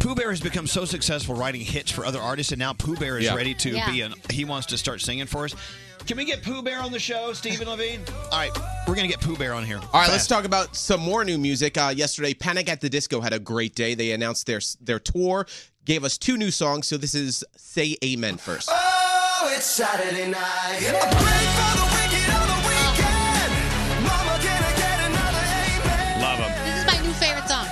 Pooh Bear has become so successful writing hits for other artists, and now Pooh Bear is
Yeah.
ready to
Yeah.
be an. He wants to start singing for us. Can we get Pooh Bear on the show, Stephen Levine? All right, we're gonna get Pooh Bear on here.
All right, let's talk about some more new music. Uh, yesterday, Panic at the Disco had a great day. They announced their their tour, gave us two new songs. So this is "Say Amen" first.
Oh, it's Saturday night. I pray for the wicked on the weekend. Mama, can I get another amen?
Love him.
This is my new favorite song.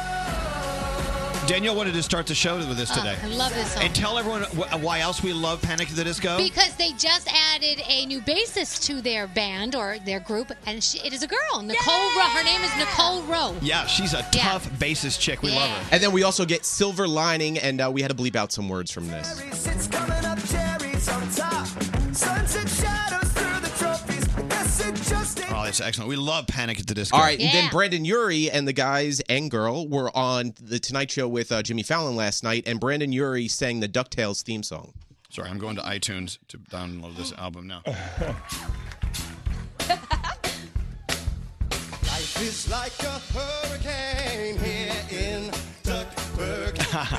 Danielle wanted to start the show with this
Oh,
today.
I love this song.
And tell everyone wh- why else we love Panic at the Disco.
Because they just added a new bassist to their band or their group, and she, it is a girl, Nicole Rowe. Her name is Nicole Rowe.
yeah, she's a
Yeah.
tough bassist chick. We love her.
And then we also get "Silver Lining," and uh, we had to bleep out some words from this.
It's coming up, cherries on top. Sunset shadows through the trophies. I guess it just ain't
Oh, that's excellent. We love Panic at the Disco.
All right, and
Yeah.
then Brandon Urie and the guys and girl were on the Tonight Show with uh, Jimmy Fallon last night, and Brandon Urie sang the Ducktales theme song.
Sorry, I'm going to iTunes to download this album now.
Life is like a hurricane here in Duckburg.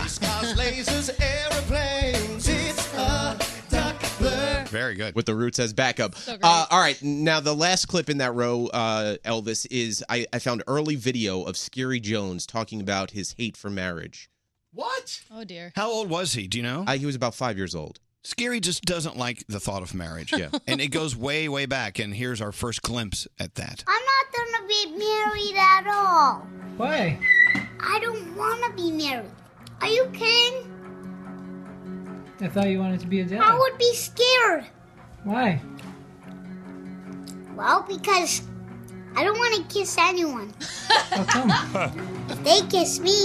Stars, lasers, aeroplanes. It's a Duckburg.
Very good.
With the roots as backup.
So great.
uh, all right. Now, the last clip in that row, uh, Elvis, is I, I found early video of Scary Jones talking about his hate for marriage.
What?
Oh dear.
How old was he? Do you know?
Uh, he was about five years old.
Scary just doesn't like the thought of marriage.
Yeah.
and it goes way, way back. And here's our first glimpse at that.
I'm not gonna be married at all.
Why?
I don't wanna be married. Are you kidding?
I thought you wanted to be a dad.
I would be scared.
Why?
Well, because I don't wanna kiss anyone. if they kiss me,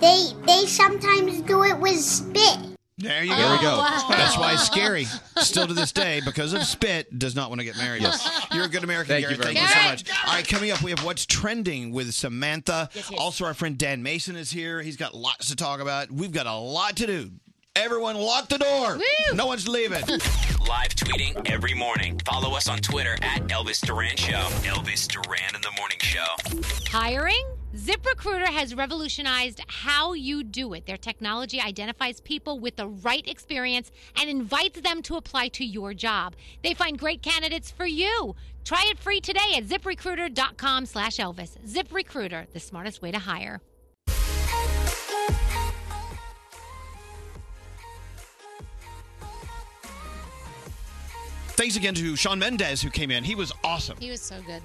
they they sometimes do it with spit.
There you go.
There we go. Oh, wow.
That's why it's scary. Still to this day, because of spit, does not want to get married.
Yes.
You're a good American,
Thank you
Garrett.
very
Thank
much.
you so much. All right, coming up, we have What's Trending with Samantha. Also, our friend Dan Mason is here. He's got lots to talk about. We've got a lot to do. Everyone, lock the door. No one's leaving.
Live tweeting every morning. Follow us on Twitter at Elvis Duran Show. Elvis Duran in the Morning Show.
Hiring? ZipRecruiter has revolutionized how you do it. Their technology identifies people with the right experience and invites them to apply to your job. They find great candidates for you. Try it free today at ziprecruiter.com slash Elvis. ZipRecruiter, the smartest way to hire.
Thanks again to Sean Mendez, who came in. He was awesome.
He was so good.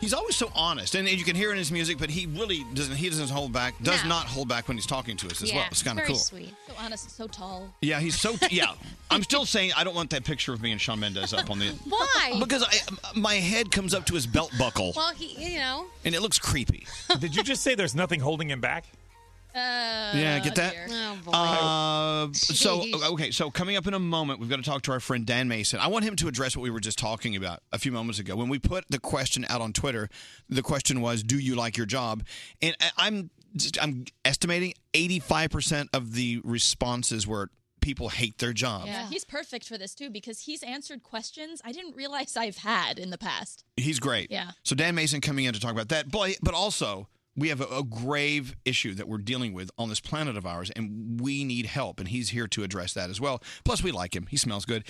He's always so honest, and, and you can hear in his music, but he really doesn't. He doesn't hold back. Does
No.
not hold back when he's talking to us as well. It's kind of
very
cool.
sweet. So honest, so tall.
Yeah, he's so. Yeah, I'm still saying I don't want that picture of me and Sean Mendez up on the.
Why?
Because I, my head comes up to his belt buckle,
Well, he, you know.
and it looks creepy.
Did you just say there's nothing holding him back?
Uh,
Yeah, get that?
dear. Oh boy.
Uh, so
Jeez.
okay, so coming up in a moment, we've got to talk to our friend Dan Mason. I want him to address what we were just talking about a few moments ago. When we put the question out on Twitter, the question was, "Do you like your job?" And I- I'm just- I'm estimating 85 percent of the responses were people hate their job.
Yeah, he's perfect for this too because he's answered questions I didn't realize I've had in the past.
He's great.
Yeah.
So Dan Mason coming in to talk about that, but but also we have a, a grave issue that we're dealing with on this planet of ours, and we need help. And he's here to address that as well. Plus, we like him; he smells good.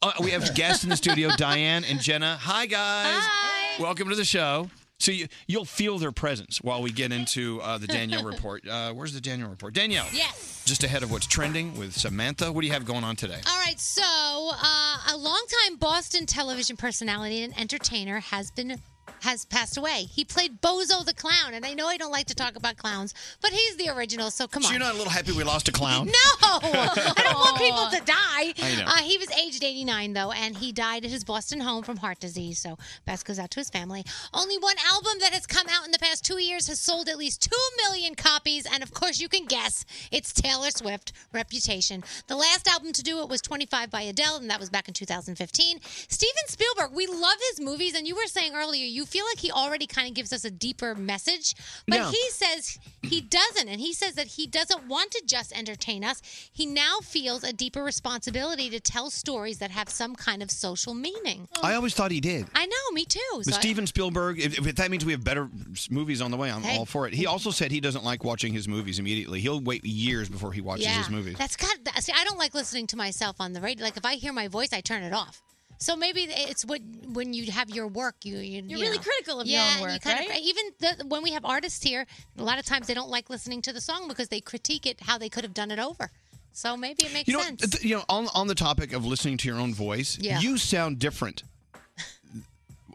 Uh, we have guests in the studio, Diane and Jenna. Hi, guys. Hi. Welcome to the show. So you, you'll feel their presence while we get into uh, the Danielle report. Uh, where's the Danielle report? Danielle.
Yes.
Just ahead of what's trending with Samantha. What do you have going on today?
All right, so uh, a longtime Boston television personality and entertainer has been has passed away. He played Bozo the Clown, and I know I don't like to talk about clowns, but he's the original, so come
so
on.
you're not a little happy we lost a clown?
No, I don't want people to die.
I know.
Uh, he was aged 89 though, and he died at his Boston home from heart disease. So best goes out to his family. Only one album that has come out in the past two years has sold at least two million copies, and of course you can guess it's Taylor Swift. Reputation. The last album to do it was 25 by Adele, and that was back in 2015. Steven Spielberg, we love his movies, and you were saying earlier you feel like he already kind of gives us a deeper message, but
Yeah.
he says he doesn't, and he says that he doesn't want to just entertain us. He now feels a deeper responsibility to tell stories that have some kind of social meaning.
I always thought he did.
I know,
me too.
The
so I-
Steven Spielberg, if, if that means we have better s- movies on the way, I'm
Hey.
all for it. He also said he doesn't like watching his movies immediately. He'll wait years before he watches his movies.
That's got. that- See, I don't like listening to myself on the radio. Like if I hear my voice, I turn it off. So maybe it's what when you have your work, you, you
You're
you
really
know.
critical of your
yeah,
own
and you
work,
kind
right?
Of, even the, when we have artists here, a lot of times they don't like listening to the song because they critique it how they could have done it over. So maybe it makes
you know,
sense.
th- you know, on on the topic of listening to your own voice,
Yeah.
you sound different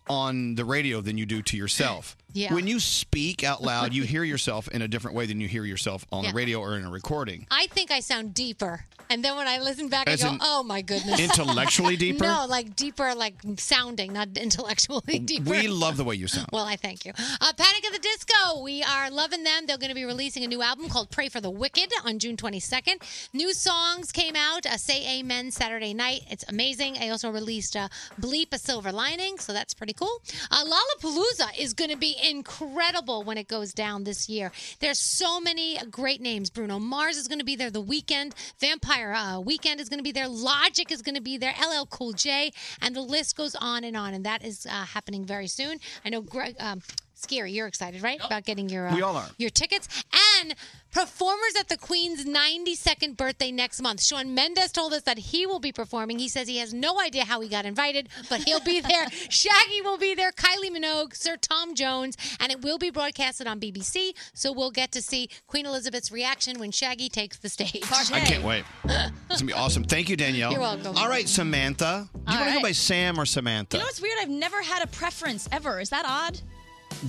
on the radio than you do to yourself.
Yeah.
When you speak out loud, you hear yourself in a different way than you hear yourself on
Yeah.
the radio or in a recording.
I think I sound deeper, and then when I listen back,
As
I go,
in
"Oh my goodness!"
intellectually deeper?
No, like deeper, like sounding, not intellectually deeper.
We love the way you sound.
Well, I thank you. Uh, Panic at the Disco. We are loving them. They're going to be releasing a new album called Pray for the Wicked on June 22nd. New songs came out. Uh, Say Amen Saturday night. It's amazing. I also released uh, Bleep a Silver Lining, so that's pretty cool. Uh, Lollapalooza is going to be incredible when it goes down this year. There's so many great names. Bruno Mars is going to be there. The Weekend, Vampire uh, Weekend is going to be there. Logic is going to be there. LL Cool J, and the list goes on and on. And that is uh, happening very soon. I know Greg. Um, Scary, you're excited, right? About getting your uh,
We all are.
your tickets and performers at the Queen's 92nd birthday next month. Sean Mendes told us that he will be performing. He says he has no idea how he got invited, but he'll be there. Shaggy will be there, Kylie Minogue, Sir Tom Jones, and it will be broadcasted on BBC. So we'll get to see Queen Elizabeth's reaction when Shaggy takes the stage.
I can't wait. It's gonna be awesome. Thank you, Danielle.
You're welcome.
All right, Samantha. Do you
All
want to go
right.
by Sam or Samantha?
You know what's weird? I've never had a preference ever. Is that odd?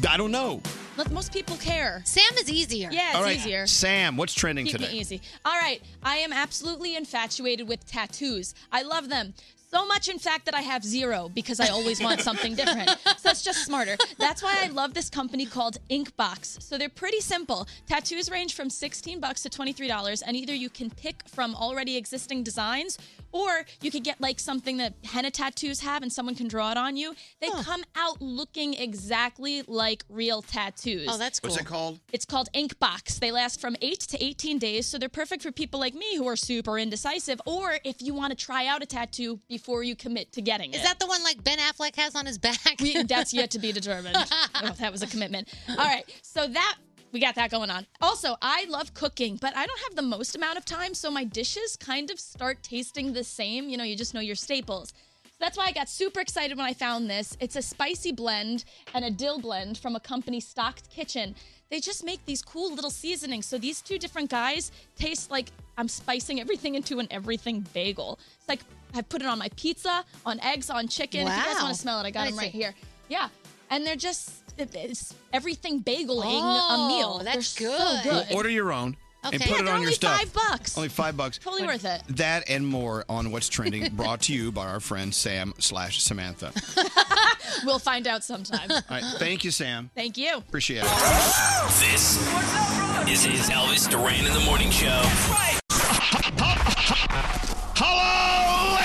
I don't know.
Look, most people care.
Sam is easier.
Yeah, it's
All right,
easier.
Sam, what's trending
Keep
today?
me easy. All right, I am absolutely infatuated with tattoos. I love them. So much, in fact, that I have zero because I always want something different. So it's just smarter. That's why I love this company called Inkbox. So they're pretty simple. Tattoos range from 16 bucks to $23, and either you can pick from already existing designs or you could get like something that henna tattoos have and someone can draw it on you. They come out looking exactly like real tattoos.
Oh, that's What's cool. it
called?
It's called Ink Box. They last from 8 to 18 days, so they're perfect for people like me who are super indecisive or if you want to try out a tattoo before you commit to getting it.
Is that the one like Ben Affleck has on his back?
We- that's yet to be determined. Oh, that was a commitment. All right, so that we got that going on. Also, I love cooking, but I don't have the most amount of time, so my dishes kind of start tasting the same. You know, you just know your staples. So that's why I got super excited when I found this. It's a spicy blend and a dill blend from a company, Stocked Kitchen. They just make these cool little seasonings. So these two different guys taste like I'm spicing everything into an everything bagel. It's like I've put it on my pizza, on eggs, on chicken. If you guys
Wow.
want to smell it, I got
Let me
them right
see.
here. Yeah, and they're just it's everything bageling
Oh,
a meal.
that's
They're
good.
So good.
Well, order your own and
Okay.
put
Yeah,
it
they're
on your
only
stuff.
five bucks.
Only five bucks.
Totally worth it.
That and more on what's trending, brought to you by our friend Sam slash Samantha.
We'll find out sometime.
All right, thank you, Sam.
Thank you.
Appreciate it.
This is is Elvis Duran in the Morning Show.
Hello,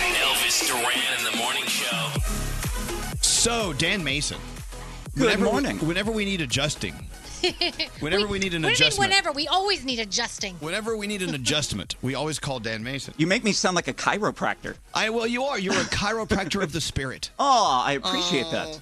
lady.
Elvis Duran in the Morning Show.
So, Dan Mason.
Good
whenever
morning.
We, whenever we need adjusting, whenever we need an
What do you mean
adjustment,
whenever? We always need adjusting.
whenever we need an adjustment, we always call Dan Mason.
You make me sound like a chiropractor.
I well, you are. You're a chiropractor of the spirit. Uh,
Oh, I appreciate that.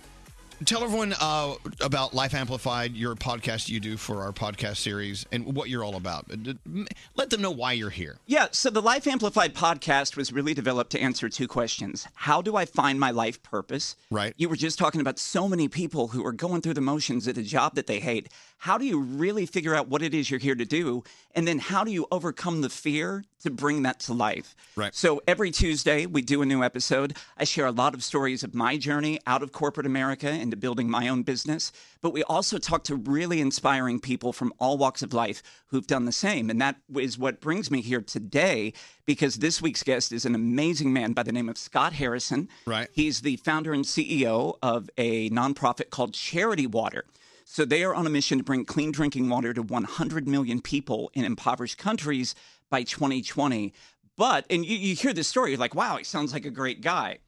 Tell everyone uh, about Life Amplified, your podcast you do for our podcast series, and what you're all about. Uh, d- m- Let them know why you're here.
Yeah, so the Life Amplified podcast was really developed to answer two questions. How do I find my life purpose? Right. You were just talking about so many people who are going through the motions at a job that they hate. How do you really figure out what it is you're here to do? And then how do you overcome the fear to bring that to life? Right. So every Tuesday, we do a new episode. I share a lot of stories of my journey out of corporate America into building my own business. But we also talk to really inspiring people from all walks of life who've done the same. And that is what brings me here today because this week's guest is an amazing man by the name of Scott Harrison. Right. He's the founder and CEO of a nonprofit called Charity Water. So they are on a mission to bring clean drinking water to 100 million people in impoverished countries by 2020. But, and you, you hear this story, you're like, wow, he sounds like a great guy.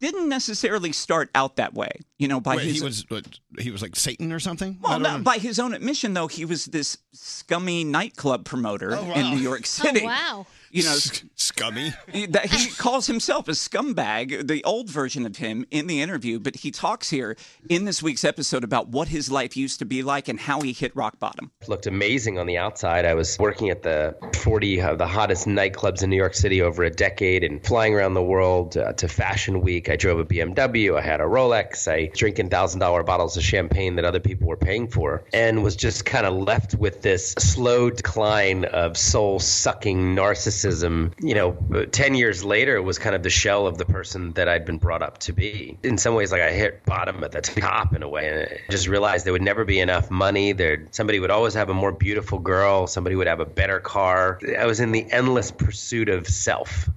Didn't necessarily start out that way, you know. By
Wait,
his,
he was what, he was like Satan or something. I
well,
don't
no,
know.
by his own admission, though, he was this scummy nightclub promoter
Oh, wow.
in New York City.
Oh, wow.
you know,
scummy.
That he calls himself a scumbag, the old version of him in the interview, but he talks here in this week's episode about what his life used to be like and how he hit rock bottom.
looked amazing on the outside. I was working at the 40 of the hottest nightclubs in New York City over a decade and flying around the world uh, to Fashion Week. I drove a BMW, I had a Rolex, I drinking $1,000 bottles of champagne that other people were paying for, and was just kind of left with this slow decline of soul sucking narcissism. You know, 10 years later, it was kind of the shell of the person that I'd been brought up to be. In some ways, like I hit bottom at the top in a way, and I just realized there would never be enough money. There, somebody would always have a more beautiful girl. Somebody would have a better car. I was in the endless pursuit of self.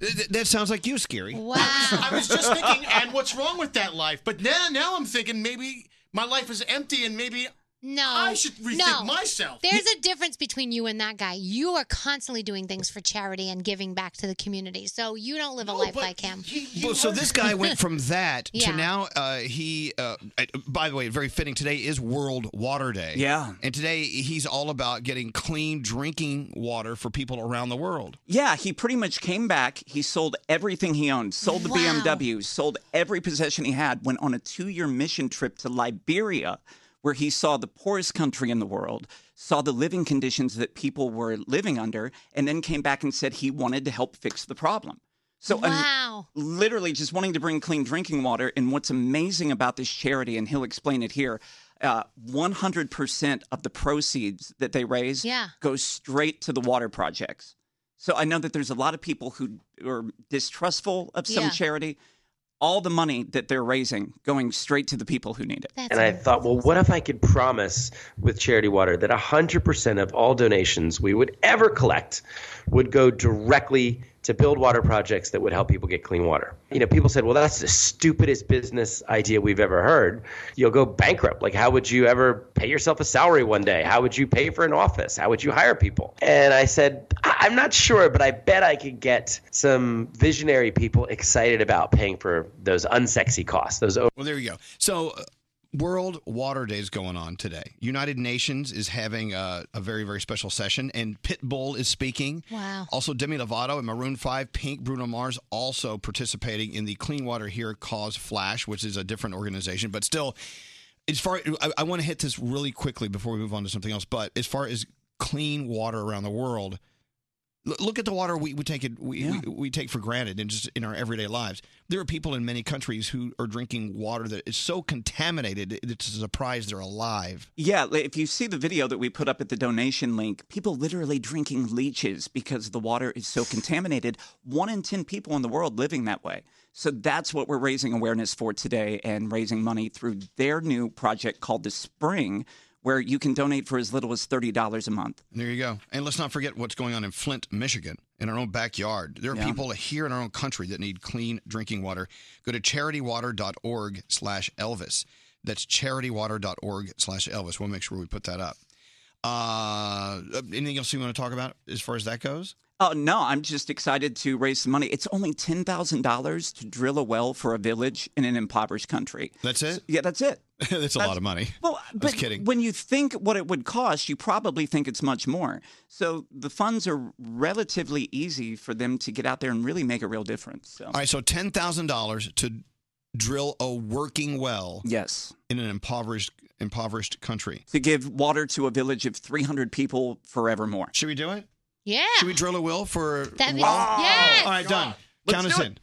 Uh, Th- that sounds like you, Scary.
I was just thinking, and what's wrong with that life? But now, now I'm thinking maybe my life is empty, and maybe
No.
I should rethink
no.
myself.
There's a difference between you and that guy. You are constantly doing things for charity and giving back to the community. So you don't live a life like him.
Well, so this guy went from that
Yeah.
to now uh, he. Uh, uh, by the way, very fitting. Today is World Water Day.
Yeah.
and today he's all about getting clean drinking water for people around the world.
Yeah, he pretty much came back. He sold everything he owned, sold the BMW, sold every possession he had, went on a two year mission trip to Liberia, where he saw the poorest country in the world, saw the living conditions that people were living under, and then came back and said he wanted to help fix the problem. So, um, literally just wanting to bring clean drinking water. And what's amazing about this charity, and he'll explain it here. Uh, 100% of the proceeds that they raise
Yeah.
goes straight to the water projects. So I know that there's a lot of people who are distrustful of some
Yeah.
charity. All the money that they're raising going straight to the people who need it.
and I thought, well, what if I could promise with Charity Water that 100% of all donations we would ever collect would go directly to build water projects that would help people get clean water? You know, people said, well, that's the stupidest business idea we've ever heard. You'll go bankrupt. Like, how would you ever pay yourself a salary one day? How would you pay for an office? How would you hire people? And I said, I- I'm not sure, but I bet I could get some visionary people excited about paying for those unsexy costs, those
Well, there you go. So, uh, World Water Day is going on today. United Nations is having a, a very, very special session, and Pitbull is speaking.
Wow.
Also, Demi Lovato and Maroon 5, Pink, Bruno Mars also participating in the Clean Water Here Cause Flash, which is a different organization, but still, as far I, I want to hit this really quickly before we move on to something else. But as far as clean water around the world, L- Look at the water we, we take it we, we, we take for granted and just in our everyday lives. There are people in many countries who are drinking water that is so contaminated it- it's a surprise they're alive.
Yeah, li- if you see the video that we put up at the donation link, people literally drinking leeches because the water is so contaminated. One in 10 people in the world living that way. So that's what we're raising awareness for today and raising money through their new project called The Spring, where you can donate for as little as $30 a month.
There you go. And let's not forget what's going on in Flint, Michigan, in our own backyard. There are
Yeah.
people here in our own country that need clean drinking water. Go to charitywater.org slash Elvis. That's charitywater.org slash Elvis. We'll make sure we put that up. Uh, anything else you want to talk about as far as that goes?
Oh, no, I'm just excited to raise some money. It's only $10,000 to drill a well for a village in an impoverished country.
That's it?
Yeah, that's it.
That's a lot of money.
Well, but
kidding.
when you think what it would cost, you probably think it's much more. So the funds are relatively easy for them to get out there and really make a real difference. So.
All right, so ten thousand dollars to drill a working well.
Yes,
in an impoverished impoverished country.
To give water to a village of 300 people forevermore.
Should we do it?
Yeah.
Should we drill a well for?
That'd be-
Wow.
yes!
All right, done.
Let's
Count
do
us
it.
in.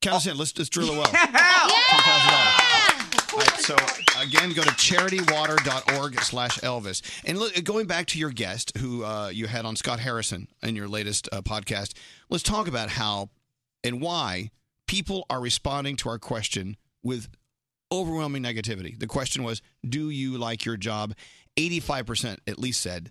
Count us in. Let's just drill a well. All right, so again, go to charitywater.org slash Elvis. And look, going back to your guest who uh, you had on Scott Harrison in your latest uh, podcast, let's talk about how and why people are responding to our question with overwhelming negativity. The question was, do you like your job? 85% at least said,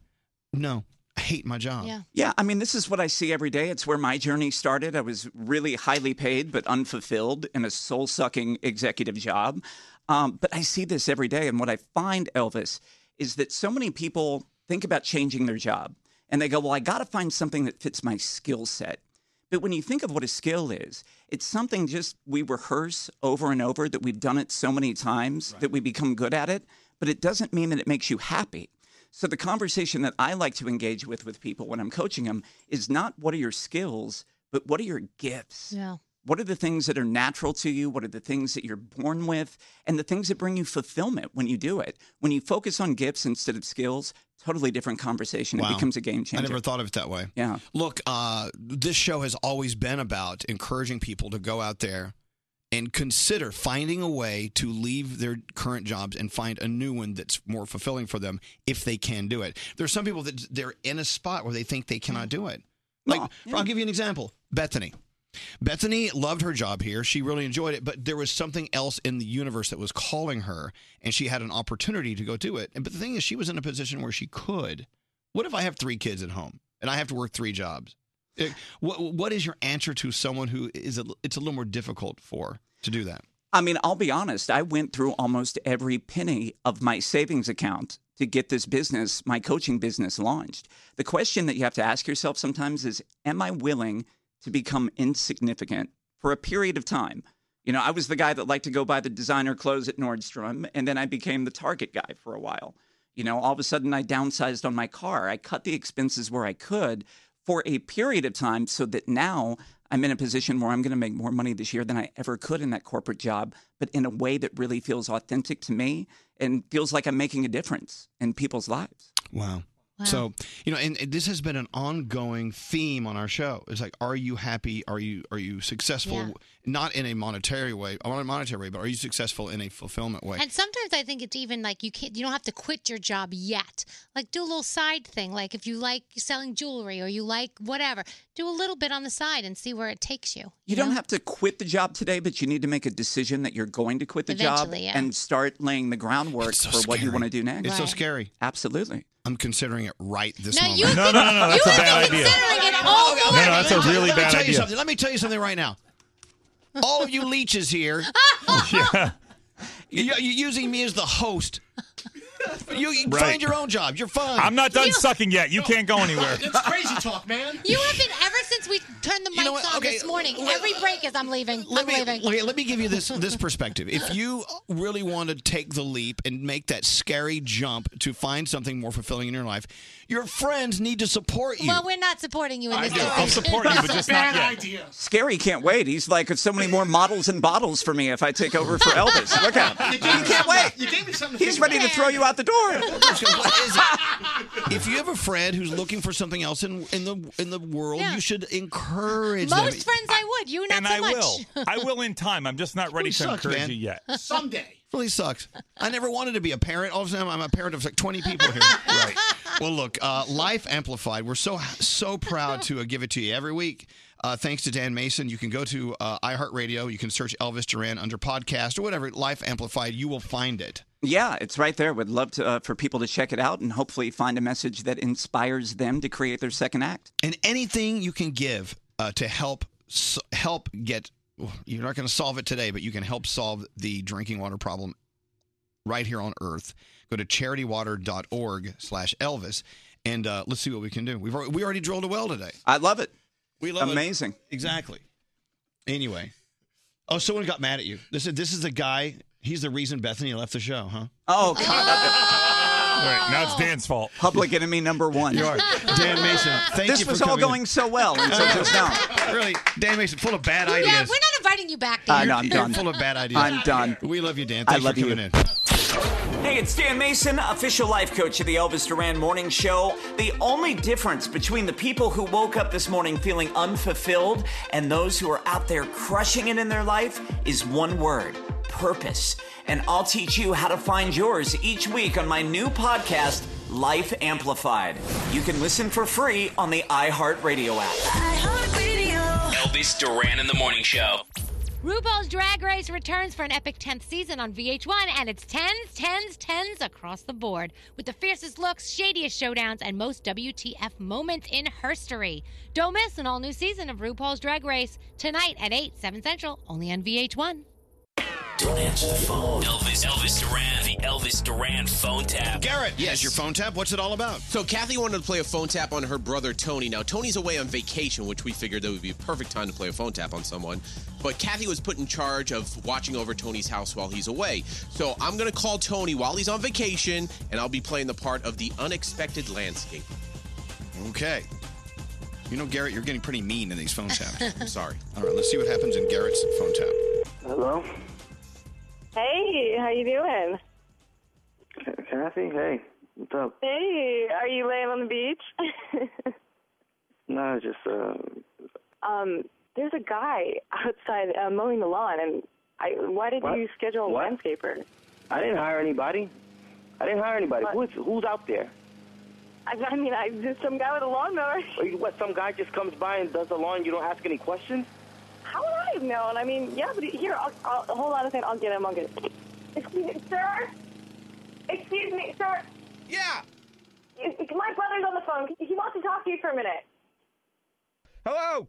no, I hate my job.
Yeah. Yeah. I mean, this is what I see every day. It's where my journey started. I was really highly paid, but unfulfilled in a soul sucking executive job. Um, but I see this every day. And what I find, Elvis, is that so many people think about changing their job and they go, well, I got to find something that fits my skill set. But when you think of what a skill is, it's something just we rehearse over and over that we've done it so many times that we become good at it, but it doesn't mean that it makes you happy. So the conversation that I like to engage with with people when I'm coaching them is not what are your skills, but what are your gifts?
Yeah.
What are the things that are natural to you? What are the things that you're born with? And the things that bring you fulfillment when you do it. When you focus on gifts instead of skills, totally different conversation. It
Wow.
becomes a game changer.
I never thought of it that way.
Yeah.
Look, uh, this show has always been about encouraging people to go out there and consider finding a way to leave their current jobs and find a new one that's more fulfilling for them if they can do it. There are some people that they're in a spot where they think they cannot do it. Like, I'll give you an example Bethany. Bethany loved her job here. She really enjoyed it, but there was something else in the universe that was calling her, and she had an opportunity to go do it. And but the thing is, she was in a position where she could. What if I have three kids at home and I have to work three jobs? Eh, What What is your answer to someone who is a, it's a little more difficult for to do that?
I mean, I'll be honest, I went through almost every penny of my savings account to get this business, my coaching business launched. The question that you have to ask yourself sometimes is Am I willing to become insignificant for a period of time? You know, I was the guy that liked to go buy the designer clothes at Nordstrom, and then I became the Target guy for a while. You know, all of a sudden I downsized on my car. I cut the expenses where I could for a period of time so that now I'm in a position where I'm going to make more money this year than I ever could in that corporate job, but in a way that really feels authentic to me and feels like I'm making a difference in people's lives.
Wow. So you know, and and this has been an ongoing theme on our show. It's like, are you happy? Are you are you successful?
Yeah.
Not in a monetary way, on a monetary way, but are you successful in a fulfillment way?
And sometimes I think it's even like you can't, you don't have to quit your job yet. Like do a little side thing. Like if you like selling jewelry or you like whatever, do a little bit on the side and see where it takes you.
You don't have to quit the job today, but you need to make a decision that you're going to quit the job
Eventually, yeah.
and start laying the groundwork for what you want to do next.
It's so Right. scary.
Absolutely.
I'm considering it right this
No,
moment.
you No, no, no, no, that's you a have bad been idea. considering it all No, no, morning. that's a
Let me-
really
Let me
bad
tell
idea.
you something. Let me tell you something right now. All of you leeches here. You're, you're using me as the host. You, you
Right.
find your own job. You're fine.
I'm not done sucking yet. You can't go anywhere.
That's crazy talk, man.
You have been ever since we turned the mics on this morning. every break is I'm leaving. I'm
Let me,
leaving.
okay, let me give you this this perspective. If you really want to take the leap and make that scary jump to find something more fulfilling in your life, your friends need to support you.
Well, we're not supporting you in this. decision.
Scary can't wait. He's like, so many more models and bottles for me if I take over for Elvis. Look at him.
You can't wait.
You gave me something.
He's ready to throw you
out the door.
if you have a friend who's looking for something else in in the in the world, you should encourage them.
Most friends I would. You not
And
so
I
much.
will.
I will in time. I'm just not ready
Really
to
sucks,
encourage
man.
you yet.
Someday.
Really sucks. I never wanted to be a parent. All of a sudden, I'm a parent of like 20 people here. right. Well, look, uh, Life Amplified. We're so so proud to uh, give it to you every week. Uh, thanks to Dan Mason. You can go to uh, iHeartRadio. You can search Elvis Duran under podcast or whatever. Life Amplified. You will find it.
Yeah, it's right there. Would love to, uh, for people to check it out and hopefully find a message that inspires them to create their second act.
And anything you can give uh, to help s- help get. You're not going to solve it today, but you can help solve the drinking water problem right here on Earth. Go to charitywater.org/elvis, and uh, let's see what we can do. We've already, we already drilled a well today.
I love it.
We love it.
Amazing.
Exactly. Anyway, oh, someone got mad at you. This is this is the guy. He's the reason Bethany left the show, huh?
Oh, God.
Right, now it's Dan's fault.
Public enemy number one.
You are. Dan Mason, thank
this
you for
was all
coming in.
going so well until just now. Uh,
Really, Dan Mason, full of bad
We're
ideas.
not, we're not inviting you back.
I
Dan.
know, I'm done. Full of bad ideas.
I'm done.
We love you, Dan.
I
Thanks
love
for coming
you.
in.
Hey, it's Dan Mason, official life coach of the Elvis Duran Morning Show. The only difference between the people who woke up this morning feeling unfulfilled and those who are out there crushing it in their life is one word purpose. And I'll teach you how to find yours each week on my new podcast, Life Amplified. You can listen for free on the iHeartRadio app.
Elvis Duran in the Morning Show.
RuPaul's Drag Race returns for an epic 10th season on VH1, and it's tens, tens, tens across the board, with the fiercest looks, shadiest showdowns, and most WTF moments in herstory. Don't miss an all new season of RuPaul's Drag Race tonight at 8, 7 Central, only on VH1.
Don't answer the phone. Elvis, Elvis Duran, the Elvis Duran phone tap.
Garrett, yes, your phone tap. What's it all about?
So Kathy wanted to play a phone tap on her brother Tony. Now Tony's away on vacation, which we figured that would be a perfect time to play a phone tap on someone. But Kathy was put in charge of watching over Tony's house while he's away. So I'm gonna call Tony while he's on vacation, and I'll be playing the part of the unexpected landscape.
Okay. You know, Garrett, you're getting pretty mean in these phone taps. I'm
sorry.
All right, let's see what happens in Garrett's phone tap.
Hello? Hey, how you doing? Kathy, hey, what's up? Hey, are you laying on the beach? No, just uh, um, there's a guy outside uh, mowing the lawn, and I. Why did What? you schedule a What? landscaper? I didn't hire anybody. I didn't hire anybody. What? Who's who's out there? I, I mean, I just some guy with a lawnmower. What? Some guy just comes by and does the lawn. You don't ask any questions. How would I have known? I mean, yeah, but here, I'll, I'll, hold on a second. I'll get him. I'll get him. Excuse me, sir. Excuse me, sir.
Yeah.
My brother's on the phone. He wants to talk to you for a minute.
Hello.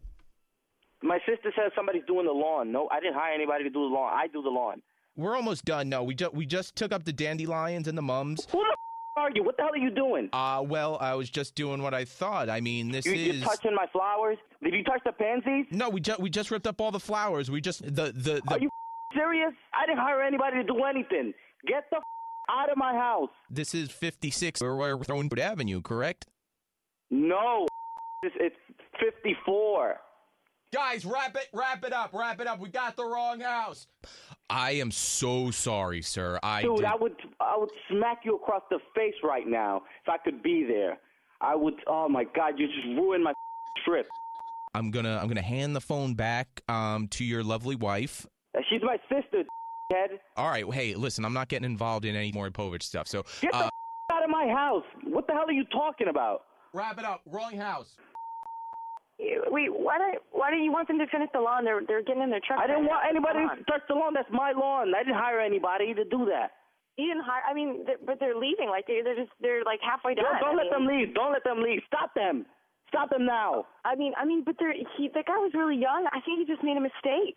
My sister says somebody's doing the lawn. No, I didn't hire anybody to do the lawn. I do the lawn.
We're almost done. No, we just we just took up the dandelions and the mums.
Who the f- are you? What the hell are you doing?
Uh, well, I was just doing what I thought. I mean, this
You-
is
You're touching my flowers. Did you touch the pansies?
no. We just we just ripped up all the flowers. We just the the. the
Are you serious? I didn't hire anybody to do anything. Get the f- out of my house.
this is 56. We're, we're throwing Wood Avenue, correct?
No, it's, it's 54.
Guys, wrap it, wrap it up, wrap it up. We got the wrong house. I am so sorry, sir. I
Dude,
did-
I would I would smack you across the face right now if I could be there. I would. Oh my God, you just ruined my trip.
I'm gonna I'm gonna hand the phone back um to your lovely wife.
Uh, She's my sister. Head.
All right, well, hey, listen, I'm not getting involved in any more Povich stuff. So
Get the
uh,
out of my house. What the hell are you talking about?
wrap it up. Wrong house.
Wait, why don't why don't you want them to finish the lawn? They're they're getting in their truck. I didn't right want now. anybody Come to touch the lawn. That's my lawn. I didn't hire anybody to do that. You didn't hire. I mean, th- but they're leaving. Like they, they're just they're like halfway Don't- done. don't I let them mean- leave. Don't let them leave. Stop them. Stop them now. I mean, I mean, but they're, he that guy was really young. I think he just made a mistake.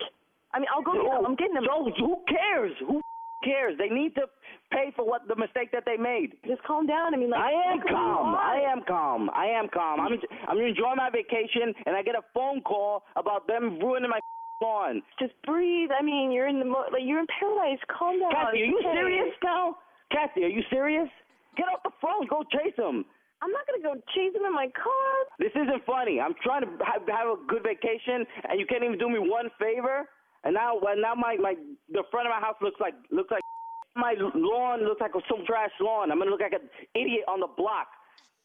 I mean, I'll go get him. I'm getting him. So who cares? Who cares? They need to pay for what the mistake that they made. Just calm down. I mean, like I am look at who you calm. are. I am calm. I am calm. I'm I'm enjoying my vacation, and I get a phone call about them ruining my lawn. Just breathe. I mean, you're in the mo- like you're in paradise. Calm down. Kathy, are you serious now? Kathy, are you serious? Get off the phone. Go chase them. I'm not gonna go chase him in my car. This isn't funny. I'm trying to have, have a good vacation, and you can't even do me one favor. And now, well, now my, my the front of my house looks like looks like my lawn looks like some trash lawn. I'm gonna look like an idiot on the block.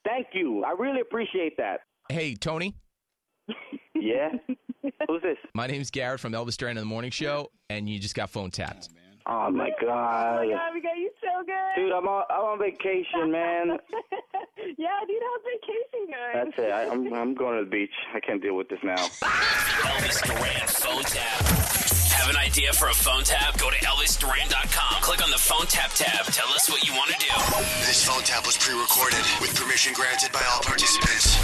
Thank you. I really appreciate that.
Hey, Tony.
Yeah. Who's this?
My name's Garrett from Elvis Duran in the Morning Show, and you just got phone tapped.
Oh my god. Oh my God, we got you so good. Dude, I'm on, I'm on vacation, man. yeah, dude, how's vacation going? That's it. I, I'm I'm going to the beach. I can't deal with this now.
Elvis Duran phone tap. Have an idea for a phone tap? Go to ElvisDuran.com. Click on the phone tap tab. Tell us what you want to do.
This phone tap was pre-recorded with permission granted by all participants.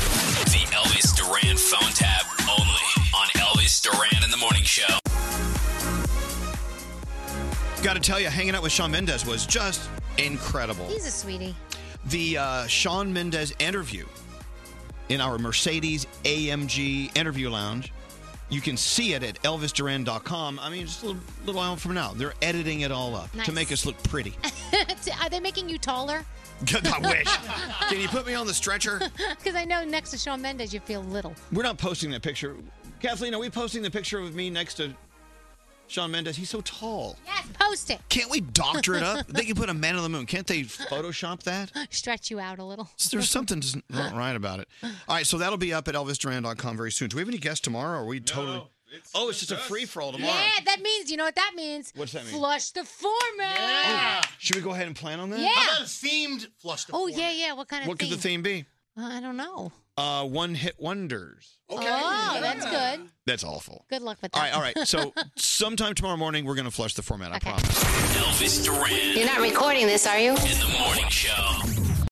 The Elvis Duran phone tap only on Elvis Duran in the Morning Show.
Got to tell you, hanging out with Sean Mendez was just incredible.
He's a sweetie.
the uh, Sean Mendez interview in our Mercedes AMG interview lounge. You can see it at elvisduran.com. I mean, just a little, little while from now. They're editing it all up
Nice.
to make us look pretty.
Are they making you taller?
God, I wish. Can you put me on the stretcher?
Because I know next to Shawn Mendes, you feel little.
We're not posting that picture. Kathleen, are we posting the picture of me next to Sean Mendez? He's so tall.
Yes, post it.
Can't we doctor it up? They can put a man on the moon. Can't they Photoshop that?
Stretch you out a little.
There's something just not right about it. All right, so that'll be up at elvisduran.com very soon. Do we have any guests tomorrow? Or are we totally? oh, it's just a free for all tomorrow.
Yeah, that means you know what that means.
What's that mean?
Flush the format.
Should we go ahead and plan on that?
Yeah. How about a
themed flush
Oh yeah, yeah. What kind of
What
theme?
could the theme be?
I don't know.
Uh, one hit wonders.
Oh, that's good.
That's awful.
Good luck with that.
All right, all right. So sometime tomorrow morning we're gonna flush the format. I promise.
Elvis Duran.
You're not recording this, are you?
In the Morning Show.